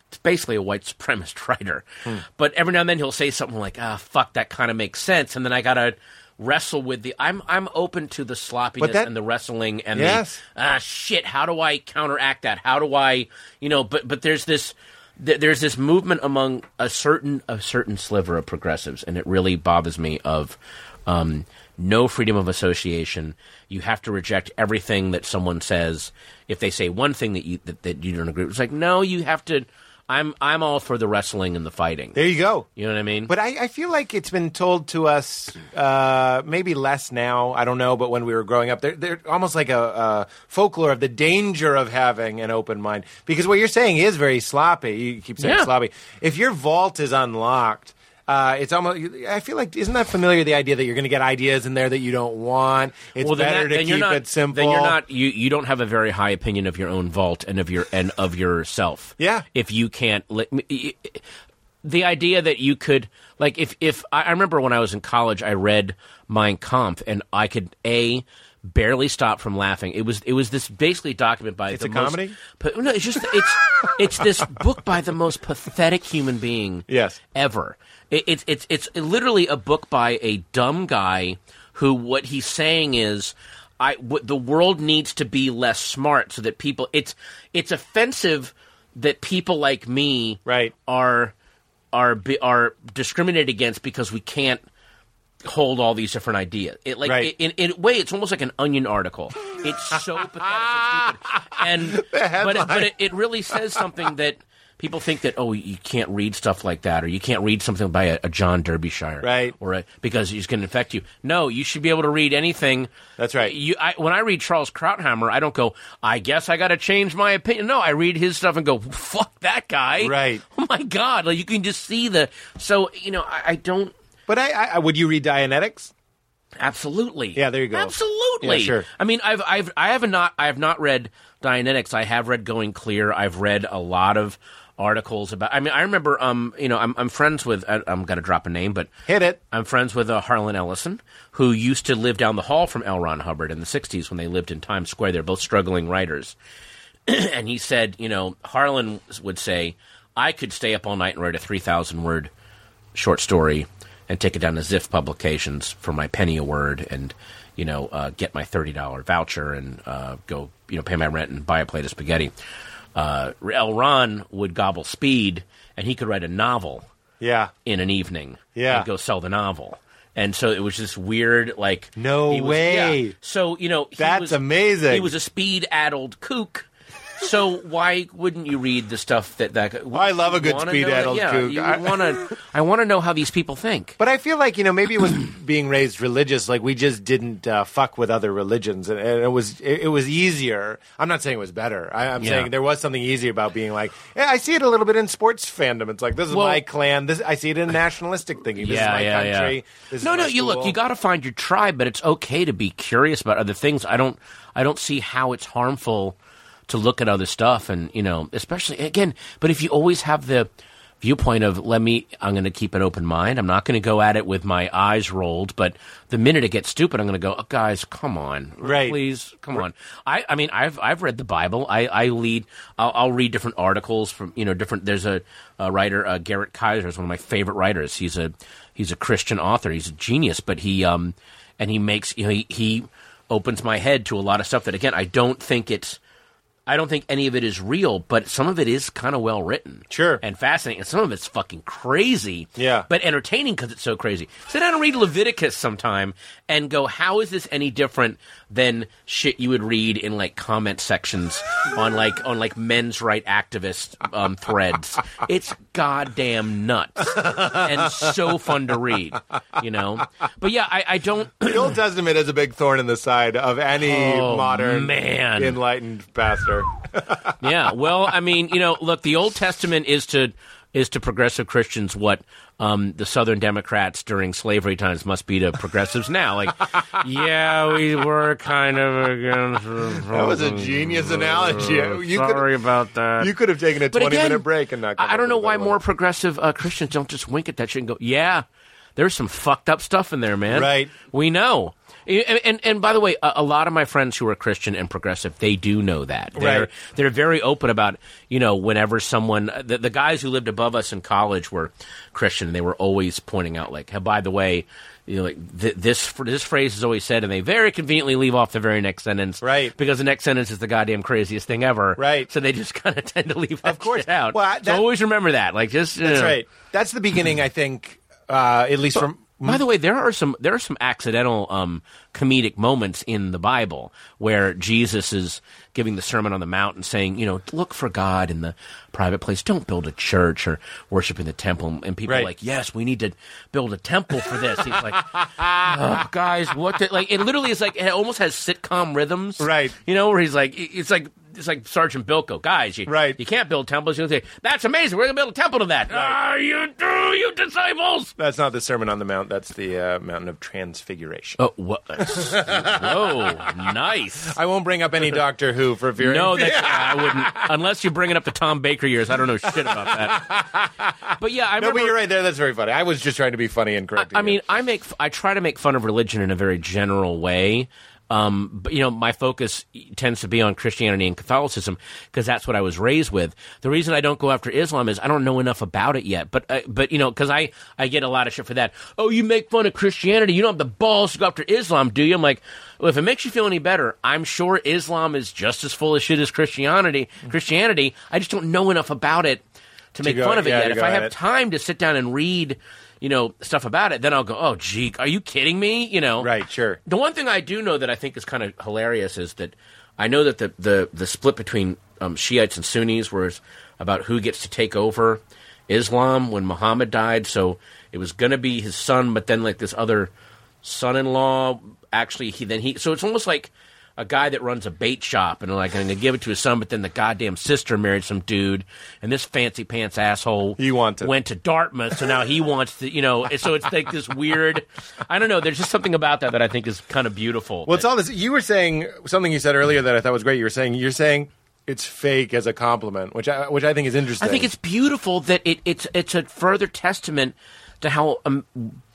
[SPEAKER 4] It's basically a white supremacist <laughs> writer,
[SPEAKER 5] Hmm.
[SPEAKER 4] but every now and then he'll say something like, "Ah, fuck, that kind of makes sense," and then I gotta wrestle with the. I'm I'm open to the sloppiness
[SPEAKER 5] that-
[SPEAKER 4] and the wrestling and
[SPEAKER 5] Yes.
[SPEAKER 4] the ah shit how do i counteract that how do i you know but but there's this th- there's this movement among a certain a certain sliver of progressives and it really bothers me of um no freedom of association you have to reject everything that someone says if they say one thing that you that, that you don't agree with it's like no you have to i'm i'm all for the wrestling and the fighting
[SPEAKER 5] There you go.
[SPEAKER 4] you know what i mean
[SPEAKER 5] But I, I feel like it's been told to us, uh, maybe less now. I don't know, but when we were growing up, they're, they're almost like a, a folklore of the danger of having an open mind. Because what you're saying is very sloppy. You keep saying
[SPEAKER 4] Yeah.
[SPEAKER 5] sloppy. If your vault is unlocked, uh, it's almost. I feel like isn't that familiar? The idea that you're going to get ideas in there that you don't want. It's
[SPEAKER 4] then
[SPEAKER 5] better
[SPEAKER 4] that-
[SPEAKER 5] to
[SPEAKER 4] then
[SPEAKER 5] keep
[SPEAKER 4] you're not,
[SPEAKER 5] it simple.
[SPEAKER 4] Then you're not you, you don't have a very high opinion of your own vault and of your and of yourself.
[SPEAKER 5] Yeah.
[SPEAKER 4] If you can't let me- the idea that you could like if if I I remember when I was in college I read Mein Kampf and I could a barely stop from laughing. It was it was this basically document by
[SPEAKER 5] It's
[SPEAKER 4] the
[SPEAKER 5] a
[SPEAKER 4] most-
[SPEAKER 5] comedy?
[SPEAKER 4] pa- no, it's just it's it's this book by the most pathetic human being
[SPEAKER 5] Yes.
[SPEAKER 4] ever. It, it's it's it's literally a book by a dumb guy who what he's saying is. I what the world needs to be less smart so that people it's it's offensive that people like me
[SPEAKER 5] Right.
[SPEAKER 4] are are be, are discriminated against because we can't hold all these different ideas. It like
[SPEAKER 5] Right.
[SPEAKER 4] in, in a way it's almost like an onion article. It's
[SPEAKER 5] <laughs>
[SPEAKER 4] so pathetic and stupid. And but it, but
[SPEAKER 5] headline.
[SPEAKER 4] it, it really says something that people think that oh you can't read stuff like that or you can't read something by a, a John Derbyshire
[SPEAKER 5] Right.
[SPEAKER 4] or a, because it's going to infect you. No, you should be able to read anything.
[SPEAKER 5] That's right.
[SPEAKER 4] You I, when I read Charles Krauthammer, I don't go I guess I got to change my opinion. No, I read his stuff and go fuck that guy.
[SPEAKER 5] Right.
[SPEAKER 4] <laughs> Oh my god, like you can just see the so you know I, I don't
[SPEAKER 5] But I, I, I would you read Dianetics?
[SPEAKER 4] Absolutely.
[SPEAKER 5] Yeah, there you go.
[SPEAKER 4] Absolutely.
[SPEAKER 5] Yeah, sure.
[SPEAKER 4] I mean, I've I've I have not I have not read Dianetics. I have read Going Clear. I've read a lot of articles about. I mean, I remember. Um, you know, I'm I'm friends with. I, I'm gonna drop a name, but
[SPEAKER 5] Hit it.
[SPEAKER 4] I'm friends with uh, Harlan Ellison, who used to live down the hall from L. Ron Hubbard in the '60s when they lived in Times Square. They're both struggling writers, <clears throat> and he said, you know, Harlan would say, "I could stay up all night and write a 3,000 word short story and take it down to Ziff Publications for my penny a word, and you know, uh, get my thirty dollar voucher and uh, go, you know, pay my rent and buy a plate of spaghetti." Uh, L. Ron would gobble speed, and he could write a novel
[SPEAKER 5] Yeah.
[SPEAKER 4] in an evening
[SPEAKER 5] Yeah.
[SPEAKER 4] and go sell the novel. And so it was this weird, like
[SPEAKER 5] No
[SPEAKER 4] he was-
[SPEAKER 5] way.
[SPEAKER 4] yeah. So you know he
[SPEAKER 5] That's
[SPEAKER 4] was-
[SPEAKER 5] amazing.
[SPEAKER 4] He was a speed-addled kook. So why wouldn't you read the stuff that that?
[SPEAKER 5] I love a
[SPEAKER 4] you
[SPEAKER 5] good
[SPEAKER 4] wanna know
[SPEAKER 5] speed-addled
[SPEAKER 4] that- yeah,
[SPEAKER 5] kook.
[SPEAKER 4] You
[SPEAKER 5] I-
[SPEAKER 4] want to? I want to know how these people think.
[SPEAKER 5] But I feel like you know maybe
[SPEAKER 4] <coughs>
[SPEAKER 5] it was being raised religious. Like we just didn't uh, fuck with other religions, and, and it was it, it was easier. I'm not saying it was better. I, I'm
[SPEAKER 4] Yeah.
[SPEAKER 5] saying there was something easy about being like. Yeah, I see it a little bit in sports fandom. It's like this is
[SPEAKER 4] Well-
[SPEAKER 5] my clan. This I
[SPEAKER 4] <laughs>
[SPEAKER 5] see it in nationalistic thinking. This
[SPEAKER 4] yeah,
[SPEAKER 5] is my
[SPEAKER 4] yeah,
[SPEAKER 5] country.
[SPEAKER 4] yeah.
[SPEAKER 5] This
[SPEAKER 4] no,
[SPEAKER 5] is my
[SPEAKER 4] no. You look.
[SPEAKER 5] school.
[SPEAKER 4] You got to find your tribe, but it's okay to be curious about other things. I don't. I don't see how it's harmful to look at other stuff, and you know, especially again. But if you always have the viewpoint of let me, I'm going to keep an open mind. I'm not going to go at it with my eyes rolled. But the minute it gets stupid, I'm going to go, oh, guys, come on,
[SPEAKER 5] Right.
[SPEAKER 4] Please, come on. I, I mean, I've I've read the Bible. I I lead. I'll, I'll read different articles from you know different. There's a, a writer uh, Garrett Kaiser is one of my favorite writers. He's a he's a Christian author. He's a genius, but he um and he makes you know he, he opens my head to a lot of stuff that again I don't think it's I don't think any of it is real, but some of it is kind of well written,
[SPEAKER 5] Sure.
[SPEAKER 4] and fascinating, and some of it's fucking crazy,
[SPEAKER 5] Yeah.
[SPEAKER 4] but entertaining because it's so crazy. Sit down and read Leviticus sometime, and go, how is this any different than shit you would read in like comment sections on like on like men's right activist um, threads? It's goddamn nuts and so fun to read, you know. But yeah, I, I don't.
[SPEAKER 5] The Old Testament is a big thorn in the side of any
[SPEAKER 4] Oh,
[SPEAKER 5] modern
[SPEAKER 4] man.
[SPEAKER 5] enlightened pastor. <laughs>
[SPEAKER 4] yeah. Well, I mean, you know, look, the Old Testament is to is to progressive Christians what um, the Southern Democrats during slavery times must be to progressives now. Like, yeah, we were kind of against.
[SPEAKER 5] That was a genius analogy. You
[SPEAKER 4] Uh, Sorry
[SPEAKER 5] could,
[SPEAKER 4] about that.
[SPEAKER 5] you could have taken a
[SPEAKER 4] But
[SPEAKER 5] twenty
[SPEAKER 4] again,
[SPEAKER 5] minute break and not. come
[SPEAKER 4] I, I
[SPEAKER 5] up
[SPEAKER 4] don't know
[SPEAKER 5] with
[SPEAKER 4] why
[SPEAKER 5] that one.
[SPEAKER 4] more progressive uh, Christians don't just wink at that shit and go, "Yeah, there's some fucked up stuff in there, man."
[SPEAKER 5] Right.
[SPEAKER 4] We know. And, and, and by the way, a, a lot of my friends who are Christian and progressive, they do know that. They're,
[SPEAKER 5] Right.
[SPEAKER 4] they're very open about, you know, whenever someone, the, the guys who lived above us in college were Christian, and they were always pointing out, like, "Hey, by the way, you know, like th- this this phrase is always said, and they very conveniently leave off the very next sentence,
[SPEAKER 5] Right.
[SPEAKER 4] Because the next sentence is the goddamn craziest thing ever,
[SPEAKER 5] Right.
[SPEAKER 4] So they just kind of <laughs> tend to leave that
[SPEAKER 5] Of course.
[SPEAKER 4] shit out.
[SPEAKER 5] Well, I-
[SPEAKER 4] So
[SPEAKER 5] that-
[SPEAKER 4] always remember that. Like just <laughs>
[SPEAKER 5] That's right. That's the beginning, I think. Uh, at least from
[SPEAKER 4] By the way, there are some there are some accidental um, comedic moments in the Bible where Jesus is giving the Sermon on the Mount and saying, you know, look for God in the private place. Don't build a church or worship in the temple. And people are
[SPEAKER 5] Right.
[SPEAKER 4] like, yes, we need to build a temple for this. He's like, "Ugh, guys, what? The, like it literally is like it almost has sitcom rhythms,
[SPEAKER 5] Right.
[SPEAKER 4] You know, where he's like, it's like. It's like Sergeant Bilko, guys. You,
[SPEAKER 5] Right.
[SPEAKER 4] You can't build temples. You say that's amazing. We're gonna build a temple to that. Ah, you do, you disciples.
[SPEAKER 5] that's not the Sermon on the Mount. That's the uh, Mountain of Transfiguration.
[SPEAKER 4] Oh, what? <laughs> Whoa, nice.
[SPEAKER 5] I won't bring
[SPEAKER 4] <laughs>
[SPEAKER 5] up any Doctor Who for fear.
[SPEAKER 4] No, that, I wouldn't. Unless you're bringing up the Tom Baker years, I don't know shit about that.
[SPEAKER 5] <laughs>
[SPEAKER 4] But yeah, I
[SPEAKER 5] <laughs> no,
[SPEAKER 4] remember.
[SPEAKER 5] but you're right there. That's very funny. I was just trying to be funny and correct.
[SPEAKER 4] I mean, I make I try to make fun of religion in a very general way. Um, but you know, my focus e, tends to be on Christianity and Catholicism because that's what I was raised with. The reason I don't go after Islam is I don't know enough about it yet. But uh, but you know, because I I get a lot of shit for that. Oh, you make fun of Christianity. You don't have the balls to go after Islam, do you? I'm like, well, if it makes you feel any better, I'm sure Islam is just as full of shit as Christianity. Christianity. I just don't know enough about it to make
[SPEAKER 5] go-
[SPEAKER 4] fun of it
[SPEAKER 5] yeah,
[SPEAKER 4] yet.
[SPEAKER 5] to
[SPEAKER 4] If
[SPEAKER 5] go
[SPEAKER 4] I
[SPEAKER 5] at
[SPEAKER 4] have
[SPEAKER 5] it.
[SPEAKER 4] time to sit down and read, you know, stuff about it, then I'll go, oh, gee, are you kidding me? You know,
[SPEAKER 5] Right, sure.
[SPEAKER 4] The one thing I do know that I think is kind of hilarious is that I know that the the, the split between um, Shiites and Sunnis was about who gets to take over Islam when Muhammad died. So it was going to be his son, but then like this other son-in-law actually he then he so it's almost like a guy that runs a bait shop and like I'm gonna give it to his son, but then the goddamn sister married some dude, and this fancy pants asshole
[SPEAKER 5] He wanted.
[SPEAKER 4] went to Dartmouth, so now he wants to, you know. So it's like this weird. I don't know. There's just something about that that I think is kind of beautiful.
[SPEAKER 5] well, it's all this. You were saying something you said earlier that I thought was great. You were saying you're saying it's fake as a compliment, which I which I think is interesting.
[SPEAKER 4] I think it's beautiful that it, it's it's a further testament to how um,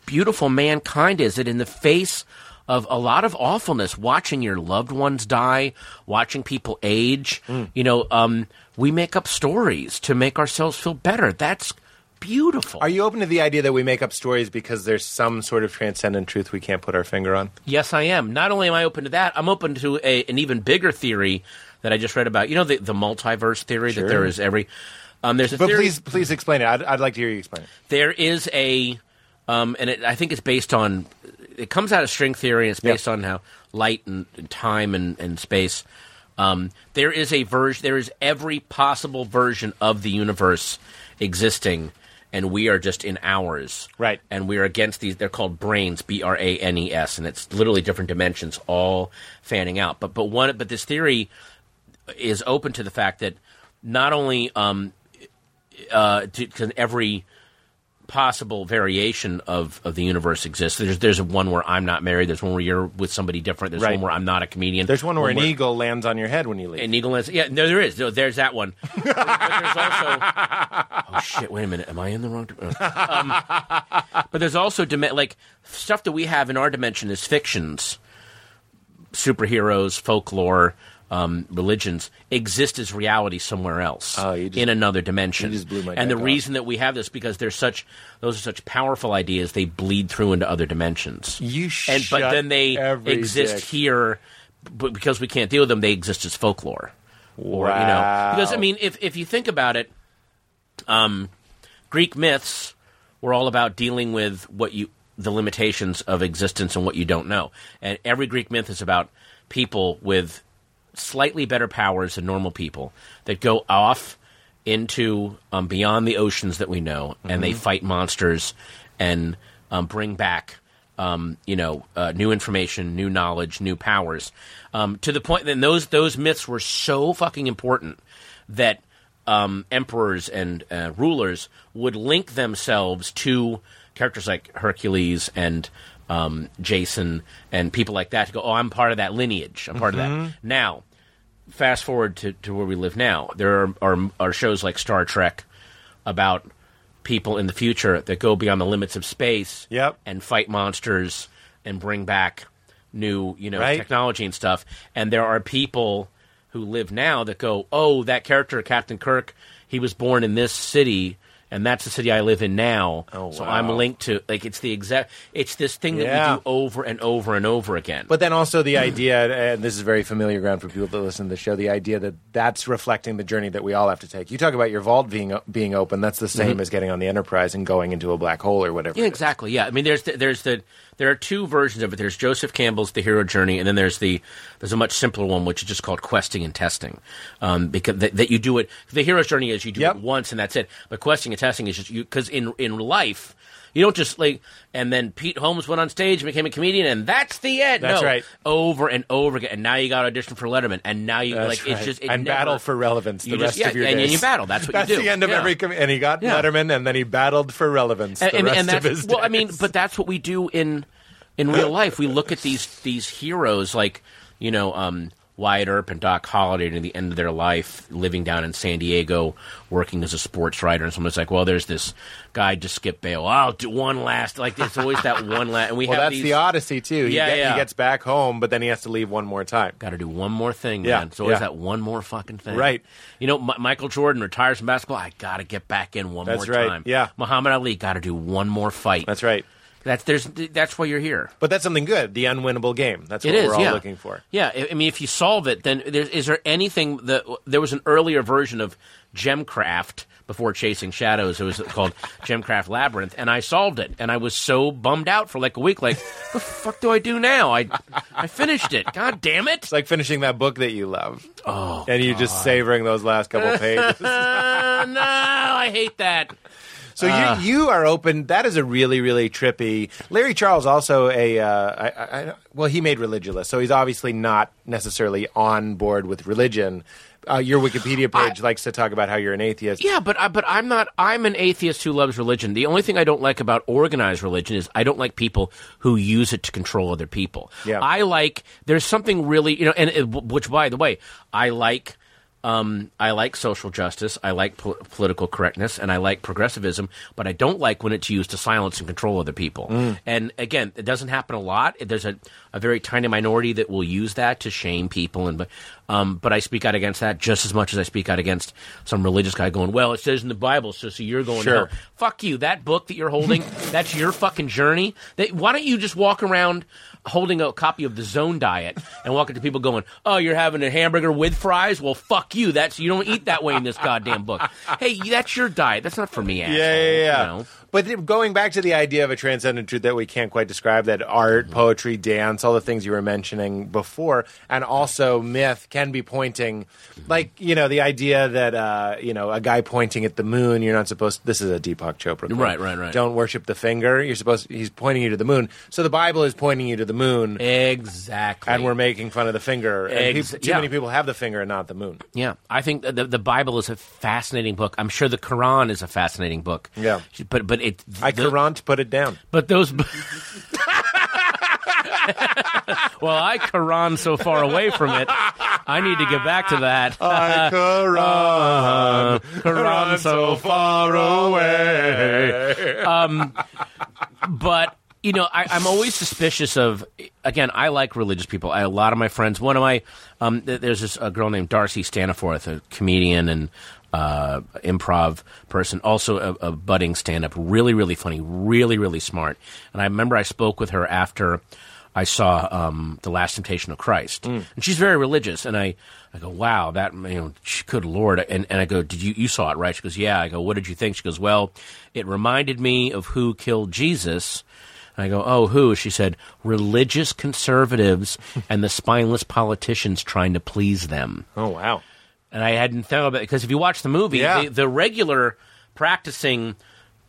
[SPEAKER 4] beautiful mankind is. That in the face of a lot of awfulness, watching your loved ones die, watching people age,
[SPEAKER 5] Mm.
[SPEAKER 4] you know, um, we make up stories to make ourselves feel better. That's beautiful.
[SPEAKER 5] Are you open to the idea that we make up stories because there's some sort of transcendent truth we can't put our finger on?
[SPEAKER 4] Yes, I am. Not only am I open to that, I'm open to a, an even bigger theory that I just read about. You know, the, the multiverse theory that there is every. Um, there's a
[SPEAKER 5] But
[SPEAKER 4] theory,
[SPEAKER 5] please, please explain it. I'd, I'd like to hear you explain it.
[SPEAKER 4] there is a, um, and it, I think it's based on. It comes out of string theory. And it's based on how light and, and time and, and space. Um, there is a version. There is every possible version of the universe existing, and we are just in ours.
[SPEAKER 5] Right.
[SPEAKER 4] And we are against these. They're called brains, B R A N E S, and it's literally different dimensions all fanning out. But but one but this theory is open to the fact that not only um, uh, to, can every possible variation of, of the universe exists. There's there's one where I'm not married. There's one where you're with somebody different. There's
[SPEAKER 5] Right.
[SPEAKER 4] one where I'm not a comedian.
[SPEAKER 5] There's one where an eagle lands on your head when you leave.
[SPEAKER 4] An eagle is yeah. No, there is. No, there's that
[SPEAKER 5] <laughs>
[SPEAKER 4] one. But there's also oh shit. Wait a minute. Am I in the wrong? di- oh. Um, but there's also dim- like stuff that we have in our dimension is fictions, superheroes, folklore. Um, religions exist as reality somewhere else
[SPEAKER 5] Oh, you just-
[SPEAKER 4] in another dimension.
[SPEAKER 5] you just blew my
[SPEAKER 4] and the
[SPEAKER 5] deck off.
[SPEAKER 4] reason that we have this because they're such those are such powerful ideas they bleed through into other dimensions
[SPEAKER 5] You
[SPEAKER 4] and but
[SPEAKER 5] shut
[SPEAKER 4] then they
[SPEAKER 5] every
[SPEAKER 4] exist
[SPEAKER 5] dick.
[SPEAKER 4] here, but because we can't deal with them, they exist as folklore. or you know,
[SPEAKER 5] Wow.
[SPEAKER 4] because I mean, if if you think about it, um, Greek myths were all about dealing with what you the limitations of existence and what you don't know, and every Greek myth is about people with slightly better powers than normal people that go off into um, beyond the oceans that we know, and they fight monsters and um, bring back um, you know uh, new information, new knowledge, new powers. Um, to the point that those those myths were so fucking important that um, emperors and uh, rulers would link themselves to characters like Hercules and um, Jason and people like that to go, oh, I'm part of that lineage. I'm part of that. Now, fast forward to, to where we live now, there are, are, are shows like Star Trek about people in the future that go beyond the limits of space
[SPEAKER 5] Yep.
[SPEAKER 4] and fight monsters and bring back new, you know,
[SPEAKER 5] Right.
[SPEAKER 4] technology and stuff. And there are people who live now that go, oh, that character, Captain Kirk, he was born in this city. And that's the city I live in now. Oh, So I'm
[SPEAKER 5] wow.
[SPEAKER 4] linked to like it's the exact it's this thing that
[SPEAKER 5] Yeah.
[SPEAKER 4] we do over and over and over again.
[SPEAKER 5] But then also the idea, and this is very familiar ground for people that listen to the show, the idea that that's reflecting the journey that we all have to take. You talk about your vault being being open. That's the
[SPEAKER 4] Mm-hmm.
[SPEAKER 5] same as getting on the Enterprise and going into a black hole or whatever.
[SPEAKER 4] Yeah,
[SPEAKER 5] it is.
[SPEAKER 4] exactly. Yeah, I mean, there's the, there's the there are two versions of it. There's Joseph Campbell's The Hero Journey, and then there's the there's a much simpler one, which is just called questing and testing, um, because that, that you do it. The hero's journey is you do
[SPEAKER 5] Yep.
[SPEAKER 4] it once and that's it. But questing and testing is just you because in in life. You don't just like, and then Pete Holmes went on stage and became a comedian, and that's the end.
[SPEAKER 5] That's
[SPEAKER 4] no,
[SPEAKER 5] right.
[SPEAKER 4] Over and over again, and now you got to audition for Letterman, and now you
[SPEAKER 5] That's
[SPEAKER 4] like
[SPEAKER 5] right.
[SPEAKER 4] it's just it
[SPEAKER 5] and
[SPEAKER 4] never-
[SPEAKER 5] battle for relevance the
[SPEAKER 4] you
[SPEAKER 5] rest
[SPEAKER 4] just, yeah,
[SPEAKER 5] of your
[SPEAKER 4] and,
[SPEAKER 5] days.
[SPEAKER 4] and you battle. That's what
[SPEAKER 5] That's
[SPEAKER 4] you do.
[SPEAKER 5] the end of
[SPEAKER 4] Yeah.
[SPEAKER 5] every. Com- and he got
[SPEAKER 4] Yeah.
[SPEAKER 5] Letterman, and then he battled for relevance the rest of
[SPEAKER 4] that's-
[SPEAKER 5] his
[SPEAKER 4] well, I mean,
[SPEAKER 5] days.
[SPEAKER 4] but that's what we do in in real life. We look at these these heroes like you know um, Wyatt Earp and Doc Holliday and at the end of their life, living down in San Diego, working as a sports writer, and someone's like, "Well, there's this guy just skip bail. I'll do one last." Like there's always that one last, and we
[SPEAKER 5] Well,
[SPEAKER 4] have
[SPEAKER 5] that's
[SPEAKER 4] these.
[SPEAKER 5] the Odyssey too. He,
[SPEAKER 4] Yeah,
[SPEAKER 5] get-
[SPEAKER 4] yeah.
[SPEAKER 5] he gets back home, but then he has to leave one more time.
[SPEAKER 4] Got to do one more thing,
[SPEAKER 5] Yeah,
[SPEAKER 4] man. It's always
[SPEAKER 5] yeah.
[SPEAKER 4] that one more fucking thing,
[SPEAKER 5] Right.
[SPEAKER 4] You know, M- Michael Jordan retires from basketball. I got to get back in one
[SPEAKER 5] That's
[SPEAKER 4] more
[SPEAKER 5] right,
[SPEAKER 4] time.
[SPEAKER 5] yeah.
[SPEAKER 4] Muhammad Ali got to do one more fight.
[SPEAKER 5] That's right.
[SPEAKER 4] That's there's that's why you're here.
[SPEAKER 5] But that's something good. The unwinnable game. That's
[SPEAKER 4] It
[SPEAKER 5] what
[SPEAKER 4] is,
[SPEAKER 5] we're all
[SPEAKER 4] yeah.
[SPEAKER 5] looking for.
[SPEAKER 4] Yeah, I- I mean, if you solve it, then there, is there anything that there was an earlier version of Gemcraft before Chasing Shadows? It was called <laughs> Gemcraft Labyrinth, and I solved it, and I was so bummed out for like a week. Like, what the fuck do I do now? I I finished it. God damn it!
[SPEAKER 5] It's like finishing that book that you love. Oh, and you're just savoring those last <laughs> couple pages.
[SPEAKER 4] Uh, no, I hate that.
[SPEAKER 5] So you you are open. That is a really really trippy. Larry Charles also a uh, I, I, I- well he made Religulous, so he's obviously not necessarily on board with religion. Uh, your Wikipedia page likes to talk about how you're an atheist.
[SPEAKER 4] Yeah, but I, but I'm not. I'm an atheist who loves religion. The only thing I don't like about organized religion is I don't like people who use it to control other people.
[SPEAKER 5] Yeah.
[SPEAKER 4] I like there's something really you know, and it, which by the way, I like. Um, I like social justice. I like pol- political correctness, and I like progressivism. But I don't like when it's used to silence and control other people. And again, it doesn't happen a lot. There's a, a very tiny minority that will use that to shame people. And but, um, but I speak out against that just as much as I speak out against some religious guy going, "Well, it says in the Bible, so so you're going
[SPEAKER 5] Sure.
[SPEAKER 4] to hell." Fuck you. That book that you're
[SPEAKER 5] <laughs>
[SPEAKER 4] holding, that's your fucking journey. They, why don't you just walk around holding a copy of the Zone Diet and walk up to people going, "Oh, you're having a hamburger with fries? Well, fuck you. That's you don't eat that way in this goddamn book. Hey, that's your diet. That's not for me, asshole.
[SPEAKER 5] yeah, yeah. yeah.
[SPEAKER 4] You know?
[SPEAKER 5] But th- going back to the idea of a transcendent truth that we can't quite describe, that art,
[SPEAKER 4] Mm-hmm.
[SPEAKER 5] poetry, dance, all the things you were mentioning before, and also myth can be pointing,
[SPEAKER 4] Mm-hmm.
[SPEAKER 5] like, you know, the idea that, uh, you know, a guy pointing at the moon, you're not supposed, this is a Deepak Chopra. quote.
[SPEAKER 4] Right, right, right.
[SPEAKER 5] Don't worship the finger. You're supposed, he's pointing you to the moon. So the Bible is pointing you to the moon.
[SPEAKER 4] Exactly.
[SPEAKER 5] and we're making fun of the finger. And
[SPEAKER 4] Ex-
[SPEAKER 5] peop- too
[SPEAKER 4] yeah.
[SPEAKER 5] many people have the finger and not the moon.
[SPEAKER 4] Yeah, I think the, the Bible is a fascinating book. I'm sure the Quran is a fascinating book.
[SPEAKER 5] Yeah.
[SPEAKER 4] but but it
[SPEAKER 5] I
[SPEAKER 4] the-
[SPEAKER 5] Quran put
[SPEAKER 4] <laughs>
[SPEAKER 5] it down.
[SPEAKER 4] But those. well, I Quran so far away from it. I need to get back to that. Uh,
[SPEAKER 5] I Um, Quran,
[SPEAKER 4] Quran so
[SPEAKER 5] far away.
[SPEAKER 4] but you know, I, I'm always suspicious of. Again, I like religious people. I, a lot of my friends. One of my um, th- there's this a girl named Darcy Staniforth, a comedian and uh, improv person, also a, a budding stand up. Really, really funny. Really, really smart. And I remember I spoke with her after. I saw um, the Last Temptation of Christ, and she's very religious. And I, I go, wow, that you know, she, good lord. And and I go, did you you saw it right? She goes, yeah. I go, what did you think? She goes, well, it reminded me of who killed Jesus. And I go, oh, who? She said, religious conservatives and the spineless politicians trying to please them
[SPEAKER 5] Oh wow.
[SPEAKER 4] and I hadn't thought about it because if you watch the movie,
[SPEAKER 5] Yeah.
[SPEAKER 4] the, the regular practicing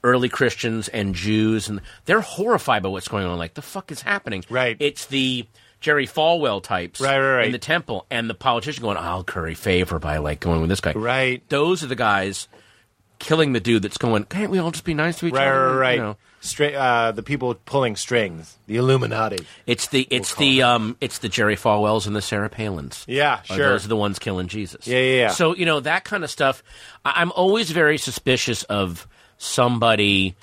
[SPEAKER 4] early Christians and Jews and they're horrified by what's going on. Like the fuck is happening?
[SPEAKER 5] Right.
[SPEAKER 4] It's the Jerry Falwell types,
[SPEAKER 5] Right, right, right.
[SPEAKER 4] in the temple, and the politician going, "I'll curry favor by like going with this guy."
[SPEAKER 5] Right.
[SPEAKER 4] Those are the guys killing the dude that's going. Can't we all just be nice to each
[SPEAKER 5] Right,
[SPEAKER 4] other?
[SPEAKER 5] right, right.
[SPEAKER 4] You know?
[SPEAKER 5] Stra- uh, the people pulling strings, the Illuminati.
[SPEAKER 4] It's the it's the um it's the Jerry Falwells and the Sarah Palins.
[SPEAKER 5] Yeah,
[SPEAKER 4] Are
[SPEAKER 5] sure.
[SPEAKER 4] Those are the ones killing Jesus.
[SPEAKER 5] Yeah, yeah, yeah.
[SPEAKER 4] So you know that kind of stuff. I- I'm always very suspicious of somebody.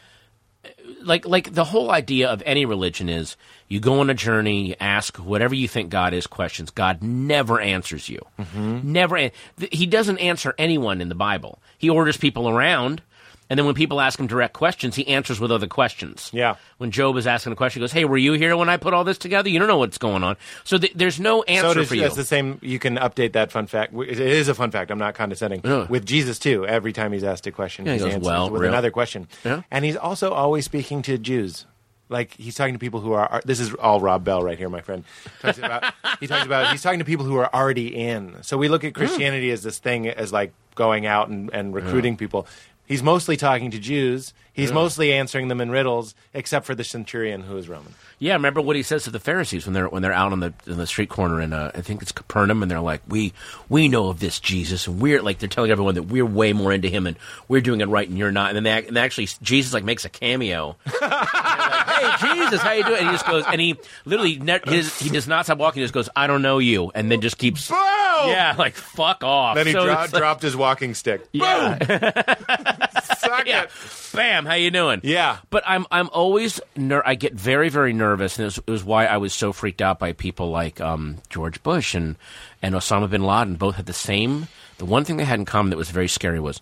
[SPEAKER 4] Like like the whole idea of any religion is you go on a journey, you ask whatever you think God is questions. God never answers you.
[SPEAKER 5] Mm-hmm.
[SPEAKER 4] Never. An- th- he doesn't answer anyone in the Bible. He orders people around. And then when people ask him direct questions, he answers with other questions
[SPEAKER 5] Yeah.
[SPEAKER 4] when Job is asking a question, he goes, "Hey, were you here when I put all this together? You don't know what's going on." So th- there's no answer
[SPEAKER 5] So does,
[SPEAKER 4] for you.
[SPEAKER 5] that's the same. You can update that fun fact. It is a fun fact. I'm not condescending. With Jesus too, every time he's asked a question,
[SPEAKER 4] Yeah, he
[SPEAKER 5] he
[SPEAKER 4] goes,
[SPEAKER 5] answers
[SPEAKER 4] "Well,
[SPEAKER 5] with
[SPEAKER 4] really?"
[SPEAKER 5] another question.
[SPEAKER 4] Yeah.
[SPEAKER 5] And he's also always speaking to Jews. Like he's talking to people who are. are- This is all Rob Bell right here, my friend. Talks about, <laughs> he talks about he's talking to people who are already in. So we look
[SPEAKER 4] Hmm.
[SPEAKER 5] at Christianity as this thing as like going out and, and recruiting people. He's mostly talking to Jews. He's mostly answering them in riddles, except for the centurion who is Roman.
[SPEAKER 4] yeah, remember what he says to the Pharisees when they're when they're out on the in the street corner in uh, I think it's Capernaum, and they're like, "We we know of this Jesus, and we're like they're telling everyone that we're way more into him, and we're doing it right, and you're not." And then they, ac- and actually Jesus like makes a
[SPEAKER 5] <laughs>
[SPEAKER 4] cameo. And they're like, hey Jesus, how you doing? And he just goes, and he literally ne- his, he does not stop walking. He just goes, "I don't know you," and then just keeps. Yeah, like fuck off.
[SPEAKER 5] Then he
[SPEAKER 4] So
[SPEAKER 5] dro-
[SPEAKER 4] it's like-
[SPEAKER 5] dropped his walking stick.
[SPEAKER 4] Yeah. <laughs>
[SPEAKER 5] Boom! Suck
[SPEAKER 4] yeah.
[SPEAKER 5] it.
[SPEAKER 4] Bam, how you doing?
[SPEAKER 5] Yeah.
[SPEAKER 4] But I'm I'm always ner- I get very very nervous, and it was, it was why I was so freaked out by people like um, George Bush and and Osama bin Laden. Both had the same. The one thing they had in common that was very scary was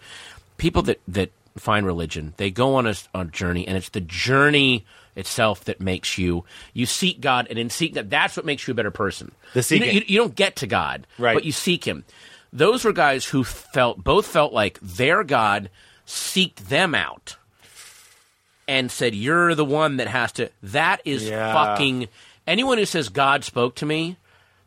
[SPEAKER 4] people that that find religion. They go on a, on a journey, and it's the journey itself that makes you you seek God, and in seeking that, that's what makes you a better person.
[SPEAKER 5] The
[SPEAKER 4] You know,
[SPEAKER 5] seeking.
[SPEAKER 4] you, you don't get to God,
[SPEAKER 5] Right.
[SPEAKER 4] But you seek Him. Those were guys who felt both felt like their God seeked them out and said, "You're the one that has to." That is
[SPEAKER 5] Yeah.
[SPEAKER 4] fucking anyone who says God spoke to me.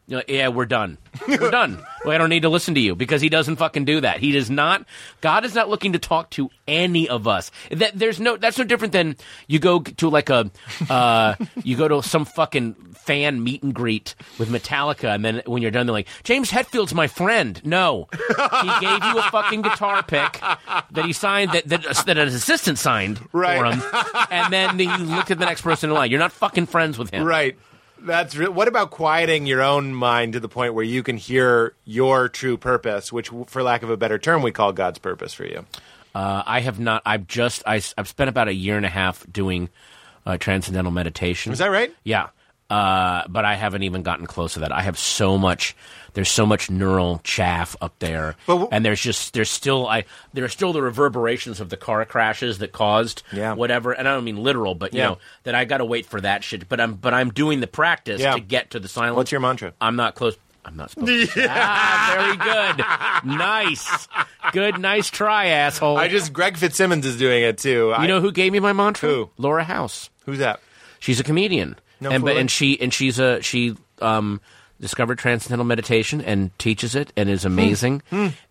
[SPEAKER 4] you know, yeah, we're done. We're done. Well, I don't need to listen to you because he doesn't fucking do that. He does not. God is not looking to talk to any of us. That there's no. That's no different than you go to like a, uh, <laughs> you go to some fucking fan meet and greet with Metallica, and then when you're done, they're like, James Hetfield's my friend. No, he gave you a fucking guitar pick that he signed that that, that an assistant signed for
[SPEAKER 5] Right.
[SPEAKER 4] him, and then you look at the next person in line. You're not fucking friends with him.
[SPEAKER 5] Right. That's re- what about quieting your own mind to the point where you can hear your true purpose, which, w- for lack of a better term, we call God's purpose for you.
[SPEAKER 4] Uh, I have not. I've just. I, have spent about a year and a half doing uh, transcendental meditation.
[SPEAKER 5] Is that right?
[SPEAKER 4] Yeah. Uh, but I haven't even gotten close to that. I have so much. There's so much neural chaff up there,
[SPEAKER 5] But w-
[SPEAKER 4] and there's just there's still I there are still the reverberations of the car crashes that caused
[SPEAKER 5] Yeah.
[SPEAKER 4] whatever. And I don't mean literal, but you
[SPEAKER 5] Yeah.
[SPEAKER 4] know that I got to wait for that shit. But I'm but I'm doing the practice
[SPEAKER 5] Yeah.
[SPEAKER 4] to get to the silence.
[SPEAKER 5] What's your mantra?
[SPEAKER 4] I'm not close. I'm not supposed <laughs> to. say- Ah, very good. Nice. Good, nice try, asshole.
[SPEAKER 5] I just Greg Fitzsimmons is doing it too. I,
[SPEAKER 4] you know who gave me my mantra?
[SPEAKER 5] Who?
[SPEAKER 4] Laura House.
[SPEAKER 5] who's that?
[SPEAKER 4] She's a comedian.
[SPEAKER 5] No
[SPEAKER 4] and but
[SPEAKER 5] fooling.
[SPEAKER 4] and she and she's a she um discovered transcendental meditation and teaches it and is amazing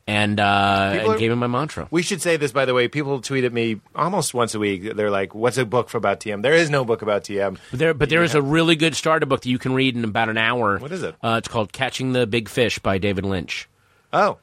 [SPEAKER 4] and uh
[SPEAKER 5] People
[SPEAKER 4] and
[SPEAKER 5] are-
[SPEAKER 4] gave me my mantra.
[SPEAKER 5] We should say this, by the way. People tweet at me almost once a week. They're like, "What's a book for about TM?" There is no book about TM.
[SPEAKER 4] But there, but there is a really good starter book that you can read in about an hour.
[SPEAKER 5] What is it?
[SPEAKER 4] Uh, it's called "Catching the Big Fish" by David Lynch.
[SPEAKER 5] Oh,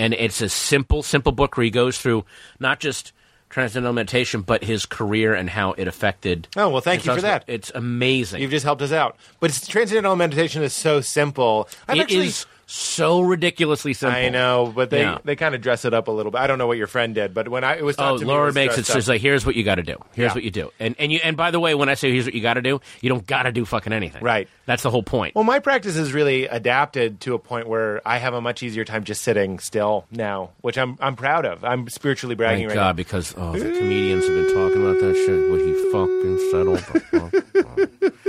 [SPEAKER 4] and it's a simple, simple book where he goes through not just transcendental meditation, but his career and how it affected.
[SPEAKER 5] Oh, well, thank
[SPEAKER 4] his
[SPEAKER 5] you for
[SPEAKER 4] husband.
[SPEAKER 5] that.
[SPEAKER 4] It's amazing.
[SPEAKER 5] you've just helped us out. But it's- transcendental meditation is so simple. I've
[SPEAKER 4] It
[SPEAKER 5] actually,
[SPEAKER 4] is so ridiculously simple.
[SPEAKER 5] I know, but they,
[SPEAKER 4] Yeah.
[SPEAKER 5] they kind of dress it up a little bit. I don't know what your friend did, but when I it was
[SPEAKER 4] Oh,
[SPEAKER 5] taught to me,
[SPEAKER 4] Laura
[SPEAKER 5] was
[SPEAKER 4] makes it
[SPEAKER 5] dressed
[SPEAKER 4] so it's
[SPEAKER 5] up.
[SPEAKER 4] like here's what you got to do. Here's
[SPEAKER 5] Yeah.
[SPEAKER 4] what you do, and and you and by the way, when I say here's what you got to do, you don't got to do fucking anything.
[SPEAKER 5] Right.
[SPEAKER 4] That's the whole point.
[SPEAKER 5] Well, my practice is really adapted to a point where I have a much easier time just sitting still now, which I'm I'm proud of. I'm spiritually bragging
[SPEAKER 4] Thank
[SPEAKER 5] right
[SPEAKER 4] God,
[SPEAKER 5] now.
[SPEAKER 4] because oh, the comedians have been talking about that shit. Would he fucking settle?
[SPEAKER 5] <laughs>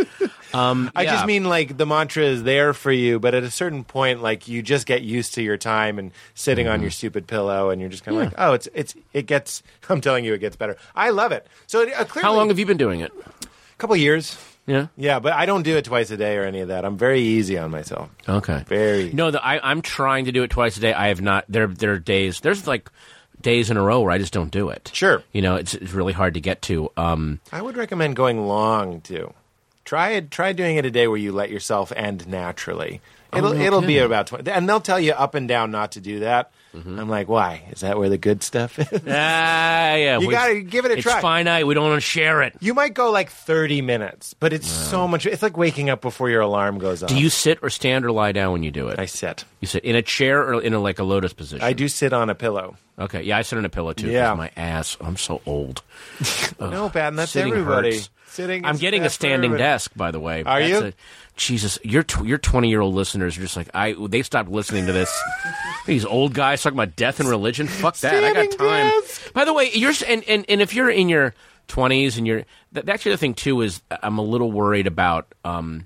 [SPEAKER 5] I
[SPEAKER 6] yeah.
[SPEAKER 5] just mean like the mantra is there for you, but at a certain point, like you just get used to your time and sitting
[SPEAKER 4] Mm-hmm.
[SPEAKER 5] on your stupid pillow, and you're just kind of like, oh, it's it's it gets. <laughs> I'm telling you, it gets better. I love it. So it, uh, clearly,
[SPEAKER 4] How long have you been doing it?
[SPEAKER 5] A couple years.
[SPEAKER 4] Yeah.
[SPEAKER 5] Yeah, but I don't do it twice a day or any of that. I'm very easy on myself.
[SPEAKER 4] Okay.
[SPEAKER 5] Very.
[SPEAKER 4] No, the, I, I'm trying to do it twice a day. I have not. There, there are days. There's like days in a row where I just don't do it.
[SPEAKER 5] Sure.
[SPEAKER 4] You know, it's it's really hard to get to.
[SPEAKER 5] <laughs>
[SPEAKER 4] Um,
[SPEAKER 5] I would recommend going long too. Try it. Try doing it a day where you let yourself end naturally. It'll
[SPEAKER 4] no
[SPEAKER 5] it'll be
[SPEAKER 4] kidding.
[SPEAKER 5] about twenty, and they'll tell you up and down not to do that.
[SPEAKER 4] Mm-hmm.
[SPEAKER 5] I'm like, why? Is that where the good stuff is? <laughs>
[SPEAKER 4] ah, yeah.
[SPEAKER 5] You
[SPEAKER 4] we-
[SPEAKER 5] gotta give it a
[SPEAKER 4] it's
[SPEAKER 5] try.
[SPEAKER 4] finite. We don't want to share it.
[SPEAKER 5] You might go like 30 minutes, but it's so much. It's like waking up before your alarm goes off.
[SPEAKER 4] Do you sit or stand or lie down when you do it?
[SPEAKER 5] I sit.
[SPEAKER 4] you sit in a chair or in a like a lotus position.
[SPEAKER 5] I do sit on a pillow.
[SPEAKER 4] Okay. Yeah, I sit on a pillow too. 'cause
[SPEAKER 5] Yeah.
[SPEAKER 4] My ass. I'm so old.
[SPEAKER 5] no, bad. That's
[SPEAKER 4] sitting
[SPEAKER 5] everybody.
[SPEAKER 4] hurts.
[SPEAKER 5] Sitting.
[SPEAKER 4] I'm
[SPEAKER 5] is
[SPEAKER 4] getting a
[SPEAKER 5] bad for
[SPEAKER 4] standing
[SPEAKER 5] everybody.
[SPEAKER 4] desk, by the way.
[SPEAKER 5] Are you?
[SPEAKER 4] A, Jesus, your tw- your 20 year old listeners are just like I. They stopped listening to
[SPEAKER 5] <laughs>
[SPEAKER 4] this. These old guys talking about death and religion. Fuck that. I got
[SPEAKER 5] Standing
[SPEAKER 4] time.
[SPEAKER 5] desk.
[SPEAKER 4] By the way, you're s- and, and and if you're in your 20s and you're th- that's the other thing too is I'm a little worried about. um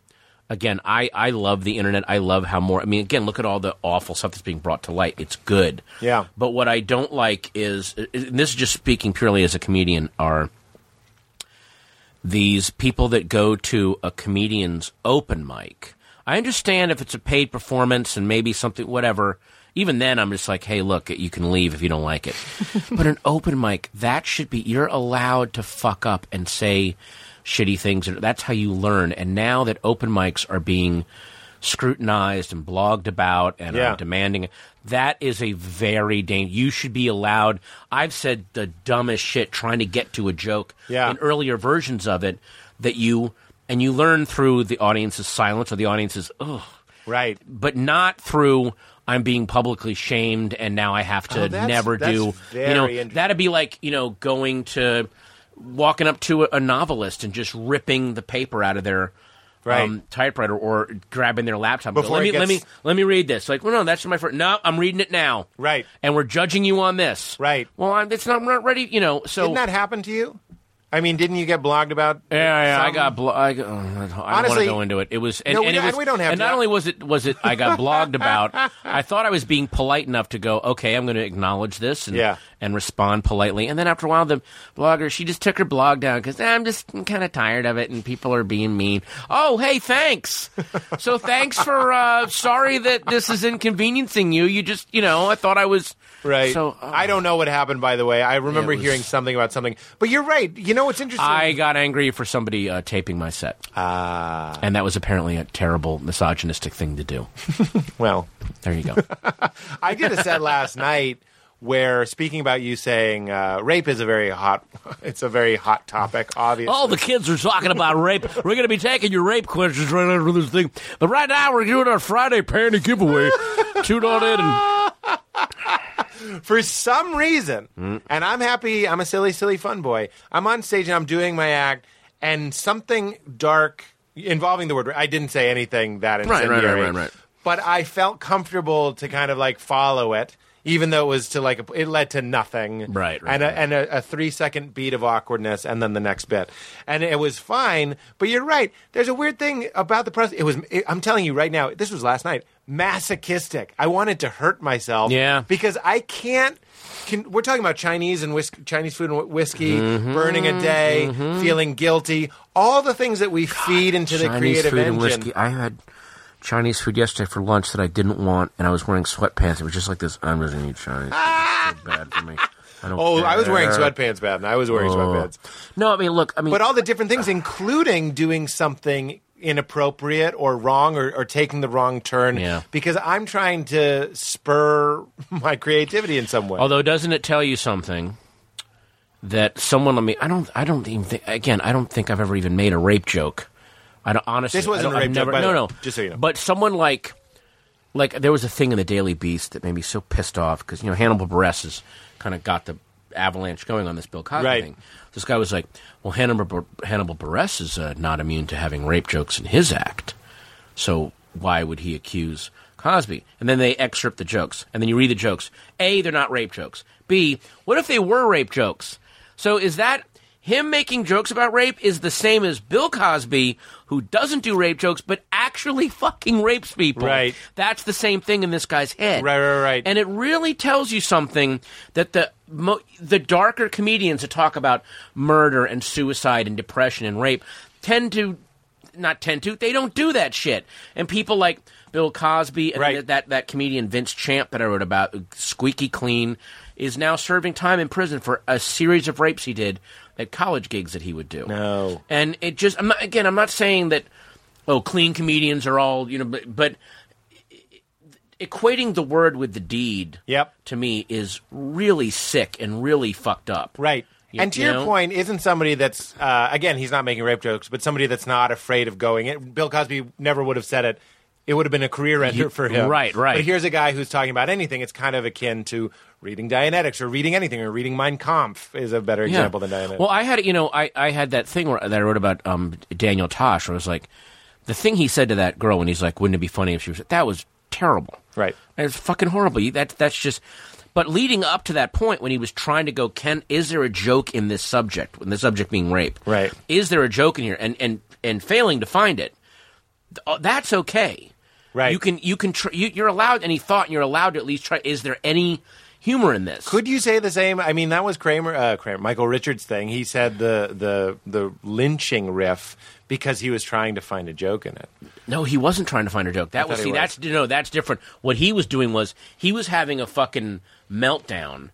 [SPEAKER 4] Again, I, I love the internet. I love how more. I mean, again, look at all the awful stuff that's being brought to light. It's good.
[SPEAKER 5] Yeah.
[SPEAKER 4] But what I don't like is, and this is just speaking purely as a comedian, are these people that go to a comedian's open mic. I understand if it's a paid performance and maybe something, whatever. Even then, I'm just like, hey, look, you can leave if you don't like it. but an open mic, that should be, you're allowed to fuck up and say shitty things. That's how you learn. And now that open mics are being scrutinized and blogged about and
[SPEAKER 5] Yeah.
[SPEAKER 4] are demanding, that is a very dangerous. You should be allowed. I've said the dumbest shit trying to get to a joke
[SPEAKER 5] Yeah.
[SPEAKER 4] in earlier versions of it that you and you learn through the audience's silence or the audience's ugh,
[SPEAKER 5] Right.
[SPEAKER 4] but not through I'm being publicly shamed and now I have to
[SPEAKER 5] Oh, that's-
[SPEAKER 4] never
[SPEAKER 5] that's
[SPEAKER 4] do
[SPEAKER 5] very
[SPEAKER 4] you know
[SPEAKER 5] interesting.
[SPEAKER 4] that'd be like you know going to walking up to a, a novelist and just ripping the paper out of their um,
[SPEAKER 5] Right.
[SPEAKER 4] typewriter or grabbing their laptop. and go,
[SPEAKER 5] Before
[SPEAKER 4] let me
[SPEAKER 5] it
[SPEAKER 4] let me
[SPEAKER 5] gets-
[SPEAKER 4] let me read this. Like, well, no, that's my first. No, I'm reading it now.
[SPEAKER 5] Right.
[SPEAKER 4] And we're judging you on this.
[SPEAKER 5] Right.
[SPEAKER 4] Well, I'm, it's not, I'm not ready. You know. So
[SPEAKER 5] Didn't that happen to you? I mean, didn't you get blogged about?
[SPEAKER 4] yeah, yeah, I
[SPEAKER 5] some-
[SPEAKER 4] got. Blo- I, got- oh, I don't want to
[SPEAKER 5] Honestly-
[SPEAKER 4] go into it. It was, and,
[SPEAKER 5] No, we
[SPEAKER 4] and it
[SPEAKER 5] don't-
[SPEAKER 4] was-
[SPEAKER 5] we don't have
[SPEAKER 4] And
[SPEAKER 5] to.
[SPEAKER 4] not only was it was it, I got blogged
[SPEAKER 5] <laughs>
[SPEAKER 4] about. I thought I was being polite enough to go, okay, I'm going to acknowledge this and
[SPEAKER 5] Yeah.
[SPEAKER 4] and respond politely. And then after a while, the blogger she just took her blog down because I'm just kind of tired of it, and people are being mean. Oh, hey, thanks.
[SPEAKER 5] <laughs>
[SPEAKER 4] so thanks for. Uh, sorry that this is inconveniencing you. You just, you know, I thought I was
[SPEAKER 5] Right.
[SPEAKER 4] So oh.
[SPEAKER 5] I don't know what happened, by the way. I remember
[SPEAKER 4] It was-
[SPEAKER 5] hearing something about something. But you're right. You know what's interesting?
[SPEAKER 4] I got angry for somebody uh, taping my set.
[SPEAKER 5] Ah.
[SPEAKER 4] And that was apparently a terrible misogynistic thing to do.
[SPEAKER 5] well,
[SPEAKER 4] There
[SPEAKER 5] <laughs>
[SPEAKER 4] you go.
[SPEAKER 5] I did a set last <laughs> night where speaking about you saying uh, rape is a very hot, <laughs> it's a very hot topic. Obviously,
[SPEAKER 4] All the kids are talking about rape. We're going to be taking your rape questions right after this thing. But right now, we're doing our Friday panty
[SPEAKER 5] <laughs>
[SPEAKER 4] giveaway. Tune on in. And,
[SPEAKER 5] for some reason, and I'm happy. I'm a silly, silly fun boy. I'm on stage and I'm doing my act, and something dark involving the word. I didn't say anything that
[SPEAKER 4] right, right,
[SPEAKER 5] incendiary,
[SPEAKER 4] right, right.
[SPEAKER 5] But I felt comfortable to kind of like follow it, even though it was to like a, it led to nothing,
[SPEAKER 4] Right, right,
[SPEAKER 5] and uh, a,
[SPEAKER 4] right.
[SPEAKER 5] and a, a three second beat of awkwardness, and then the next bit, and it was fine. But you're right. There's a weird thing about the press. It was. It, I'm telling you right now. This was last night. Masochistic. I wanted to hurt myself.
[SPEAKER 4] Yeah.
[SPEAKER 5] Because I can't. Can, we're talking about Chinese and whisk, Chinese food and whiskey, burning a day, feeling guilty, all the things that we feed into the creative engine.
[SPEAKER 4] I had Chinese food yesterday for lunch that I didn't want, and I was wearing sweatpants. It was just like this. I'm just going to eat Chinese. It's so bad for me. I don't
[SPEAKER 5] <laughs> Oh, I was wearing
[SPEAKER 4] care.
[SPEAKER 5] sweatpants, Baden. I was wearing
[SPEAKER 4] Oh.
[SPEAKER 5] sweatpants.
[SPEAKER 4] No, I mean, look. I mean,
[SPEAKER 5] But all the different things, including doing something inappropriate or wrong or, or taking the wrong turn,
[SPEAKER 4] Yeah.
[SPEAKER 5] because I'm trying to spur my creativity in some way.
[SPEAKER 4] Although, doesn't it tell you something that someone? I mean, I don't. I don't even think. Again, I don't think I've ever even made a rape joke. I don't, honestly.
[SPEAKER 5] This wasn't
[SPEAKER 4] I don't-
[SPEAKER 5] a rape
[SPEAKER 4] I've
[SPEAKER 5] joke,
[SPEAKER 4] never,
[SPEAKER 5] by the
[SPEAKER 4] No,
[SPEAKER 5] way,
[SPEAKER 4] no.
[SPEAKER 5] just so you know.
[SPEAKER 4] But someone like, like there was a thing in the Daily Beast that made me so pissed off because you know Hannibal Buress has kind of got the avalanche going on this Bill Cosby
[SPEAKER 5] Right.
[SPEAKER 4] thing. This guy was like, "Well, Hannibal Bur- Hannibal Buress is uh, not immune to having rape jokes in his act." So why would he accuse Cosby? And then they excerpt the jokes, and then you read the jokes. A, they're not rape jokes. B, what if they were rape jokes? So is that him making jokes about rape is the same as Bill Cosby, who doesn't do rape jokes but actually fucking rapes people.
[SPEAKER 5] Right.
[SPEAKER 4] That's the same thing in this guy's head.
[SPEAKER 5] Right, right, right.
[SPEAKER 4] And it really tells you something that the mo- the darker comedians that talk about murder and suicide and depression and rape tend to not tend to they don't do that shit. And people like Bill Cosby and
[SPEAKER 5] Right.
[SPEAKER 4] th- that that comedian Vince Champ that I wrote about, Squeaky Clean, is now serving time in prison for a series of rapes he did at college gigs that he would do.
[SPEAKER 5] No.
[SPEAKER 4] and it just I'm not, again I'm not saying that oh clean comedians are all you know, but, but equating the word with the deed
[SPEAKER 5] Yep.
[SPEAKER 4] to me is really sick and really fucked up.
[SPEAKER 5] Right.
[SPEAKER 4] You-
[SPEAKER 5] and to
[SPEAKER 4] you
[SPEAKER 5] your
[SPEAKER 4] know?
[SPEAKER 5] point, isn't somebody that's uh, again he's not making rape jokes, but somebody that's not afraid of going it. Bill Cosby never would have said it. It would have been a career ender for him.
[SPEAKER 4] right, right.
[SPEAKER 5] But here's a guy who's talking about anything. It's kind of akin to reading Dianetics or reading anything or reading Mein Kampf is a better
[SPEAKER 4] Yeah.
[SPEAKER 5] example than Dianetics.
[SPEAKER 4] Well, I had you know I, I had that thing where, that I wrote about um, Daniel Tosh where it was like the thing he said to that girl when he's like, "Wouldn't it be funny if she was?" That was terrible.
[SPEAKER 5] Right.
[SPEAKER 4] And It's fucking horrible. You- That that's just. But leading up to that point, when he was trying to go, Ken, is there a joke in this subject? When the subject being rape,
[SPEAKER 5] Right.
[SPEAKER 4] Is there a joke in here? And and and failing to find it, th- uh, that's okay.
[SPEAKER 5] Right.
[SPEAKER 4] You can you can tr- you, you're allowed any thought, and you're allowed to at least try. Is there any humor in this?
[SPEAKER 5] Could you say the same? I mean, that was Kramer, uh, Kramer, Michael Richards thing. He said the the the lynching riff because he was trying to find a joke in it.
[SPEAKER 4] No, he wasn't trying to find a joke. That was
[SPEAKER 5] thought
[SPEAKER 4] see,
[SPEAKER 5] he was.
[SPEAKER 4] that's no, that's different. What he was doing was he was having a fucking meltdown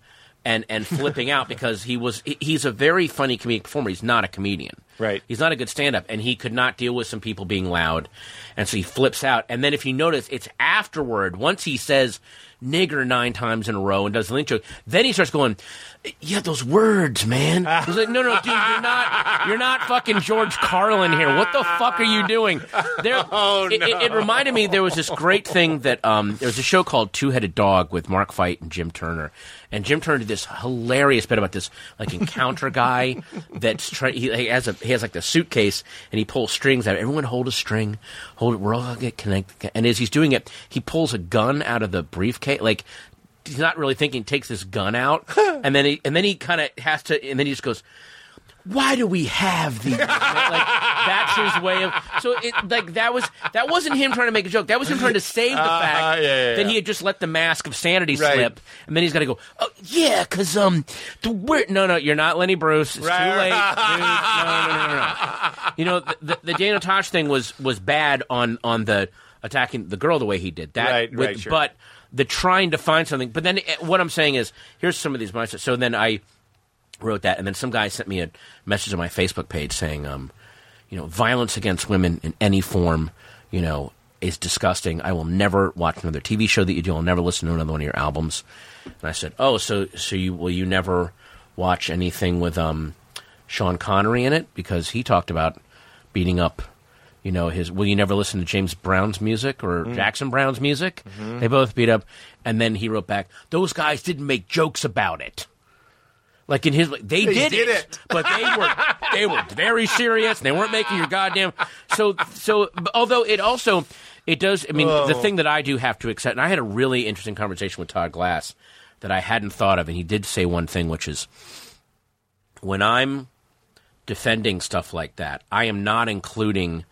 [SPEAKER 4] and and flipping out <laughs> because he was he- he's a very funny comedic performer. He's not a comedian,
[SPEAKER 5] Right.
[SPEAKER 4] He's not a good stand up, and he could not deal with some people being loud, and so he flips out. And then if you notice, it's afterward once he says nigger nine times in a row and does the lynch joke, then he starts going, yeah, those words, man. He's like, no, no, dude, you're not, you're not fucking George Carlin here. What the fuck are you doing? There, it, it, it reminded me there was this great thing that um, there was a show called Two Headed Dog with Mark Fight and Jim Turner, and Jim Turner did this hilarious bit about this like encounter guy that's try- he, he has a he has like the suitcase and he pulls strings out. Everyone hold a string, hold it. We're all gonna get connected. And as he's doing it, he pulls a gun out of the briefcase, like he's not really thinking, takes this gun out, and then he and then he kind of has to, and then he just goes, "Why do we have
[SPEAKER 5] <laughs>
[SPEAKER 4] these?" like, that's his way of. So it, like that was that wasn't him trying to make a joke. That was him trying to save
[SPEAKER 5] <laughs>
[SPEAKER 4] the fact
[SPEAKER 5] Uh, yeah, yeah,
[SPEAKER 4] that
[SPEAKER 5] yeah.
[SPEAKER 4] he had just let the mask of sanity
[SPEAKER 5] Right.
[SPEAKER 4] slip, and then he's got to go, "Oh yeah, because um, the weird no no, you're not Lenny Bruce. It's
[SPEAKER 5] Right,
[SPEAKER 4] too
[SPEAKER 5] right.
[SPEAKER 4] late. dude. No, no, no, no, no." you
[SPEAKER 5] <laughs>
[SPEAKER 4] know the, the, the Daniel Tosh thing was was bad on on the attacking the girl the way he did that
[SPEAKER 5] Right, right, sure.
[SPEAKER 4] but the trying to find something but then eh, what i'm saying is here's some of these mindsets so then i wrote that and then some guy sent me a message on my facebook page saying um, you know violence against women in any form you know is disgusting i will never watch another tv show that you do i'll never listen to another one of your albums and i said oh so so you will you never watch anything with um sean connery in it because he talked about beating up you know his will you never listen to james brown's music or jackson brown's music they both beat up and then he wrote back those guys didn't make jokes about it like in his they did,
[SPEAKER 5] did it.
[SPEAKER 4] but they were they were very serious and they weren't making your goddamn so so but although it also it does i mean the thing that i do have to accept and i had a really interesting conversation with todd glass that i hadn't thought of and he did say one thing which is when i'm defending stuff like that i am not including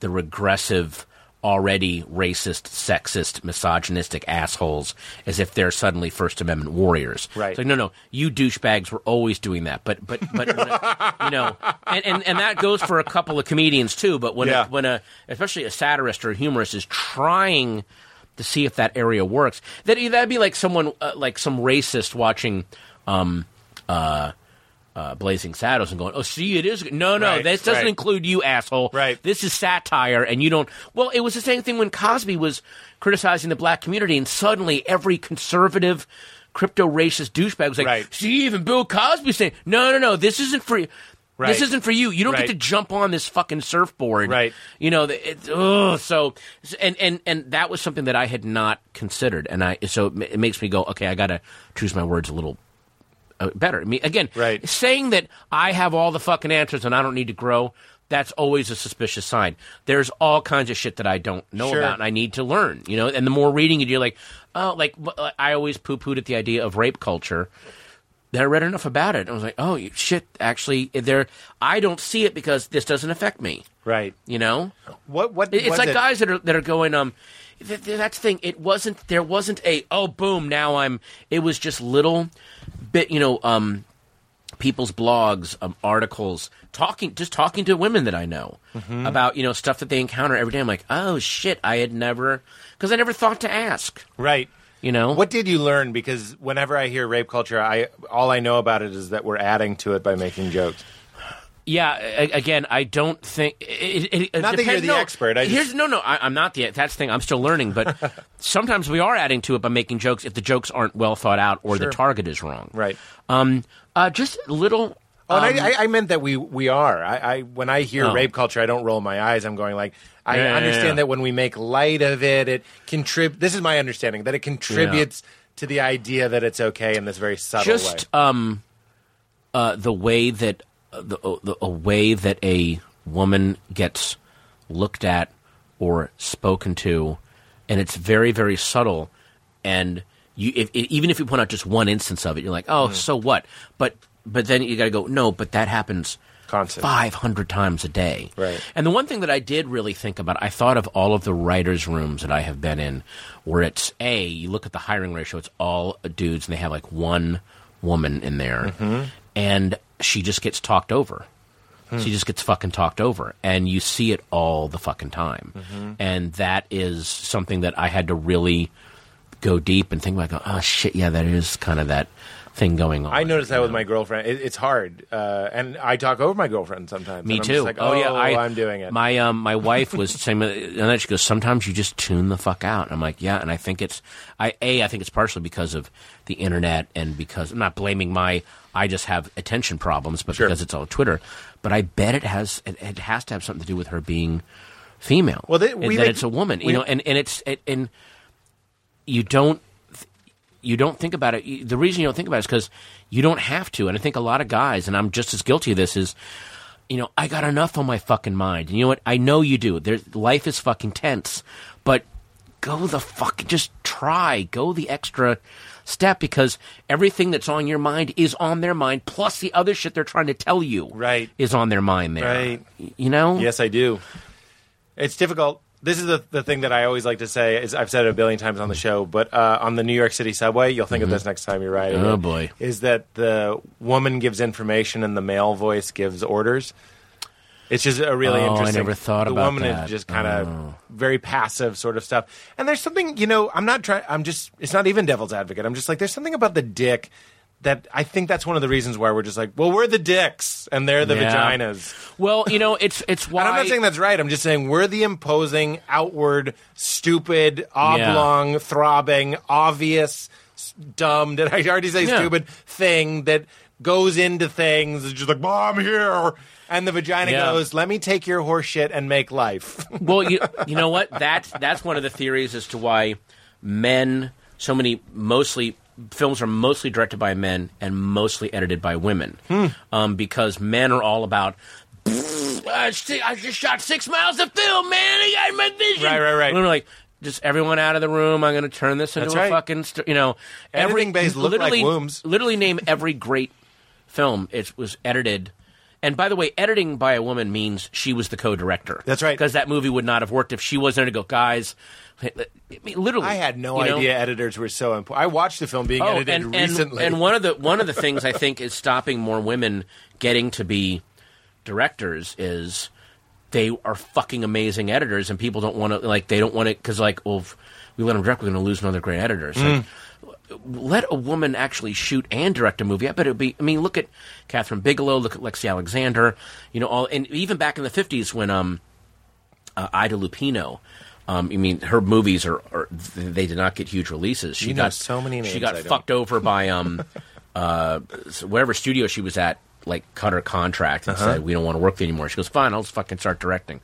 [SPEAKER 4] the regressive already racist sexist misogynistic assholes as if they're suddenly first amendment warriors
[SPEAKER 5] Right.
[SPEAKER 4] It's like, no no you douchebags were always doing that but but but when a- <laughs> you know and, and and that goes for a couple of comedians too but when
[SPEAKER 5] Yeah.
[SPEAKER 4] a, when a especially a satirist or a humorist is trying to see if that area works that that'd be like someone uh, like some racist watching um uh uh, Blazing Saddles and going, oh, see, it is. No, no,
[SPEAKER 5] Right,
[SPEAKER 4] this doesn't
[SPEAKER 5] right.
[SPEAKER 4] include you, asshole.
[SPEAKER 5] Right.
[SPEAKER 4] This is satire, and you don't. Well, it was the same thing when Cosby was criticizing the black community, and suddenly every conservative, crypto racist douchebag was like,
[SPEAKER 5] Right.
[SPEAKER 4] see, even Bill Cosby saying, no, no, no, this isn't for you. This
[SPEAKER 5] Right.
[SPEAKER 4] isn't for you. You don't
[SPEAKER 5] Right.
[SPEAKER 4] get to jump on this fucking surfboard.
[SPEAKER 5] Right.
[SPEAKER 4] You know, the- it's oh, so and and and that was something that I had not considered, and I so it ma- it makes me go, okay, I got to choose my words a little uh, better. I mean, again,
[SPEAKER 5] Right.
[SPEAKER 4] saying that I have all the fucking answers and I don't need to grow, that's always a suspicious sign. There's all kinds of shit that I don't know
[SPEAKER 5] Sure.
[SPEAKER 4] about and I need to learn, you know? uh, And the more reading you do, you're like, oh, like, wh- I always poo pooed at the idea of rape culture Then I read enough about it. and I was like, oh you- shit, actually, eh, there. I don't see it because this doesn't affect me.
[SPEAKER 5] <laughs> Right.
[SPEAKER 4] You know,
[SPEAKER 5] What? What?
[SPEAKER 4] It- it's
[SPEAKER 5] was
[SPEAKER 4] like
[SPEAKER 5] it?
[SPEAKER 4] guys that are that are going. Um, th- th- that's the thing. It wasn't. There wasn't a oh boom. Now I'm. It was just little bit. You know, um, people's blogs, um, articles, talking, just talking to women that I know
[SPEAKER 5] Mm-hmm.
[SPEAKER 4] about you know stuff that they encounter every day. I'm like, oh shit, I had never because I never thought to ask.
[SPEAKER 5] Right.
[SPEAKER 4] You know
[SPEAKER 5] What did you learn? Because whenever I hear rape culture, I all I know about it is that we're adding to it by making jokes.
[SPEAKER 4] Yeah, a- again, I don't think. It, it, it
[SPEAKER 5] Not that
[SPEAKER 4] depends-
[SPEAKER 5] you're the
[SPEAKER 4] no,
[SPEAKER 5] expert, I just-
[SPEAKER 4] Here's no, no, I, I'm not the. That's the thing. I'm still learning, but
[SPEAKER 5] <laughs>
[SPEAKER 4] sometimes we are adding to it by making jokes if the jokes aren't well thought out or the target is wrong.
[SPEAKER 5] Right.
[SPEAKER 4] Um. Uh. Just little.
[SPEAKER 5] Oh, and
[SPEAKER 4] um,
[SPEAKER 5] I, I, I meant that we we are. I, I when I hear
[SPEAKER 4] Oh.
[SPEAKER 5] rape culture, I don't roll my eyes. I'm going like I
[SPEAKER 4] Yeah, yeah,
[SPEAKER 5] understand
[SPEAKER 4] yeah.
[SPEAKER 5] that when we make light of it, it contrib. This is my understanding that it contributes to the idea that it's okay in this very subtle
[SPEAKER 4] just
[SPEAKER 5] way.
[SPEAKER 4] um, uh, the way that uh, the, uh, the a way that a woman gets looked at or spoken to, and it's very very subtle. And you, if, i even if you point out just one instance of it, you're like, oh, so what? But but then you got to go, no, but that happens
[SPEAKER 5] Constant.
[SPEAKER 4] five hundred times a day.
[SPEAKER 5] Right.
[SPEAKER 4] And the one thing that I did really think about, I thought of all of the writers' rooms that I have been in, where it's a you look at the hiring ratio, it's all dudes, and they have like one woman in there,
[SPEAKER 5] Mm-hmm.
[SPEAKER 4] and she just gets talked over.
[SPEAKER 5] Hmm.
[SPEAKER 4] She just gets fucking talked over, and you see it all the fucking time,
[SPEAKER 5] Mm-hmm.
[SPEAKER 4] and that is something that I had to really go deep and think about. Go, oh shit, yeah, that is kind of that thing going on.
[SPEAKER 5] I noticed that with my girlfriend. It, it's hard, uh, and I talk over my girlfriend sometimes.
[SPEAKER 4] Me
[SPEAKER 5] and I'm
[SPEAKER 4] too.
[SPEAKER 5] just like, oh,
[SPEAKER 4] yeah, I,
[SPEAKER 5] am doing it.
[SPEAKER 4] My um, my wife was saying, <laughs> and then she goes, "Sometimes you just tune the fuck out." And I'm like, "Yeah," and I think it's, I a, I think it's partially because of the internet and because I'm not blaming my, I just have attention problems, but because it's all Twitter. But I bet it has, it, it has to have something to do with her being female.
[SPEAKER 5] Well, they-
[SPEAKER 4] and
[SPEAKER 5] we
[SPEAKER 4] that
[SPEAKER 5] make-
[SPEAKER 4] it's a woman, you
[SPEAKER 5] we-
[SPEAKER 4] know, and and it's it, and you don't you don't think about it. you- The reason you don't think about it is because you don't have to. And I think a lot of guys, and I'm just as guilty of this, is you know I got enough on my fucking mind. And you know what? I know you do. There's, life is fucking tense, but go the fuck. Just try. Go the extra step because everything that's on your mind is on their mind. Plus the other shit they're trying to tell you
[SPEAKER 5] Right.
[SPEAKER 4] is on their mind. There,
[SPEAKER 5] Right.
[SPEAKER 4] Y- You know.
[SPEAKER 5] Yes, I do. It's difficult. This is the, the thing that I always like to say. Is I've said it a billion times on the show, but uh, on the New York City subway, you'll think of this next time you're riding.
[SPEAKER 4] Oh,
[SPEAKER 5] it,
[SPEAKER 4] boy.
[SPEAKER 5] Is that the woman gives information and the male voice gives orders? It's just a really
[SPEAKER 4] Oh, I
[SPEAKER 5] interesting.
[SPEAKER 4] never thought
[SPEAKER 5] the
[SPEAKER 4] about
[SPEAKER 5] woman is
[SPEAKER 4] that. Oh.
[SPEAKER 5] just kind of very passive sort of stuff. And there's something you know. I'm not trying. I'm just. It's not even devil's advocate. I'm just like there's something about the dick that I think that's one of the reasons why we're just like, well, we're the dicks and they're the
[SPEAKER 4] Yeah.
[SPEAKER 5] vaginas.
[SPEAKER 4] Well, you know, it's it's why
[SPEAKER 5] And I'm not saying that's right. I'm just saying we're the imposing, outward, stupid, oblong, throbbing, obvious, s- dumb. Did I already say
[SPEAKER 4] Yeah.
[SPEAKER 5] stupid thing that goes into things? It's just like, "Mom, I'm here," and the vagina
[SPEAKER 4] Yeah.
[SPEAKER 5] goes, "Let me take your horse shit and
[SPEAKER 4] <laughs>
[SPEAKER 5] make life."
[SPEAKER 4] well, you you know what? That's that's one of the theories as to why men so many mostly films are mostly directed by men and mostly edited by women
[SPEAKER 5] Hmm.
[SPEAKER 4] um, because men are all about. I just I just shot six miles of film, man. I got my vision.
[SPEAKER 5] Right, right, right.
[SPEAKER 4] Women are like, just everyone out of the room. I'm going to turn this into
[SPEAKER 5] That's
[SPEAKER 4] a
[SPEAKER 5] right.
[SPEAKER 4] fucking, st-, you know,
[SPEAKER 5] Editing bays look like
[SPEAKER 4] literally-
[SPEAKER 5] wombs.
[SPEAKER 4] Literally name every great film. It was edited. And by the way, editing by a woman means she was the co-director.
[SPEAKER 5] That's right.
[SPEAKER 4] Because that movie would not have worked if she wasn't there to go, guys. I mean, literally,
[SPEAKER 5] I had no
[SPEAKER 4] you know?
[SPEAKER 5] idea editors were so important. I watched the film being
[SPEAKER 4] Oh,
[SPEAKER 5] edited
[SPEAKER 4] and, and,
[SPEAKER 5] recently.
[SPEAKER 4] and one of the one of the things I think is stopping more women getting to be directors is they are fucking amazing editors, and people don't want to like they don't want to because like well, if we let them direct, we're going to lose another great editor. So
[SPEAKER 5] Mm.
[SPEAKER 4] let a woman actually shoot and direct a movie. I bet it'd be. I mean, look at Catherine Bigelow, look at Lexi Alexander, you know, all, and even back in the fifties when um, uh, Ida Lupino. Um, I mean, her movies are, are they did not get huge releases. She
[SPEAKER 5] You know
[SPEAKER 4] got
[SPEAKER 5] so many
[SPEAKER 4] She
[SPEAKER 5] names
[SPEAKER 4] got
[SPEAKER 5] I don't-
[SPEAKER 4] fucked over by um, uh, s- whatever studio she was at. Like cut her contract
[SPEAKER 5] Uh-huh.
[SPEAKER 4] and said, "We don't want to work with you anymore." She goes, "Fine, I'll just fucking start directing,"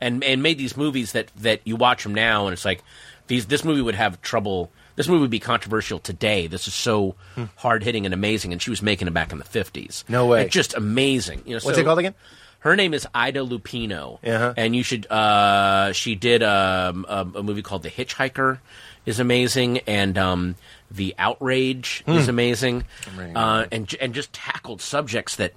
[SPEAKER 4] and and made these movies that that you watch them now, and it's like these. This movie would have trouble. This movie would be controversial today. This is so hard hitting and amazing, and she was making it back in the fifties.
[SPEAKER 5] Hmm. No way.
[SPEAKER 4] like, just amazing. You know,
[SPEAKER 5] What's
[SPEAKER 4] so-
[SPEAKER 5] it called again?
[SPEAKER 4] her name is Ida Lupino,
[SPEAKER 5] Uh-huh.
[SPEAKER 4] and you should. Uh, she did um, a, a movie called The Hitchhiker, is amazing, and um, the outrage
[SPEAKER 5] Hmm.
[SPEAKER 4] is amazing, uh, and ju- and just tackled subjects that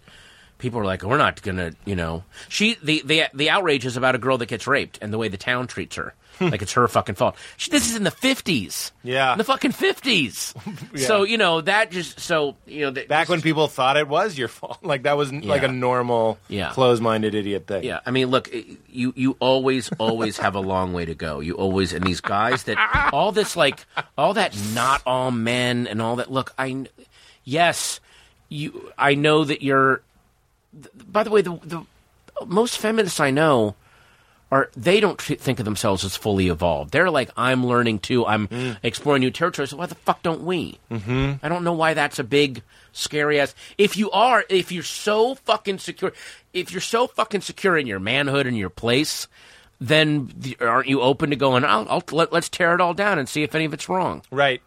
[SPEAKER 4] people are like, we're not gonna, you know. She the the the outrage is about a girl that gets raped and the way the town treats her. Like it's her fucking fault. She, this is in the fifties,
[SPEAKER 5] Hmm. Yeah.
[SPEAKER 4] the fucking
[SPEAKER 5] <laughs>
[SPEAKER 4] fifties. So you know that just so you know that
[SPEAKER 5] Back when people thought it was your fault, <laughs> like that was n like a
[SPEAKER 4] Yeah.
[SPEAKER 5] normal,
[SPEAKER 4] Yeah.
[SPEAKER 5] closed-minded idiot thing.
[SPEAKER 4] Yeah, I mean, look, eh, you you always always have a long way to go. You always and these guys that all this like all that not all men and all that. Look, I kn- yes, you I know that you're. th- By the way, the the most feminists I know are they don't tr- think of themselves as fully evolved. They're like, I'm learning too. I'm exploring new territories. Why the fuck don't we? Mm. Mm-hmm. I don't know why that's a big scary ass. If you are, if you're so fucking secure, if you're so fucking secure in your manhood and your place, then th- aren't you open to going? I'll, I'll let, let's tear it all down and see if any of it's wrong.
[SPEAKER 5] Right.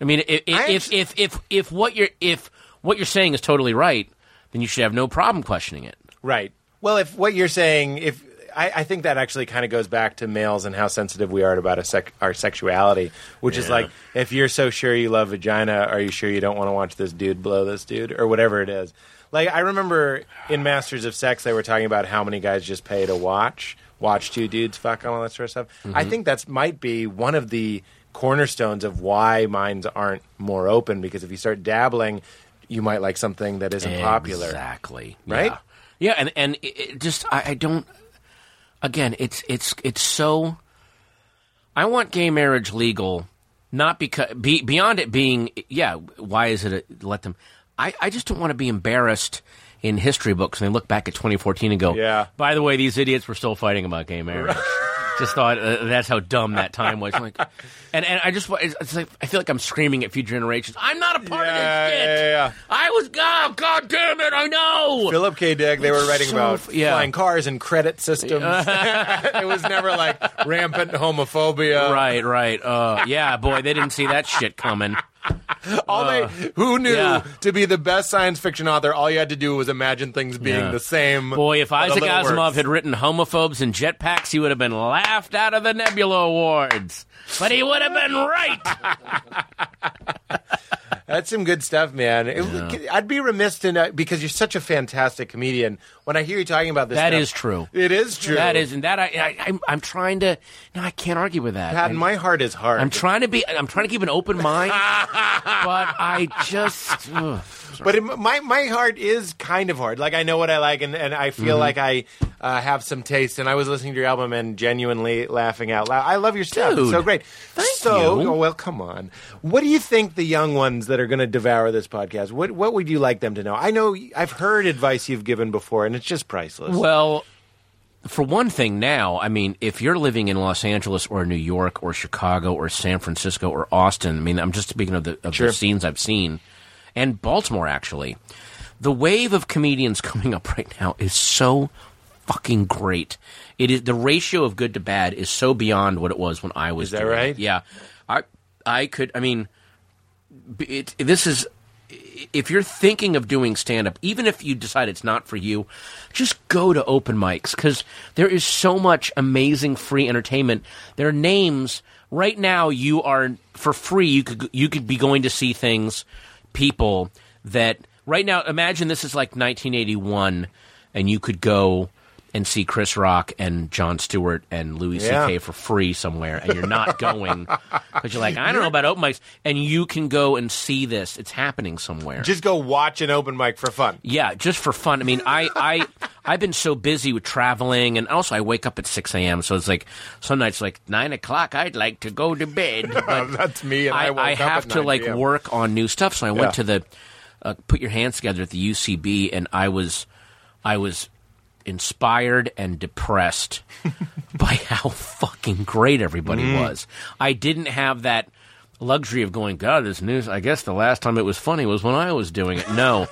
[SPEAKER 4] I mean, if if,
[SPEAKER 5] I
[SPEAKER 4] if, if if if what you're if what you're saying is totally right, then you should have no problem questioning it.
[SPEAKER 5] Right. Well, if what you're saying, if I, I think that actually kind of goes back to males and how sensitive we are about a sec, our sexuality, which is like, if you're so sure you love vagina, are you sure you don't want to watch this dude blow this dude or whatever it is? Like I remember in Masters of Sex, they were talking about how many guys just pay to watch, watch two dudes fuck and all that sort of stuff. I think that's might be one of the cornerstones of why minds aren't more open because if you start dabbling, you might like something that isn't popular.
[SPEAKER 4] Exactly.
[SPEAKER 5] Right?
[SPEAKER 4] Yeah, Yeah, and and it, it just I, I don't. Again, it's it's it's so. I want gay marriage legal, not because be, beyond it being yeah. Why is it a, let them? I I just don't want to be embarrassed in history books and they look back at 2014 and go
[SPEAKER 5] Yeah.
[SPEAKER 4] By the way, these idiots were still fighting about gay marriage. <laughs> Just thought uh, that's how dumb that time was. Like, and and I just wa- it's, it's like I feel like I'm screaming at future generations. I'm not a part
[SPEAKER 5] Yeah,
[SPEAKER 4] of this shit.
[SPEAKER 5] yeah, yeah.
[SPEAKER 4] I was oh, god damn it, I know.
[SPEAKER 5] <laughs> Philip K. Dick, they were writing
[SPEAKER 4] So
[SPEAKER 5] about
[SPEAKER 4] f- yeah.
[SPEAKER 5] flying cars and credit systems. <laughs> it was never like rampant homophobia.
[SPEAKER 4] right, right. Uh, yeah, boy, they didn't see that shit coming.
[SPEAKER 5] All they, who knew
[SPEAKER 4] Uh. yeah.
[SPEAKER 5] to be the best science fiction author, all you had to do was imagine things being
[SPEAKER 4] Yeah.
[SPEAKER 5] the same.
[SPEAKER 4] Boy, if
[SPEAKER 5] but a
[SPEAKER 4] Isaac
[SPEAKER 5] little
[SPEAKER 4] Asimov
[SPEAKER 5] worse.
[SPEAKER 4] had written homophobes and jetpacks, he would have been laughed out of the Nebula Awards. But he would have been right.
[SPEAKER 5] That's some good stuff, man. It- I'd be remiss to not, because you're such a fantastic comedian. When I hear you talking about this,
[SPEAKER 4] That
[SPEAKER 5] That is
[SPEAKER 4] is true.
[SPEAKER 5] It is true.
[SPEAKER 4] that is, and that I, I I'm, I'm trying to. No, I can't argue with that.
[SPEAKER 5] Pat,
[SPEAKER 4] And
[SPEAKER 5] my heart is hard.
[SPEAKER 4] I'm trying to be. I'm trying to keep an open mind, but I just. ugh.
[SPEAKER 5] But it, my my heart is kind of hard. Like I know what I like, and, and I feel
[SPEAKER 4] Mm-hmm.
[SPEAKER 5] like I uh, have some taste. And I was listening to your album and genuinely laughing out loud. I love your stuff. it's
[SPEAKER 4] Dude,
[SPEAKER 5] so great.
[SPEAKER 4] thank
[SPEAKER 5] so,
[SPEAKER 4] you.
[SPEAKER 5] oh, well, come on. What do you think the young ones that are going to devour this podcast? What what would you like them to know? I know y- I've heard advice you've given before, and it's just priceless.
[SPEAKER 4] Well, for one thing, now, I mean, if you're living in Los Angeles or New York or Chicago or San Francisco or Austin, I mean, I'm just speaking of the, of
[SPEAKER 5] Sure.
[SPEAKER 4] the scenes I've seen, and Baltimore, actually, the wave of comedians <laughs> coming up right now is so fucking great. It is the ratio of good to bad is so beyond what it was when I was.
[SPEAKER 5] Is that
[SPEAKER 4] doing it.
[SPEAKER 5] right?
[SPEAKER 4] Yeah, I I could. I mean, b- it, this is if you're thinking of doing stand up, even if you decide it's not for you, just go to open mics because there is so much amazing free entertainment. There are names right now. You are for free. You could you could be going to see things, people that right now. Imagine this is like 1981, and you could go and see Chris Rock and John Stewart and Louis
[SPEAKER 5] Yeah.
[SPEAKER 4] C.K. for free somewhere, and you're not
[SPEAKER 5] <laughs>
[SPEAKER 4] going because you're like, I don't know about open mics, and you can go and see this. It's happening somewhere.
[SPEAKER 5] just go watch an open mic for fun.
[SPEAKER 4] Yeah, just for fun. I mean, I, I, I've been so busy with traveling, and also I wake up at six a.m. So it's like some nights, like nine o'clock, I'd like to go to
[SPEAKER 5] <laughs>
[SPEAKER 4] bed. But
[SPEAKER 5] That's me, and I
[SPEAKER 4] I,
[SPEAKER 5] woke
[SPEAKER 4] I
[SPEAKER 5] up
[SPEAKER 4] have
[SPEAKER 5] at
[SPEAKER 4] to
[SPEAKER 5] 9
[SPEAKER 4] like
[SPEAKER 5] PM.
[SPEAKER 4] work on new stuff. So I
[SPEAKER 5] Yeah.
[SPEAKER 4] went to the uh, put your hands together at the UCB, and I was, I was inspired and depressed by how fucking great everybody was. I didn't have that luxury of going, God, this news. I guess the last time it was funny was when I was doing it. No,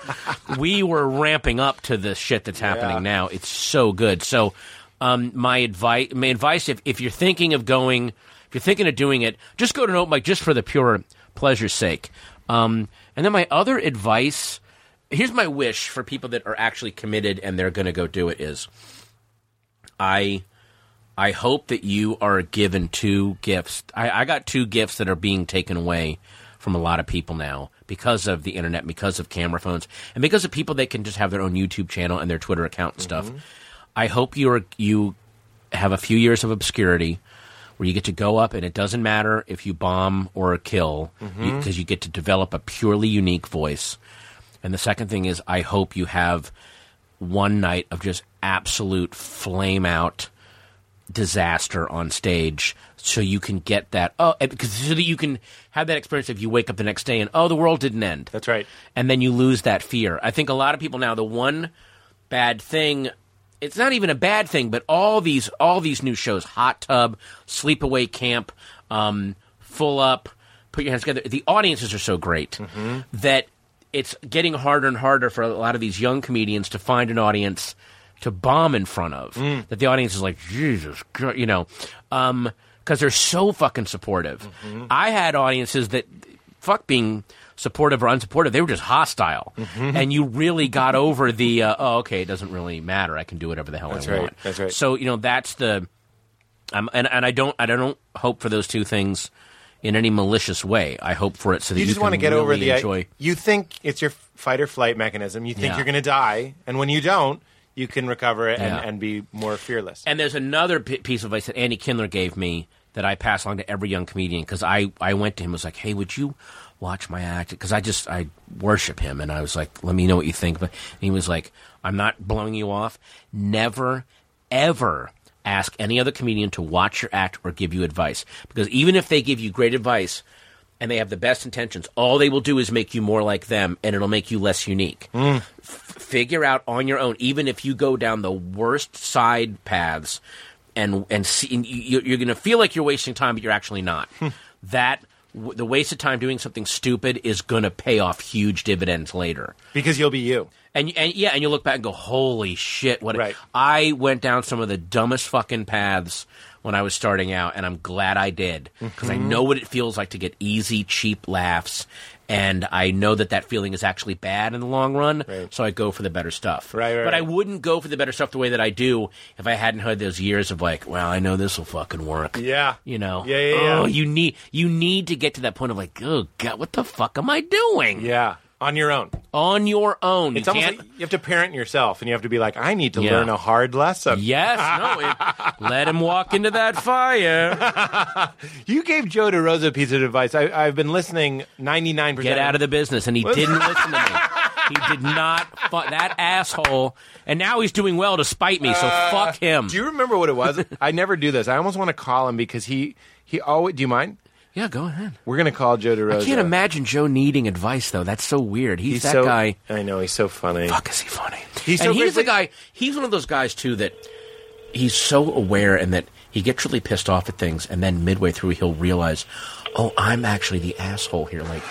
[SPEAKER 4] we were ramping up to the shit that's happening now. It's so good. So, um, my advice, my advice, if, if you're thinking of going, if you're thinking of doing it, just go to an open mic just for the pure pleasure's sake. Um, and then my other advice, here's my wish for people that are actually committed and they're going to go do it is, I I hope that you are given two gifts. I, I got two gifts that are being taken away from a lot of people now because of the internet, because of camera phones, and because of people that can just have their own YouTube channel and their Twitter account and stuff. I hope you are you have a few years of obscurity where you get to go up and it doesn't matter if you bomb or kill because you get to develop a purely unique voice. And the second thing is, I hope you have one night of just absolute flame out disaster on stage so you can get that oh and- because so that you can have that experience if you wake up the next day and oh the world didn't end
[SPEAKER 5] That's right.
[SPEAKER 4] and then you lose that fear i think a lot of people now the one bad thing it's not even a bad thing but all these all these new shows hot tub sleepaway camp um, full up put your hands together the audiences are so great
[SPEAKER 5] Mm-hmm.
[SPEAKER 4] that it's getting harder and harder for a lot of these young comedians to find an audience to bomb in front of
[SPEAKER 5] Mm.
[SPEAKER 4] that the audience is like jesus Christ, you know um because they're so fucking supportive
[SPEAKER 5] Mm-hmm.
[SPEAKER 4] i had audiences that fuck being supportive or unsupportive they were just hostile
[SPEAKER 5] Mm-hmm.
[SPEAKER 4] and you really got over the uh, oh okay it doesn't really matter i can do whatever the hell
[SPEAKER 5] That's
[SPEAKER 4] i
[SPEAKER 5] right.
[SPEAKER 4] want
[SPEAKER 5] That's right.
[SPEAKER 4] so you know that's the um, and and i don't i don't hope for those two things in any malicious way i hope for it so that
[SPEAKER 5] you
[SPEAKER 4] you,
[SPEAKER 5] just
[SPEAKER 4] can
[SPEAKER 5] want to get over
[SPEAKER 4] really
[SPEAKER 5] the
[SPEAKER 4] enjoy
[SPEAKER 5] you think it's your fight or flight mechanism you think
[SPEAKER 4] Yeah.
[SPEAKER 5] you're going to die and when you don't you can recover it
[SPEAKER 4] Yeah.
[SPEAKER 5] and, and be more fearless
[SPEAKER 4] And there's another p- piece of advice that Andy Kindler gave me that I pass along to every young comedian because I, I went to him and was like, hey, would you watch my act? Because I just, I worship him. And I was like, let me know what you think. But and he was like, I'm not blowing you off. Never, ever ask any other comedian to watch your act or give you advice. Because even if they give you great advice, and they have the best intentions. All they will do is make you more like them, and it'll make you less unique. F- figure out on your own, even if you go down the worst side paths, and and, see, and you, you're going to feel like you're wasting time, but you're actually not. that w- the waste of time doing something stupid is going to pay off huge dividends later.
[SPEAKER 5] because you'll be you
[SPEAKER 4] And, and yeah, and you look back and go, "Holy shit!" What
[SPEAKER 5] Right.
[SPEAKER 4] I went down some of the dumbest fucking paths when I was starting out, and I'm glad I did because
[SPEAKER 5] Mm-hmm.
[SPEAKER 4] I know what it feels like to get easy, cheap laughs, and I know that that feeling is actually bad in the long run.
[SPEAKER 5] Right.
[SPEAKER 4] So I go for the better stuff.
[SPEAKER 5] Right, right,
[SPEAKER 4] but I
[SPEAKER 5] right.
[SPEAKER 4] wouldn't go for the better stuff the way that I do if I hadn't had those years of like, "Well, I know this will fucking work."
[SPEAKER 5] Yeah.
[SPEAKER 4] you know.
[SPEAKER 5] Yeah, yeah, yeah.
[SPEAKER 4] Oh, you need you need to get to that point of like, "Oh God, what the fuck am I doing?"
[SPEAKER 5] yeah on your own
[SPEAKER 4] on your own.
[SPEAKER 5] it's
[SPEAKER 4] you
[SPEAKER 5] almost
[SPEAKER 4] can't-
[SPEAKER 5] like you have to parent yourself and you have to be like i need to
[SPEAKER 4] Yeah.
[SPEAKER 5] learn a hard lesson
[SPEAKER 4] Yes, no.
[SPEAKER 5] <laughs>
[SPEAKER 4] It, let him walk into that fire.
[SPEAKER 5] you gave joe derosa a piece of advice I, i've been listening 99%
[SPEAKER 4] Get out of the business, and he
[SPEAKER 5] <laughs>
[SPEAKER 4] didn't listen to me. He did not. Fu- that asshole. And now he's doing well to spite me. So fuck him.
[SPEAKER 5] Uh, do you remember what it was
[SPEAKER 4] <laughs>
[SPEAKER 5] i never do this i almost want to call him because he he always do you mind
[SPEAKER 4] yeah, go ahead.
[SPEAKER 5] we're going to call joe derosa
[SPEAKER 4] I can't imagine Joe needing advice though. That's so weird. He's,
[SPEAKER 5] Oh, he's
[SPEAKER 4] that
[SPEAKER 5] so
[SPEAKER 4] guy.
[SPEAKER 5] i know he's so funny
[SPEAKER 4] Fuck, is he funny?
[SPEAKER 5] He's so
[SPEAKER 4] and he's
[SPEAKER 5] great-
[SPEAKER 4] the guy. He's one of those guys too that he's so aware and that he gets really pissed off at things, and then midway through he'll realize, oh, I'm actually the asshole here.
[SPEAKER 5] <laughs>
[SPEAKER 4] Like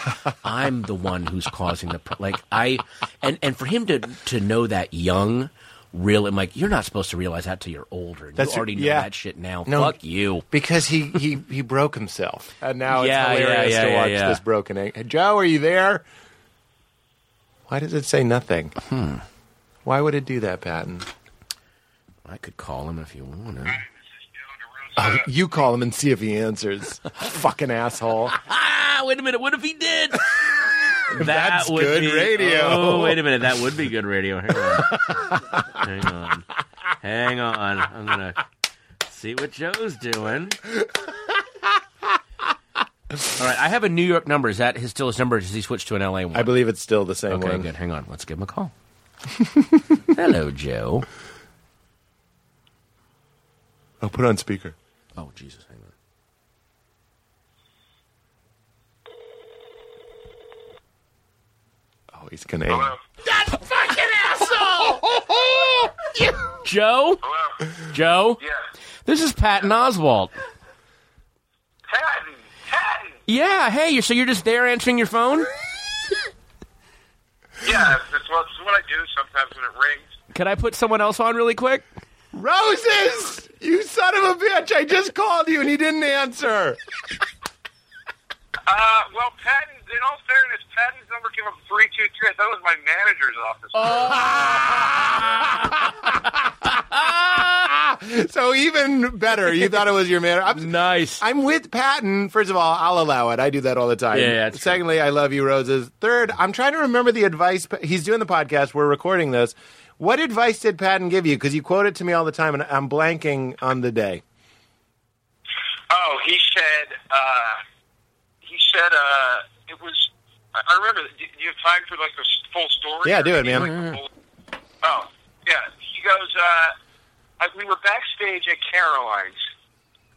[SPEAKER 4] I'm the one who's causing the pro- like I and and for him to to know that young. Real, I'm like, you're not supposed to realize that till you're older.
[SPEAKER 5] That's-
[SPEAKER 4] you already know
[SPEAKER 5] yeah.
[SPEAKER 4] that shit now.
[SPEAKER 5] No.
[SPEAKER 4] Fuck you.
[SPEAKER 5] because he he he broke himself, and now
[SPEAKER 4] Yeah, yeah,
[SPEAKER 5] it's hilarious
[SPEAKER 4] yeah,
[SPEAKER 5] to
[SPEAKER 4] yeah,
[SPEAKER 5] watch
[SPEAKER 4] yeah.
[SPEAKER 5] this broken egg. Hey, Joe, are you there? Why does it say nothing? Hmm. Why would it do that, Patton?
[SPEAKER 4] I could call him if you wanted.
[SPEAKER 5] Uh, You call him and see if
[SPEAKER 4] <laughs>
[SPEAKER 5] he answers. Fucking asshole.
[SPEAKER 4] Ah, wait a minute. What if he
[SPEAKER 5] <laughs>
[SPEAKER 4] did? that
[SPEAKER 5] That's good radio.
[SPEAKER 4] Oh, wait a minute. That would be good radio. Hang on. Hang on. Hang on. I'm going to see what Joe's doing. All right. I have a New York number. Is that his still his number? Or does he switch to an LA one?
[SPEAKER 5] I believe it's still the same
[SPEAKER 4] okay,
[SPEAKER 5] one.
[SPEAKER 4] good. Hang on. Let's give him a call.
[SPEAKER 5] <laughs>
[SPEAKER 4] Hello, Joe.
[SPEAKER 5] I'll put it on speaker.
[SPEAKER 4] Oh, Jesus. Hang on.
[SPEAKER 5] Oh, he's gonna. Hello.
[SPEAKER 4] <laughs> Joe? Joe? Yeah. This is Patton Oswalt.
[SPEAKER 6] Patty, Patty.
[SPEAKER 4] Yeah, hey, you're, so you're just there answering your phone?
[SPEAKER 6] Yeah, that's what, that's what I do sometimes when it rings.
[SPEAKER 4] Could I put someone else on really
[SPEAKER 5] <laughs>
[SPEAKER 4] quick?
[SPEAKER 5] Roses, you son of a bitch! I just called you and he didn't answer. <laughs>
[SPEAKER 6] Uh, well, Patty, in all fairness, Patty's number came up 323. I thought
[SPEAKER 5] Ah!
[SPEAKER 6] it was my manager's office.
[SPEAKER 5] So even better, you thought it was your man. I'm,
[SPEAKER 4] Nice.
[SPEAKER 5] I'm with Patton. First of all, I'll allow it. I do that all the time.
[SPEAKER 4] Yeah, that's
[SPEAKER 5] Secondly, I love you, roses. Third, I'm trying to remember the advice. He's doing the podcast. We're recording this. What advice did Patton give you? Because you quote it to me all the time, and I'm blanking on the day.
[SPEAKER 6] Oh, he said, uh, he said, uh, it was, I I remember, do do you have time for like the s- full story?
[SPEAKER 5] Yeah,
[SPEAKER 6] Or
[SPEAKER 5] do it,
[SPEAKER 6] maybe,
[SPEAKER 5] man.
[SPEAKER 6] like, the full- Oh, yeah. He goes, uh, I, we were backstage at Caroline's,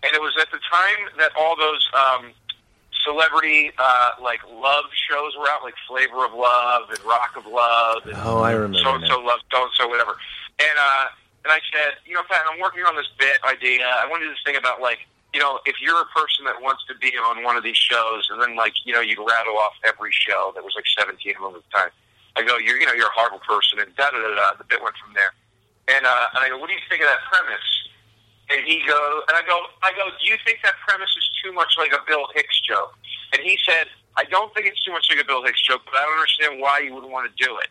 [SPEAKER 6] and it was at the time that all those, um, celebrity, uh, like love shows were out, like Flavor of Love and Rock of Love and
[SPEAKER 5] Oh, I remember.
[SPEAKER 6] so and so loves so and so whatever. And uh, and I said, you know, Pat, I'm working on this bit idea. I want to do this thing about like, you know, if you're a person that wants to be on one of these shows, and then like, you know, you'd rattle off every show. There was like 17 of them at the time. I go, you're you know, you're a horrible person, and da da da da. The bit went from there. And uh, and I go, what do you think of that premise? And he goes, and I go, I go, do you think that premise is too much like a Bill Hicks joke? And he said, I don't think it's too much like a Bill Hicks joke, but I don't understand why you would want to do it.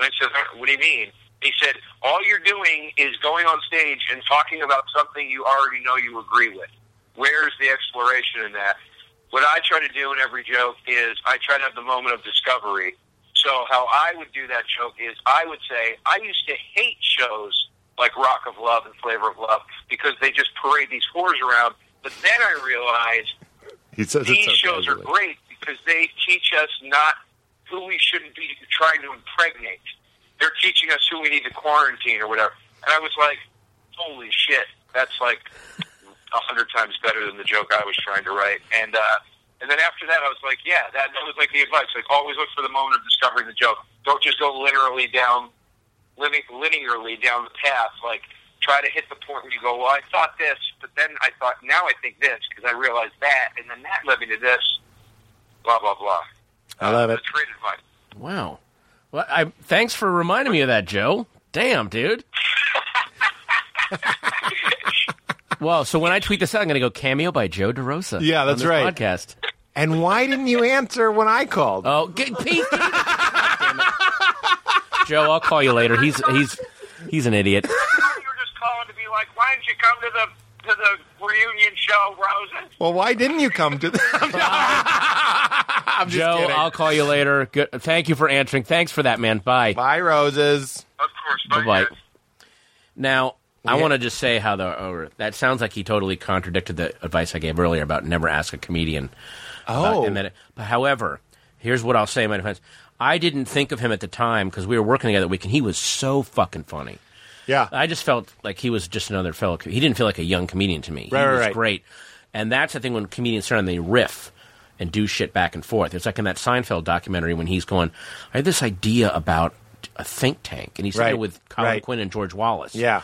[SPEAKER 6] And I said, "What do you mean?" He said, "All you're doing is going on stage and talking about something you already know you agree with. Where's the exploration in that?" What I try to do in every joke is I try to have the moment of discovery. So how I would do that joke is I would say I used to hate shows like Rock of Love and Flavor of Love because they just parade these whores around. But then I realized
[SPEAKER 5] He says
[SPEAKER 6] these
[SPEAKER 5] it's so
[SPEAKER 6] shows are
[SPEAKER 5] casually.
[SPEAKER 6] great because they teach us not who we shouldn't be trying to impregnate. They're teaching us who we need to quarantine or whatever. And I was like, holy shit, that's like a hundred times better than the joke I was trying to write. And uh, and then after that, I was like, yeah, that, that was like the advice. Like always look for the moment of discovering the joke. Don't just go literally down living linearly down the path. Like, try to hit the point where you go, well, I thought this, but then I thought, now I think this because I realized that, and then that led me to this. Blah blah blah.
[SPEAKER 5] I love it.
[SPEAKER 6] That's great advice.
[SPEAKER 4] Wow. Well, I thanks for reminding me of that, Joe. Damn, dude. well, so when I tweet this out, I'm going to go cameo by Joe DeRosa.
[SPEAKER 5] Yeah,
[SPEAKER 4] on
[SPEAKER 5] that's
[SPEAKER 4] this
[SPEAKER 5] right.
[SPEAKER 4] Podcast.
[SPEAKER 5] And why didn't you answer when I called?
[SPEAKER 4] Oh, get, Pete. Damn it. <laughs> Joe, I'll call you later. He's he's he's an idiot.
[SPEAKER 6] you were just calling to be like, why didn't you come to the to the reunion show, Rosen?
[SPEAKER 5] Well, why didn't you come to? I'm just
[SPEAKER 4] Joe,
[SPEAKER 5] kidding.
[SPEAKER 4] I'll call you later. Good. Thank you for answering. Thanks for that, man. Bye.
[SPEAKER 5] <laughs> Bye, roses.
[SPEAKER 6] Of course,
[SPEAKER 4] Bye bye.
[SPEAKER 6] guys.
[SPEAKER 4] Now, I
[SPEAKER 5] Yeah.
[SPEAKER 4] want to just say how the or, that sounds like he totally contradicted the advice I gave earlier about never ask a comedian. about-
[SPEAKER 5] Oh,
[SPEAKER 4] and that it- but however, here's what I'll say in my defense. I didn't think of him at the time because we were working together that week, and he was so fucking funny.
[SPEAKER 5] yeah.
[SPEAKER 4] I just felt like he was just another fellow. co- He didn't feel like a young comedian to me.
[SPEAKER 5] Right,
[SPEAKER 4] he
[SPEAKER 5] right,
[SPEAKER 4] was
[SPEAKER 5] right.
[SPEAKER 4] great, and that's the thing when comedians turn on they riff and do shit back and forth. It's like in that Seinfeld documentary when he's going, "I had this idea about a think tank," and he's sitting
[SPEAKER 5] Right,
[SPEAKER 4] there with Colin
[SPEAKER 5] right.
[SPEAKER 4] Quinn and George Wallace.
[SPEAKER 5] Yeah.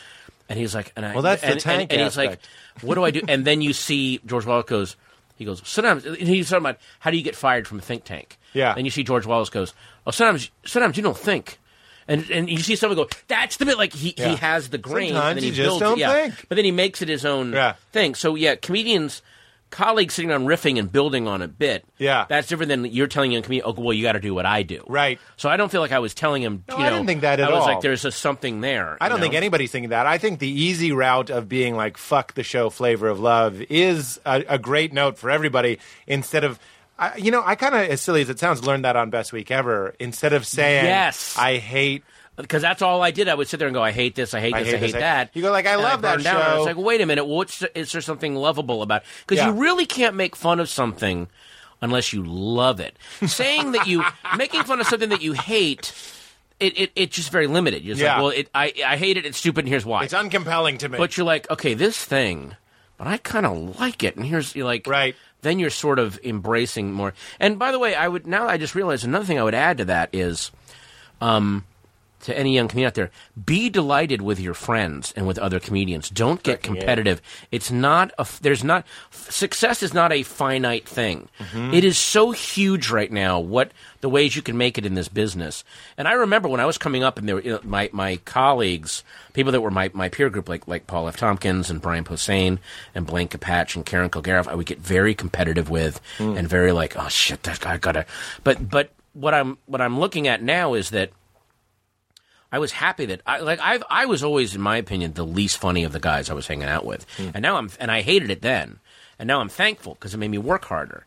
[SPEAKER 4] and he's like, and I,
[SPEAKER 5] Well, that's the
[SPEAKER 4] and, and-
[SPEAKER 5] tank
[SPEAKER 4] and he's like,
[SPEAKER 5] aspect.
[SPEAKER 4] "What do I do?" and then you see George Wallace goes, he goes, "Sometimes and he's talking about how do you get fired from a think tank?"
[SPEAKER 5] Yeah.
[SPEAKER 4] and you see George Wallace goes, "Oh, sometimes, sometimes you don't think." And, and you see someone go, that's the bit. Like he,
[SPEAKER 5] Yeah.
[SPEAKER 4] he has the grain,
[SPEAKER 5] Sometimes
[SPEAKER 4] and then
[SPEAKER 5] you
[SPEAKER 4] he
[SPEAKER 5] just
[SPEAKER 4] builds
[SPEAKER 5] don't
[SPEAKER 4] it, yeah.
[SPEAKER 5] think.
[SPEAKER 4] But then he makes it his own
[SPEAKER 5] Yeah.
[SPEAKER 4] thing. So yeah, comedians, colleagues sitting on riffing and building on a bit.
[SPEAKER 5] Yeah.
[SPEAKER 4] that's different than you're telling a comedian. Oh, well, you got to do what I do.
[SPEAKER 5] Right.
[SPEAKER 4] So I don't feel like I was telling him.
[SPEAKER 5] No,
[SPEAKER 4] you
[SPEAKER 5] I
[SPEAKER 4] know,
[SPEAKER 5] didn't think that at
[SPEAKER 4] I was
[SPEAKER 5] all.
[SPEAKER 4] like, there's a something there.
[SPEAKER 5] I
[SPEAKER 4] you
[SPEAKER 5] don't think
[SPEAKER 4] know?
[SPEAKER 5] anybody's thinking that. I think the easy route of being like "fuck the show" flavor of love is a, a great note for everybody. Instead of, I, you know, I kind of as silly as it sounds, learned that on Best Week Ever. Instead of saying
[SPEAKER 4] Yes.
[SPEAKER 5] I hate."
[SPEAKER 4] because that's all I did. I would sit there and go, I hate this, I hate
[SPEAKER 5] I
[SPEAKER 4] this,
[SPEAKER 5] hate
[SPEAKER 4] I hate
[SPEAKER 5] this, I-
[SPEAKER 4] that.
[SPEAKER 5] You go like, I
[SPEAKER 4] And
[SPEAKER 5] love that
[SPEAKER 4] burned down, and I was
[SPEAKER 5] show.
[SPEAKER 4] like, wait a minute, what's is there something lovable about? Because
[SPEAKER 5] Yeah.
[SPEAKER 4] you really can't make fun of something unless you love it. Saying that
[SPEAKER 5] <laughs>
[SPEAKER 4] you making fun of something that you hate. It, it, it's just very limited. You're just
[SPEAKER 5] Yeah.
[SPEAKER 4] like, well, it, I, I hate it. It's stupid, and here's why.
[SPEAKER 5] It's uncompelling to me.
[SPEAKER 4] But you're like, okay, this thing, but I kind of like it. And here's you're like,
[SPEAKER 5] Right.
[SPEAKER 4] Then you're sort of embracing more. And by the way, I would now I just realized another thing I would add to that is, um, to any young comedian out there, be delighted with your friends and with other comedians. Don't get competitive. It's not a f- there's not f- success is not a finite thing. It is so huge right now. What the ways you can make it in this business. And I remember when I was coming up, and there were you know, my my colleagues, people that were my, my peer group, like like Paul F. Tompkins and Brian Posehn and Blaine Capatch and Karen Kilgariff, I would get very competitive with and very like, oh shit, that guy gotta. But but what I'm what I'm looking at now is that. I was happy that I like I've I was always, in my opinion, the least funny of the guys I was hanging out with, and now I'm and I hated it then. And now I'm thankful because it made me work harder.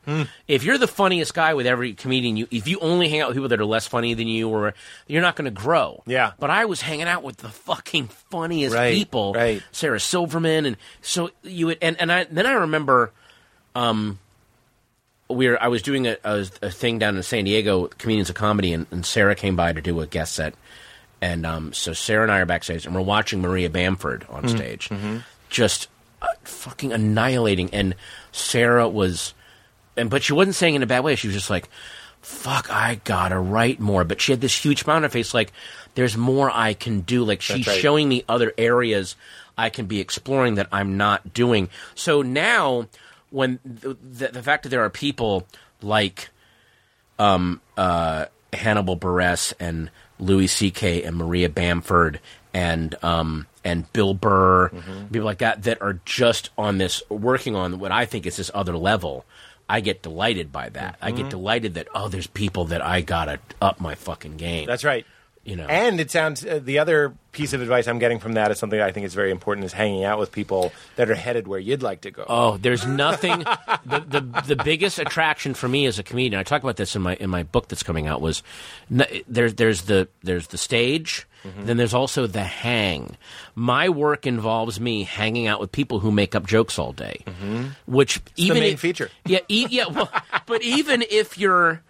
[SPEAKER 4] If you're the funniest guy with every comedian, you if you only hang out with people that are less funny than you, or you're not going to grow.
[SPEAKER 5] Yeah.
[SPEAKER 4] But I was hanging out with the fucking funniest
[SPEAKER 5] Right,
[SPEAKER 4] people,
[SPEAKER 5] right.
[SPEAKER 4] Sarah Silverman, and so you would, and and I then I remember um, we were, I was doing a, a, a thing down in San Diego, Comedians of Comedy, and, and Sarah came by to do a guest set. And um, so Sarah and I are backstage, and we're watching Maria Bamford on
[SPEAKER 5] Mm-hmm.
[SPEAKER 4] stage, just uh, fucking annihilating. And Sarah was, and but she wasn't saying it in a bad way. She was just like, "Fuck, I gotta write more." But she had this huge smile on her face, like, "There's more I can do." Like she's
[SPEAKER 5] right.
[SPEAKER 4] showing me other areas I can be exploring that I'm not doing. So now, when the, the, the fact that there are people like um, uh, Hannibal Buress and Louis C.K. and Maria Bamford and um, and Bill Burr, people like that, that are just on this working on what I think is this other level. I get delighted by that. I get delighted that oh, there's people that I gotta up my fucking game.
[SPEAKER 5] That's right.
[SPEAKER 4] you know.
[SPEAKER 5] And it sounds uh, the other piece of advice I'm getting from that is something I think is very important is hanging out with people that are headed where you'd like to go.
[SPEAKER 4] Oh, there's nothing. <laughs> the, the the biggest attraction for me as a comedian, I talk about this in my in my book that's coming out, was n- there's there's the there's the stage,
[SPEAKER 5] Mm-hmm.
[SPEAKER 4] then there's also the hang. My work involves me hanging out with people who make up jokes all day, which even
[SPEAKER 5] Mm-hmm. main
[SPEAKER 4] if-
[SPEAKER 5] feature.
[SPEAKER 4] <laughs> Yeah, e- yeah. Well, but even if you're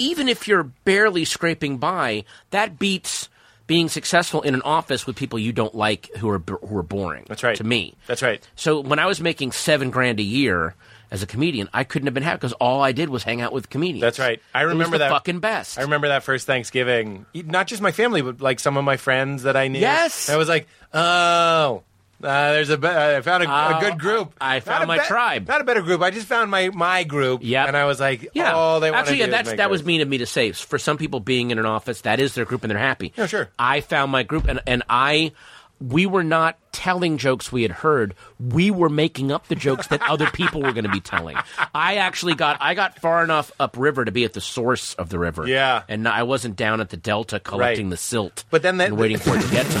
[SPEAKER 4] even if you're barely scraping by, that beats. Being successful in an office with people you don't like who are b- who are boring.
[SPEAKER 5] That's right.
[SPEAKER 4] To me,
[SPEAKER 5] That's right.
[SPEAKER 4] so when I was making seven grand a year as a comedian, I couldn't have been happy because all I did was hang out with comedians.
[SPEAKER 5] That's right. I
[SPEAKER 4] It was
[SPEAKER 5] remember
[SPEAKER 4] the
[SPEAKER 5] that-
[SPEAKER 4] fucking best.
[SPEAKER 5] I remember that first Thanksgiving, E, not just my family, but like some of my friends that I knew.
[SPEAKER 4] Yes.
[SPEAKER 5] I was like, oh, uh, there's a. Be- I found a, a
[SPEAKER 4] Oh,
[SPEAKER 5] good group.
[SPEAKER 4] I- I
[SPEAKER 5] Not
[SPEAKER 4] found
[SPEAKER 5] a
[SPEAKER 4] my tribe.
[SPEAKER 5] Not a better group. I just found my my group.
[SPEAKER 4] Yep.
[SPEAKER 5] And I was like,
[SPEAKER 4] yeah.
[SPEAKER 5] all they want
[SPEAKER 4] Actually,
[SPEAKER 5] to
[SPEAKER 4] yeah,
[SPEAKER 5] do
[SPEAKER 4] that's
[SPEAKER 5] is make
[SPEAKER 4] that was
[SPEAKER 5] jokes.
[SPEAKER 4] mean of me to say. For some people, being in an office, that is their group and they're happy.
[SPEAKER 5] Yeah, sure.
[SPEAKER 4] I found my group, and and I. We were not telling jokes we had heard. We were making up the jokes that
[SPEAKER 5] <laughs>
[SPEAKER 4] other people were going to be telling. I actually got I got far enough upriver to be at the source of the river.
[SPEAKER 5] Yeah.
[SPEAKER 4] and I wasn't down at the delta collecting
[SPEAKER 5] Right.
[SPEAKER 4] the silt.
[SPEAKER 5] But then that-
[SPEAKER 4] and waiting for it to get to
[SPEAKER 5] <laughs>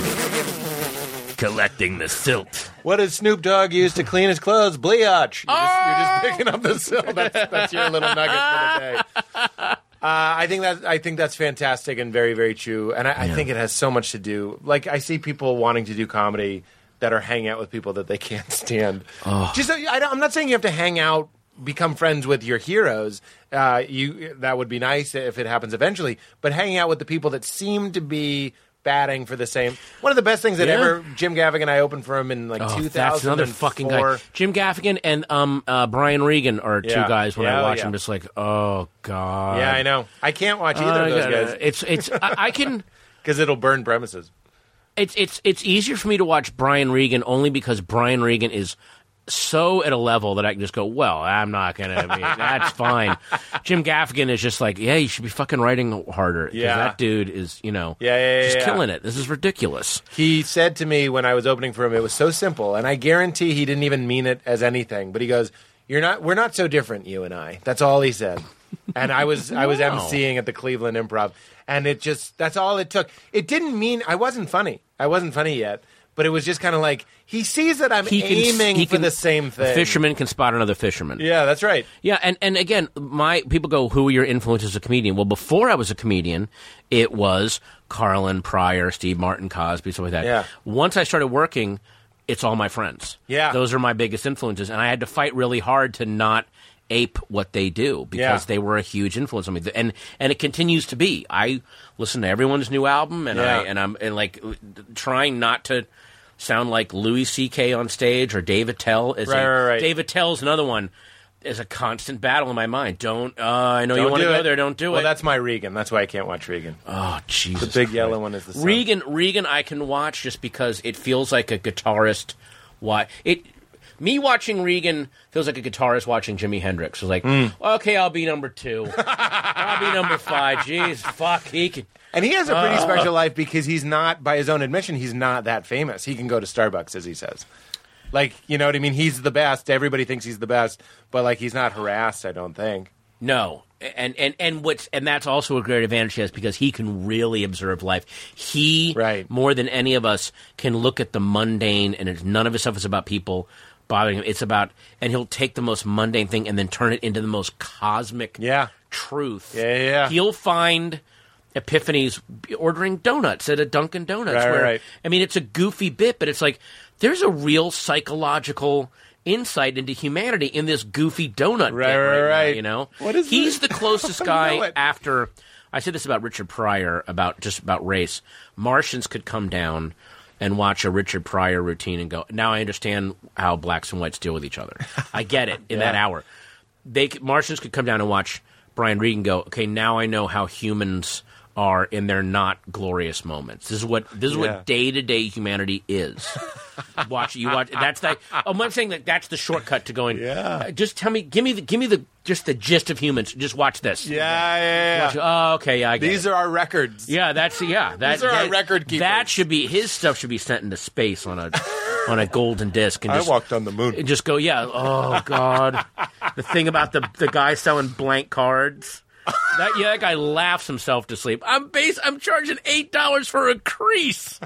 [SPEAKER 4] me. collecting the silt.
[SPEAKER 5] What does Snoop Dogg use to clean his clothes? Bleach. Oh! You're, just, you're just picking up the sill. That's, that's your little nugget for the day. Uh, I think that I think that's fantastic and very very true. And I, I think it has so much to do. Like I see people wanting to do comedy that are hanging out with people that they <laughs> can't stand. Just I, don't- I'm not saying you have to hang out. Become friends with your heroes. Uh, you that would be nice if it happens eventually. But hanging out with the people that seem to be batting for the same. One of the best things that
[SPEAKER 4] Yeah.
[SPEAKER 5] ever Jim Gaffigan and I opened for him in like
[SPEAKER 4] Oh,
[SPEAKER 5] 2004.
[SPEAKER 4] that's another fucking guy. Jim Gaffigan and um, uh, Brian Regan are
[SPEAKER 5] Yeah.
[SPEAKER 4] two guys. When
[SPEAKER 5] Yeah,
[SPEAKER 4] I watch,
[SPEAKER 5] yeah.
[SPEAKER 4] I'm just like, oh god.
[SPEAKER 5] Yeah, I know. I can't watch either of
[SPEAKER 4] Oh, I
[SPEAKER 5] those
[SPEAKER 4] gotta-
[SPEAKER 5] guys
[SPEAKER 4] It's it's I, I can.
[SPEAKER 5] because it'll burn premises.
[SPEAKER 4] It's it's it's easier for me to watch Brian Regan only because Brian Regan is so at a level that I can just go, well, I'm not gonna. Be, that's fine. Jim Gaffigan is just like, yeah, you should be fucking writing harder. 'cause
[SPEAKER 5] Yeah.
[SPEAKER 4] that dude is, you know,
[SPEAKER 5] Yeah, yeah, yeah,
[SPEAKER 4] just
[SPEAKER 5] yeah.
[SPEAKER 4] killing it. This is ridiculous.
[SPEAKER 5] He said to me when I was opening for him, it was so simple, and I guarantee he didn't even mean it as anything. But he goes, "You're not. We're not so different, you and I." That's all he said. And I was I was
[SPEAKER 4] <laughs> Wow.
[SPEAKER 5] emceeing at the Cleveland Improv, and it just that's all it took. It didn't mean I wasn't funny. I wasn't funny yet, but it was just kind of like he sees that I'm aiming
[SPEAKER 4] he
[SPEAKER 5] for the same thing.
[SPEAKER 4] A fisherman can spot another fisherman.
[SPEAKER 5] Yeah, that's right.
[SPEAKER 4] Yeah, and, and again, my people go, who were your influences as a comedian? Well, before I was a comedian, it was Carlin, Pryor, Steve Martin, Cosby, stuff like that.
[SPEAKER 5] Yeah.
[SPEAKER 4] Once I started working, it's all my friends.
[SPEAKER 5] Yeah.
[SPEAKER 4] Those are my biggest influences, and I had to fight really hard to not ape what they do because
[SPEAKER 5] Yeah.
[SPEAKER 4] they were a huge influence on me, and and it continues to be. I listen to everyone's new album, and I
[SPEAKER 5] Yeah.
[SPEAKER 4] and I'm and like trying not to. Sound like Louis C.K. on stage or Dave Attell is
[SPEAKER 5] Right,
[SPEAKER 4] a-
[SPEAKER 5] right, right.
[SPEAKER 4] Dave Attell's another one. There's a constant battle in my mind. Don't uh, I know you
[SPEAKER 5] Don't
[SPEAKER 4] want to
[SPEAKER 5] do
[SPEAKER 4] go
[SPEAKER 5] it.
[SPEAKER 4] there? Don't do
[SPEAKER 5] well,
[SPEAKER 4] it.
[SPEAKER 5] that's my Regan. That's why I can't watch Regan.
[SPEAKER 4] oh Jesus.
[SPEAKER 5] the big yellow one is the sun.
[SPEAKER 4] Regan, Regan, I can watch just because it feels like a guitarist. What it me watching Regan feels like a guitarist watching Jimi Hendrix. It's like,
[SPEAKER 5] Mm.
[SPEAKER 4] okay, I'll be number two. I'll be number five. Jeez, fuck, he can.
[SPEAKER 5] And he has a pretty special life because he's not, by his own admission, he's not that famous. He can go to Starbucks, as he says. Like, you know what I mean? He's the best. Everybody thinks he's the best, but like, he's not harassed. I don't think.
[SPEAKER 4] No, and and and what's and that's also a great advantage he has because he can really observe life. He
[SPEAKER 5] Right.
[SPEAKER 4] more than any of us can look at the mundane, and it's, none of his stuff is about people bothering him. It's about and he'll take the most mundane thing and then turn it into the most cosmic
[SPEAKER 5] Yeah.
[SPEAKER 4] truth.
[SPEAKER 5] yeah, yeah.
[SPEAKER 4] He'll find epiphanies ordering donuts at a Dunkin' Donuts.
[SPEAKER 5] Right,
[SPEAKER 4] where
[SPEAKER 5] right.
[SPEAKER 4] I mean, it's a goofy bit, but it's like there's a real psychological insight into humanity in this goofy donut.
[SPEAKER 5] Right,
[SPEAKER 4] bit
[SPEAKER 5] right,
[SPEAKER 4] right, now,
[SPEAKER 5] right.
[SPEAKER 4] you know,
[SPEAKER 5] What is <laughs>
[SPEAKER 4] he's
[SPEAKER 5] this?
[SPEAKER 4] the closest
[SPEAKER 5] know
[SPEAKER 4] guy
[SPEAKER 5] it.
[SPEAKER 4] after. I said this about Richard Pryor about just about race. Martians could come down. And watch a Richard Pryor routine and go. Now I understand how blacks and whites deal with each other. I get it
[SPEAKER 5] <laughs>
[SPEAKER 4] in that hour they could- Martians could come down and watch Brian Regan go. Okay, now I know how humans are in their not glorious moments. This is what this is
[SPEAKER 5] Yeah.
[SPEAKER 4] what day to day humanity is. watch you watch. That's that. I'm not saying that that's the shortcut to going.
[SPEAKER 5] Yeah.
[SPEAKER 4] "Uh, Just tell me. Give me the. Give me the. Just the gist of humans. Just watch this.
[SPEAKER 5] yeah, yeah, yeah.
[SPEAKER 4] Watch- oh, okay. Yeah, I get
[SPEAKER 5] These
[SPEAKER 4] it.
[SPEAKER 5] are our records.
[SPEAKER 4] Yeah, that's yeah. That,
[SPEAKER 5] are our
[SPEAKER 4] that-
[SPEAKER 5] record keepers.
[SPEAKER 4] That should be his stuff. Should be sent into space on a on a golden disc. And
[SPEAKER 5] I
[SPEAKER 4] just,
[SPEAKER 5] walked on the moon.
[SPEAKER 4] and just go, yeah, oh god. the thing about the the guy selling blank cards. That yeah, that guy laughs himself to sleep. I'm base I'm charging eight dollars for a crease.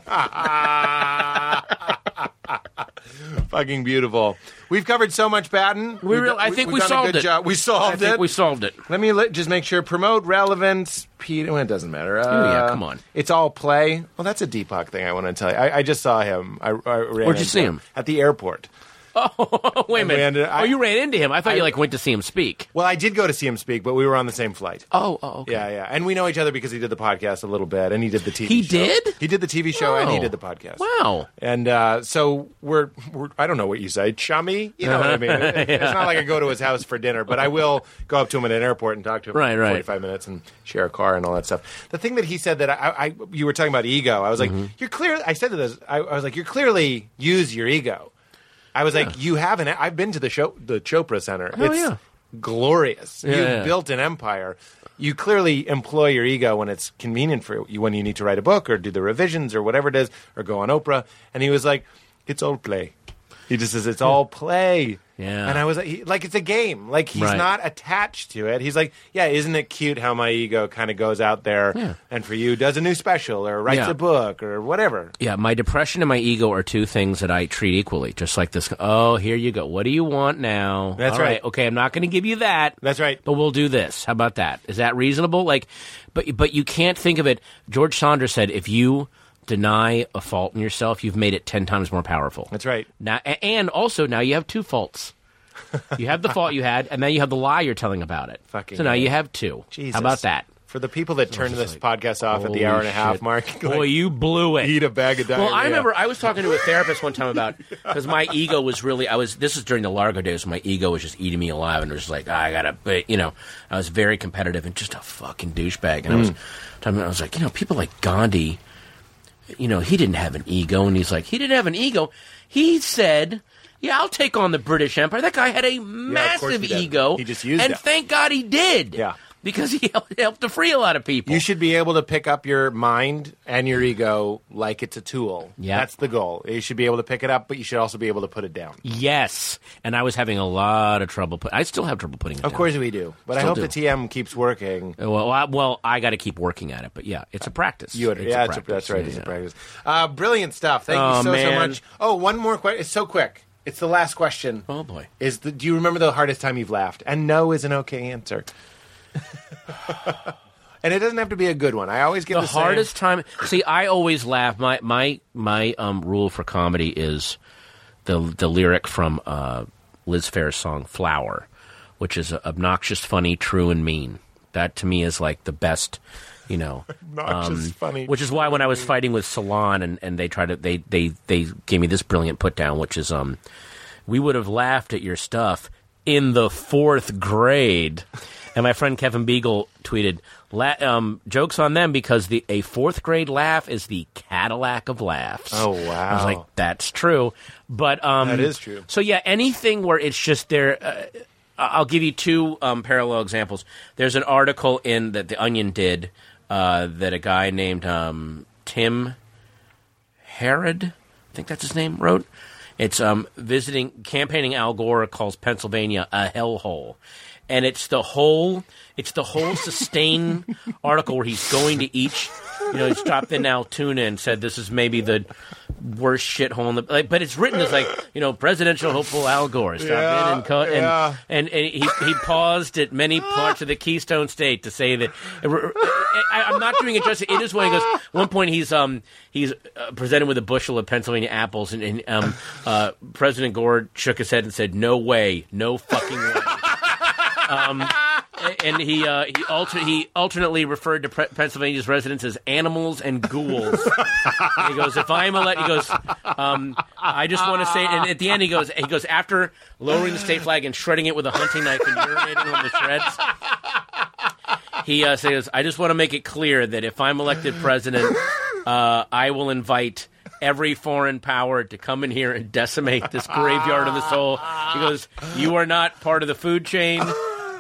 [SPEAKER 5] Fucking beautiful. We've covered so much, Batten.
[SPEAKER 4] We
[SPEAKER 5] We've
[SPEAKER 4] real-
[SPEAKER 5] do-
[SPEAKER 4] I think
[SPEAKER 5] we've
[SPEAKER 4] we
[SPEAKER 5] done a
[SPEAKER 4] solved
[SPEAKER 5] good
[SPEAKER 4] it.
[SPEAKER 5] Job. We
[SPEAKER 4] I
[SPEAKER 5] solved
[SPEAKER 4] think
[SPEAKER 5] it.
[SPEAKER 4] we solved it.
[SPEAKER 5] Let me li- just make sure. Promote relevance. Pete, well, it doesn't matter. Uh,
[SPEAKER 4] Oh, yeah, come on.
[SPEAKER 5] It's all play. Well, that's a Deepak thing I want to tell you. I, I just saw him. I, I ran
[SPEAKER 4] Where'd you see
[SPEAKER 5] into
[SPEAKER 4] him?
[SPEAKER 5] At the airport.
[SPEAKER 4] Oh wait a minute.
[SPEAKER 5] ran to- I-
[SPEAKER 4] oh, you ran into him. I thought you like went to see him speak.
[SPEAKER 5] Well, I did go to see him speak, but we were on the same flight.
[SPEAKER 4] Oh, oh okay.
[SPEAKER 5] Yeah, yeah. And we know each other because he did the podcast a little bit, and he did the TV
[SPEAKER 4] He
[SPEAKER 5] show.
[SPEAKER 4] did?
[SPEAKER 5] He did the TV show, and he
[SPEAKER 4] Wow.
[SPEAKER 5] did the podcast.
[SPEAKER 4] Wow.
[SPEAKER 5] And uh, so we're, we're, I don't know what you say, chummy. You know what
[SPEAKER 4] <laughs>
[SPEAKER 5] I mean? It's not like I go to his house for dinner, but I will go up to him at an airport and talk to him
[SPEAKER 4] Right,
[SPEAKER 5] for
[SPEAKER 4] right.
[SPEAKER 5] 45 minutes and share a car and all that stuff. The thing that he said that I, I you were talking about ego, I was like,
[SPEAKER 4] Mm-hmm.
[SPEAKER 5] you're clearly, I said to this, I, I was like, you're clearly use your ego. I was like, you haven't, I've been to the, show, the Chopra Center.
[SPEAKER 4] Hell
[SPEAKER 5] it's
[SPEAKER 4] yeah.
[SPEAKER 5] glorious. You've
[SPEAKER 4] yeah.
[SPEAKER 5] built an empire. You clearly employ your ego when it's convenient for you, when you need to write a book or do the revisions or whatever it is, or go on Oprah. And he was like, "It's all play." He just says, "It's all play."
[SPEAKER 4] Yeah.
[SPEAKER 5] And I was like, he, like, it's a game. Like he's
[SPEAKER 4] Right.
[SPEAKER 5] not attached to it. He's like, yeah, isn't it cute how my ego kind of goes out there
[SPEAKER 4] Yeah.
[SPEAKER 5] and for you does a new special or writes
[SPEAKER 4] Yeah.
[SPEAKER 5] a book or whatever.
[SPEAKER 4] Yeah, my depression and my ego are two things that I treat equally. Just like this. Oh, here you go. What do you want now?
[SPEAKER 5] That's
[SPEAKER 4] All right.
[SPEAKER 5] right.
[SPEAKER 4] Okay, I'm not going to give you that.
[SPEAKER 5] That's right.
[SPEAKER 4] But we'll do this. How about that? Is that reasonable? Like, but but you can't think of it. George Saunders said, if you deny a fault in yourself, you've made it ten times more powerful.
[SPEAKER 5] That's right.
[SPEAKER 4] Now, a- and also now you have two faults. You <laughs> have the fault you had, and then you have the lie you're telling about it.
[SPEAKER 5] Fucking
[SPEAKER 4] so now
[SPEAKER 5] hell.
[SPEAKER 4] you have two.
[SPEAKER 5] Jesus.
[SPEAKER 4] How about that?
[SPEAKER 5] For the people that turned this podcast off at the hour and a half mark, <laughs> like,
[SPEAKER 4] Well, you blew it.
[SPEAKER 5] eat a bag of diarrhea.
[SPEAKER 4] Well, I remember I was talking to a therapist one time about because my ego was really I was this is during the Largo days. My ego was just eating me alive, and it was like I gotta, but you know, I was very competitive and just a fucking douchebag. And I was,
[SPEAKER 5] Mm.
[SPEAKER 4] talking, I was like, you know, people like Gandhi, you know, he didn't have an ego, and he's like, he didn't have an ego. He said. Yeah, I'll take on the British Empire. That guy had a
[SPEAKER 5] of course he
[SPEAKER 4] massive
[SPEAKER 5] did.
[SPEAKER 4] ego.
[SPEAKER 5] He just used
[SPEAKER 4] and
[SPEAKER 5] it.
[SPEAKER 4] thank God he did.
[SPEAKER 5] Yeah.
[SPEAKER 4] Because <laughs> he helped- helped to free a lot of people.
[SPEAKER 5] You should be able to pick up your mind and your ego like it's a tool.
[SPEAKER 4] Yeah.
[SPEAKER 5] That's the goal. You should be able to pick it up, but you should also be able to put it down.
[SPEAKER 4] Yes, and I was having a lot of trouble. Put- I still have trouble putting it.
[SPEAKER 5] Of
[SPEAKER 4] down.
[SPEAKER 5] course we do. But I
[SPEAKER 4] Still
[SPEAKER 5] hope
[SPEAKER 4] do.
[SPEAKER 5] the TM keeps working.
[SPEAKER 4] Well, I, well, I got to keep working at it, but yeah, it's a practice.
[SPEAKER 5] You
[SPEAKER 4] it's
[SPEAKER 5] yeah,
[SPEAKER 4] a
[SPEAKER 5] it's a-
[SPEAKER 4] practice.
[SPEAKER 5] that's right.
[SPEAKER 4] Yeah,
[SPEAKER 5] It's a
[SPEAKER 4] yeah.
[SPEAKER 5] practice. Uh, brilliant stuff. Thank you
[SPEAKER 4] Oh,
[SPEAKER 5] so, so
[SPEAKER 4] man.
[SPEAKER 5] much. Oh, one more question. It's so quick. It's the last question.
[SPEAKER 4] Oh, boy.
[SPEAKER 5] Is the, do you remember the hardest time you've laughed? And no is an
[SPEAKER 4] <laughs>
[SPEAKER 5] okay answer. and it doesn't have to be a good one. I always get
[SPEAKER 4] The,
[SPEAKER 5] the, same-
[SPEAKER 4] hardest time. See, I always laugh. My my my um, rule for comedy is the the lyric from uh, Liz Fair's song "Flower," which is obnoxious, funny, true, and mean. That to me is like the best. You know,
[SPEAKER 5] Obnoxious, funny,
[SPEAKER 4] Which is why when I was fighting with Salon and, and they tried to they, they they gave me this brilliant put down, which is um, we would have laughed at your stuff in the fourth grade. And my friend Kevin Beagle tweeted, La- um, "Jokes on them because the a fourth grade laugh is the Cadillac of laughs."
[SPEAKER 5] Oh,
[SPEAKER 4] I was
[SPEAKER 5] wow.
[SPEAKER 4] like, "That's true," but um,
[SPEAKER 5] That is true.
[SPEAKER 4] So yeah, anything where it's just there. Uh, I'll give you two um, parallel examples. There's an article in that the Onion did uh, that a guy named um, Tim Herod, I think that's his name, wrote. It's um, visiting campaigning Al Gore calls Pennsylvania a hellhole, and it's the whole it's the whole
[SPEAKER 5] <laughs>
[SPEAKER 4] sustain article where he's going to each. You know, he's dropped in now tuna and said this is maybe the worst shithole in the. Like, but it's written as like you know presidential hopeful Al Gore stopped in and cut and,
[SPEAKER 5] yeah.
[SPEAKER 4] and and he he paused at many parts of the Keystone State to say that. I, I'm not doing it justice. It is when he goes. One point he's um he's uh, presented with a bushel of Pennsylvania apples and, and um uh, President Gore shook his head and said, "No way, no fucking way." Um, and he uh, he, alter- he alternately referred to pre- Pennsylvania's residents as animals and ghouls. And he goes, if I'm elect, he goes, um, I just want to say. And at the end, he goes, he goes after lowering the state flag and shredding it with a hunting knife and urinating on the shreds. He uh, says, I just want to make it clear that if I'm elected president, uh, I will invite. Every foreign power to come in here and decimate this graveyard of the soul. He goes, You are not part of the food chain.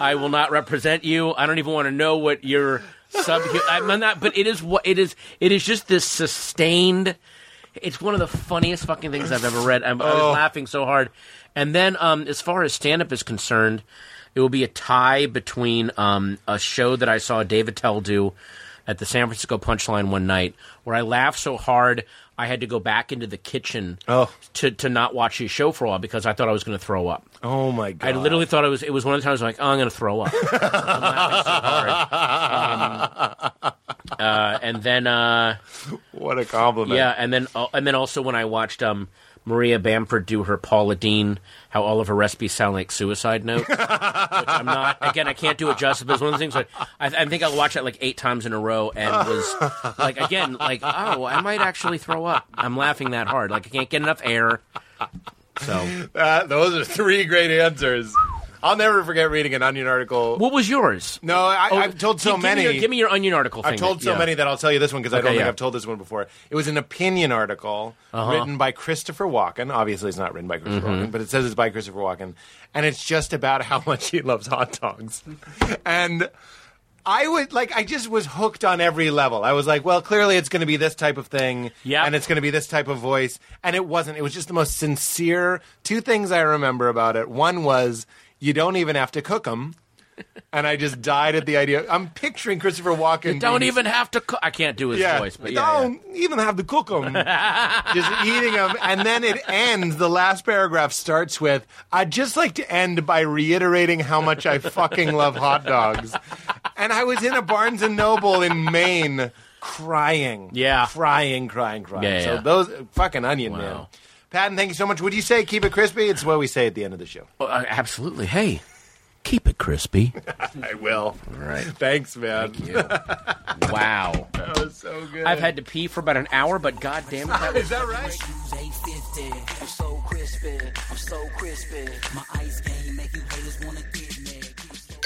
[SPEAKER 4] I will not represent you. I don't even want to know what your sub. I'm not. But it is what it is. It is just this sustained. It's one of the funniest fucking things I've ever read. I'm, I was laughing so hard. And then, um, as far as stand up is concerned, it will be a tie between um, a show that I saw David Tell do at the San Francisco Punchline one night, where I laughed so hard I had to go back into the kitchen
[SPEAKER 5] Oh.
[SPEAKER 4] to to not watch his show for a while because I thought I was going to throw up.
[SPEAKER 5] Oh my god!
[SPEAKER 4] I literally thought it was. It was one of the times I'm like, oh, I'm going to throw up. I'm laughing so hard. Um, uh, and then, uh,
[SPEAKER 5] what a compliment.
[SPEAKER 4] yeah, and then, uh, and then also when I watched um, Maria Bamford do her Paula Dean, how all of her recipes sound like suicide notes. which I'm not. Again, I can't do it justice. But it's one of the things. Like, I, I think I watched that like eight times in a row, and was like, again, like, oh, I might actually throw up. I'm laughing that hard. Like I can't get enough air. So,
[SPEAKER 5] Uh, those are three great answers. I'll never forget reading an Onion article.
[SPEAKER 4] what was yours?
[SPEAKER 5] no, I,
[SPEAKER 4] Oh,
[SPEAKER 5] I've told
[SPEAKER 4] gi-
[SPEAKER 5] so
[SPEAKER 4] give
[SPEAKER 5] many.
[SPEAKER 4] Me your, give me your onion article. Thing
[SPEAKER 5] I've told
[SPEAKER 4] that-
[SPEAKER 5] so
[SPEAKER 4] yeah.
[SPEAKER 5] many that I'll tell you this one because I
[SPEAKER 4] Okay,
[SPEAKER 5] don't think
[SPEAKER 4] yeah. Uh-huh.
[SPEAKER 5] I've told this one before. It was an opinion article written by Christopher Walken. Obviously, it's not written by Christopher
[SPEAKER 4] Mm-hmm.
[SPEAKER 5] Walken, but it says it's by Christopher Walken, and it's just about how <laughs> much he loves hot dogs. and I would like I just was hooked on every level. I was like, well, clearly it's going to be this type of thing,
[SPEAKER 4] Yep.
[SPEAKER 5] and it's going to be this type of voice, and it wasn't. It was just the most sincere. Two things I remember about it. One was you don't even have to cook them. And I just died at the idea. I'm picturing Christopher Walken.
[SPEAKER 4] Don't
[SPEAKER 5] being-
[SPEAKER 4] even have to. Co- I can't do his
[SPEAKER 5] yeah.
[SPEAKER 4] voice, but yeah, yeah.
[SPEAKER 5] don't even have to cook
[SPEAKER 4] <laughs>
[SPEAKER 5] them. just eating them, and then it ends. The last paragraph starts with, "I'd just like to end by reiterating how much I fucking love hot dogs." And I was in a Barnes and Noble in Maine, crying,
[SPEAKER 4] Yeah.
[SPEAKER 5] crying, crying, crying.
[SPEAKER 4] Yeah,
[SPEAKER 5] so
[SPEAKER 4] yeah.
[SPEAKER 5] those fucking onion man.
[SPEAKER 4] Wow.
[SPEAKER 5] Patton, thank you so much. Would you say keep it crispy? It's what we say at the end of the show.
[SPEAKER 4] Oh, uh, absolutely. Hey, keep it
[SPEAKER 5] <laughs>
[SPEAKER 4] crispy.
[SPEAKER 5] I will.
[SPEAKER 4] All right.
[SPEAKER 5] Thanks, man.
[SPEAKER 4] Wow.
[SPEAKER 5] That was so good.
[SPEAKER 4] I've had to pee for about an hour, but god damn it, that was
[SPEAKER 5] Is that right?
[SPEAKER 7] Day 50, I'm so crispy, I'm so crispy. My ice game make you haters wanna get mad. Keep so-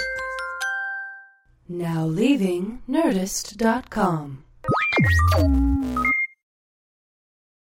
[SPEAKER 8] Now leaving Nerdist.com.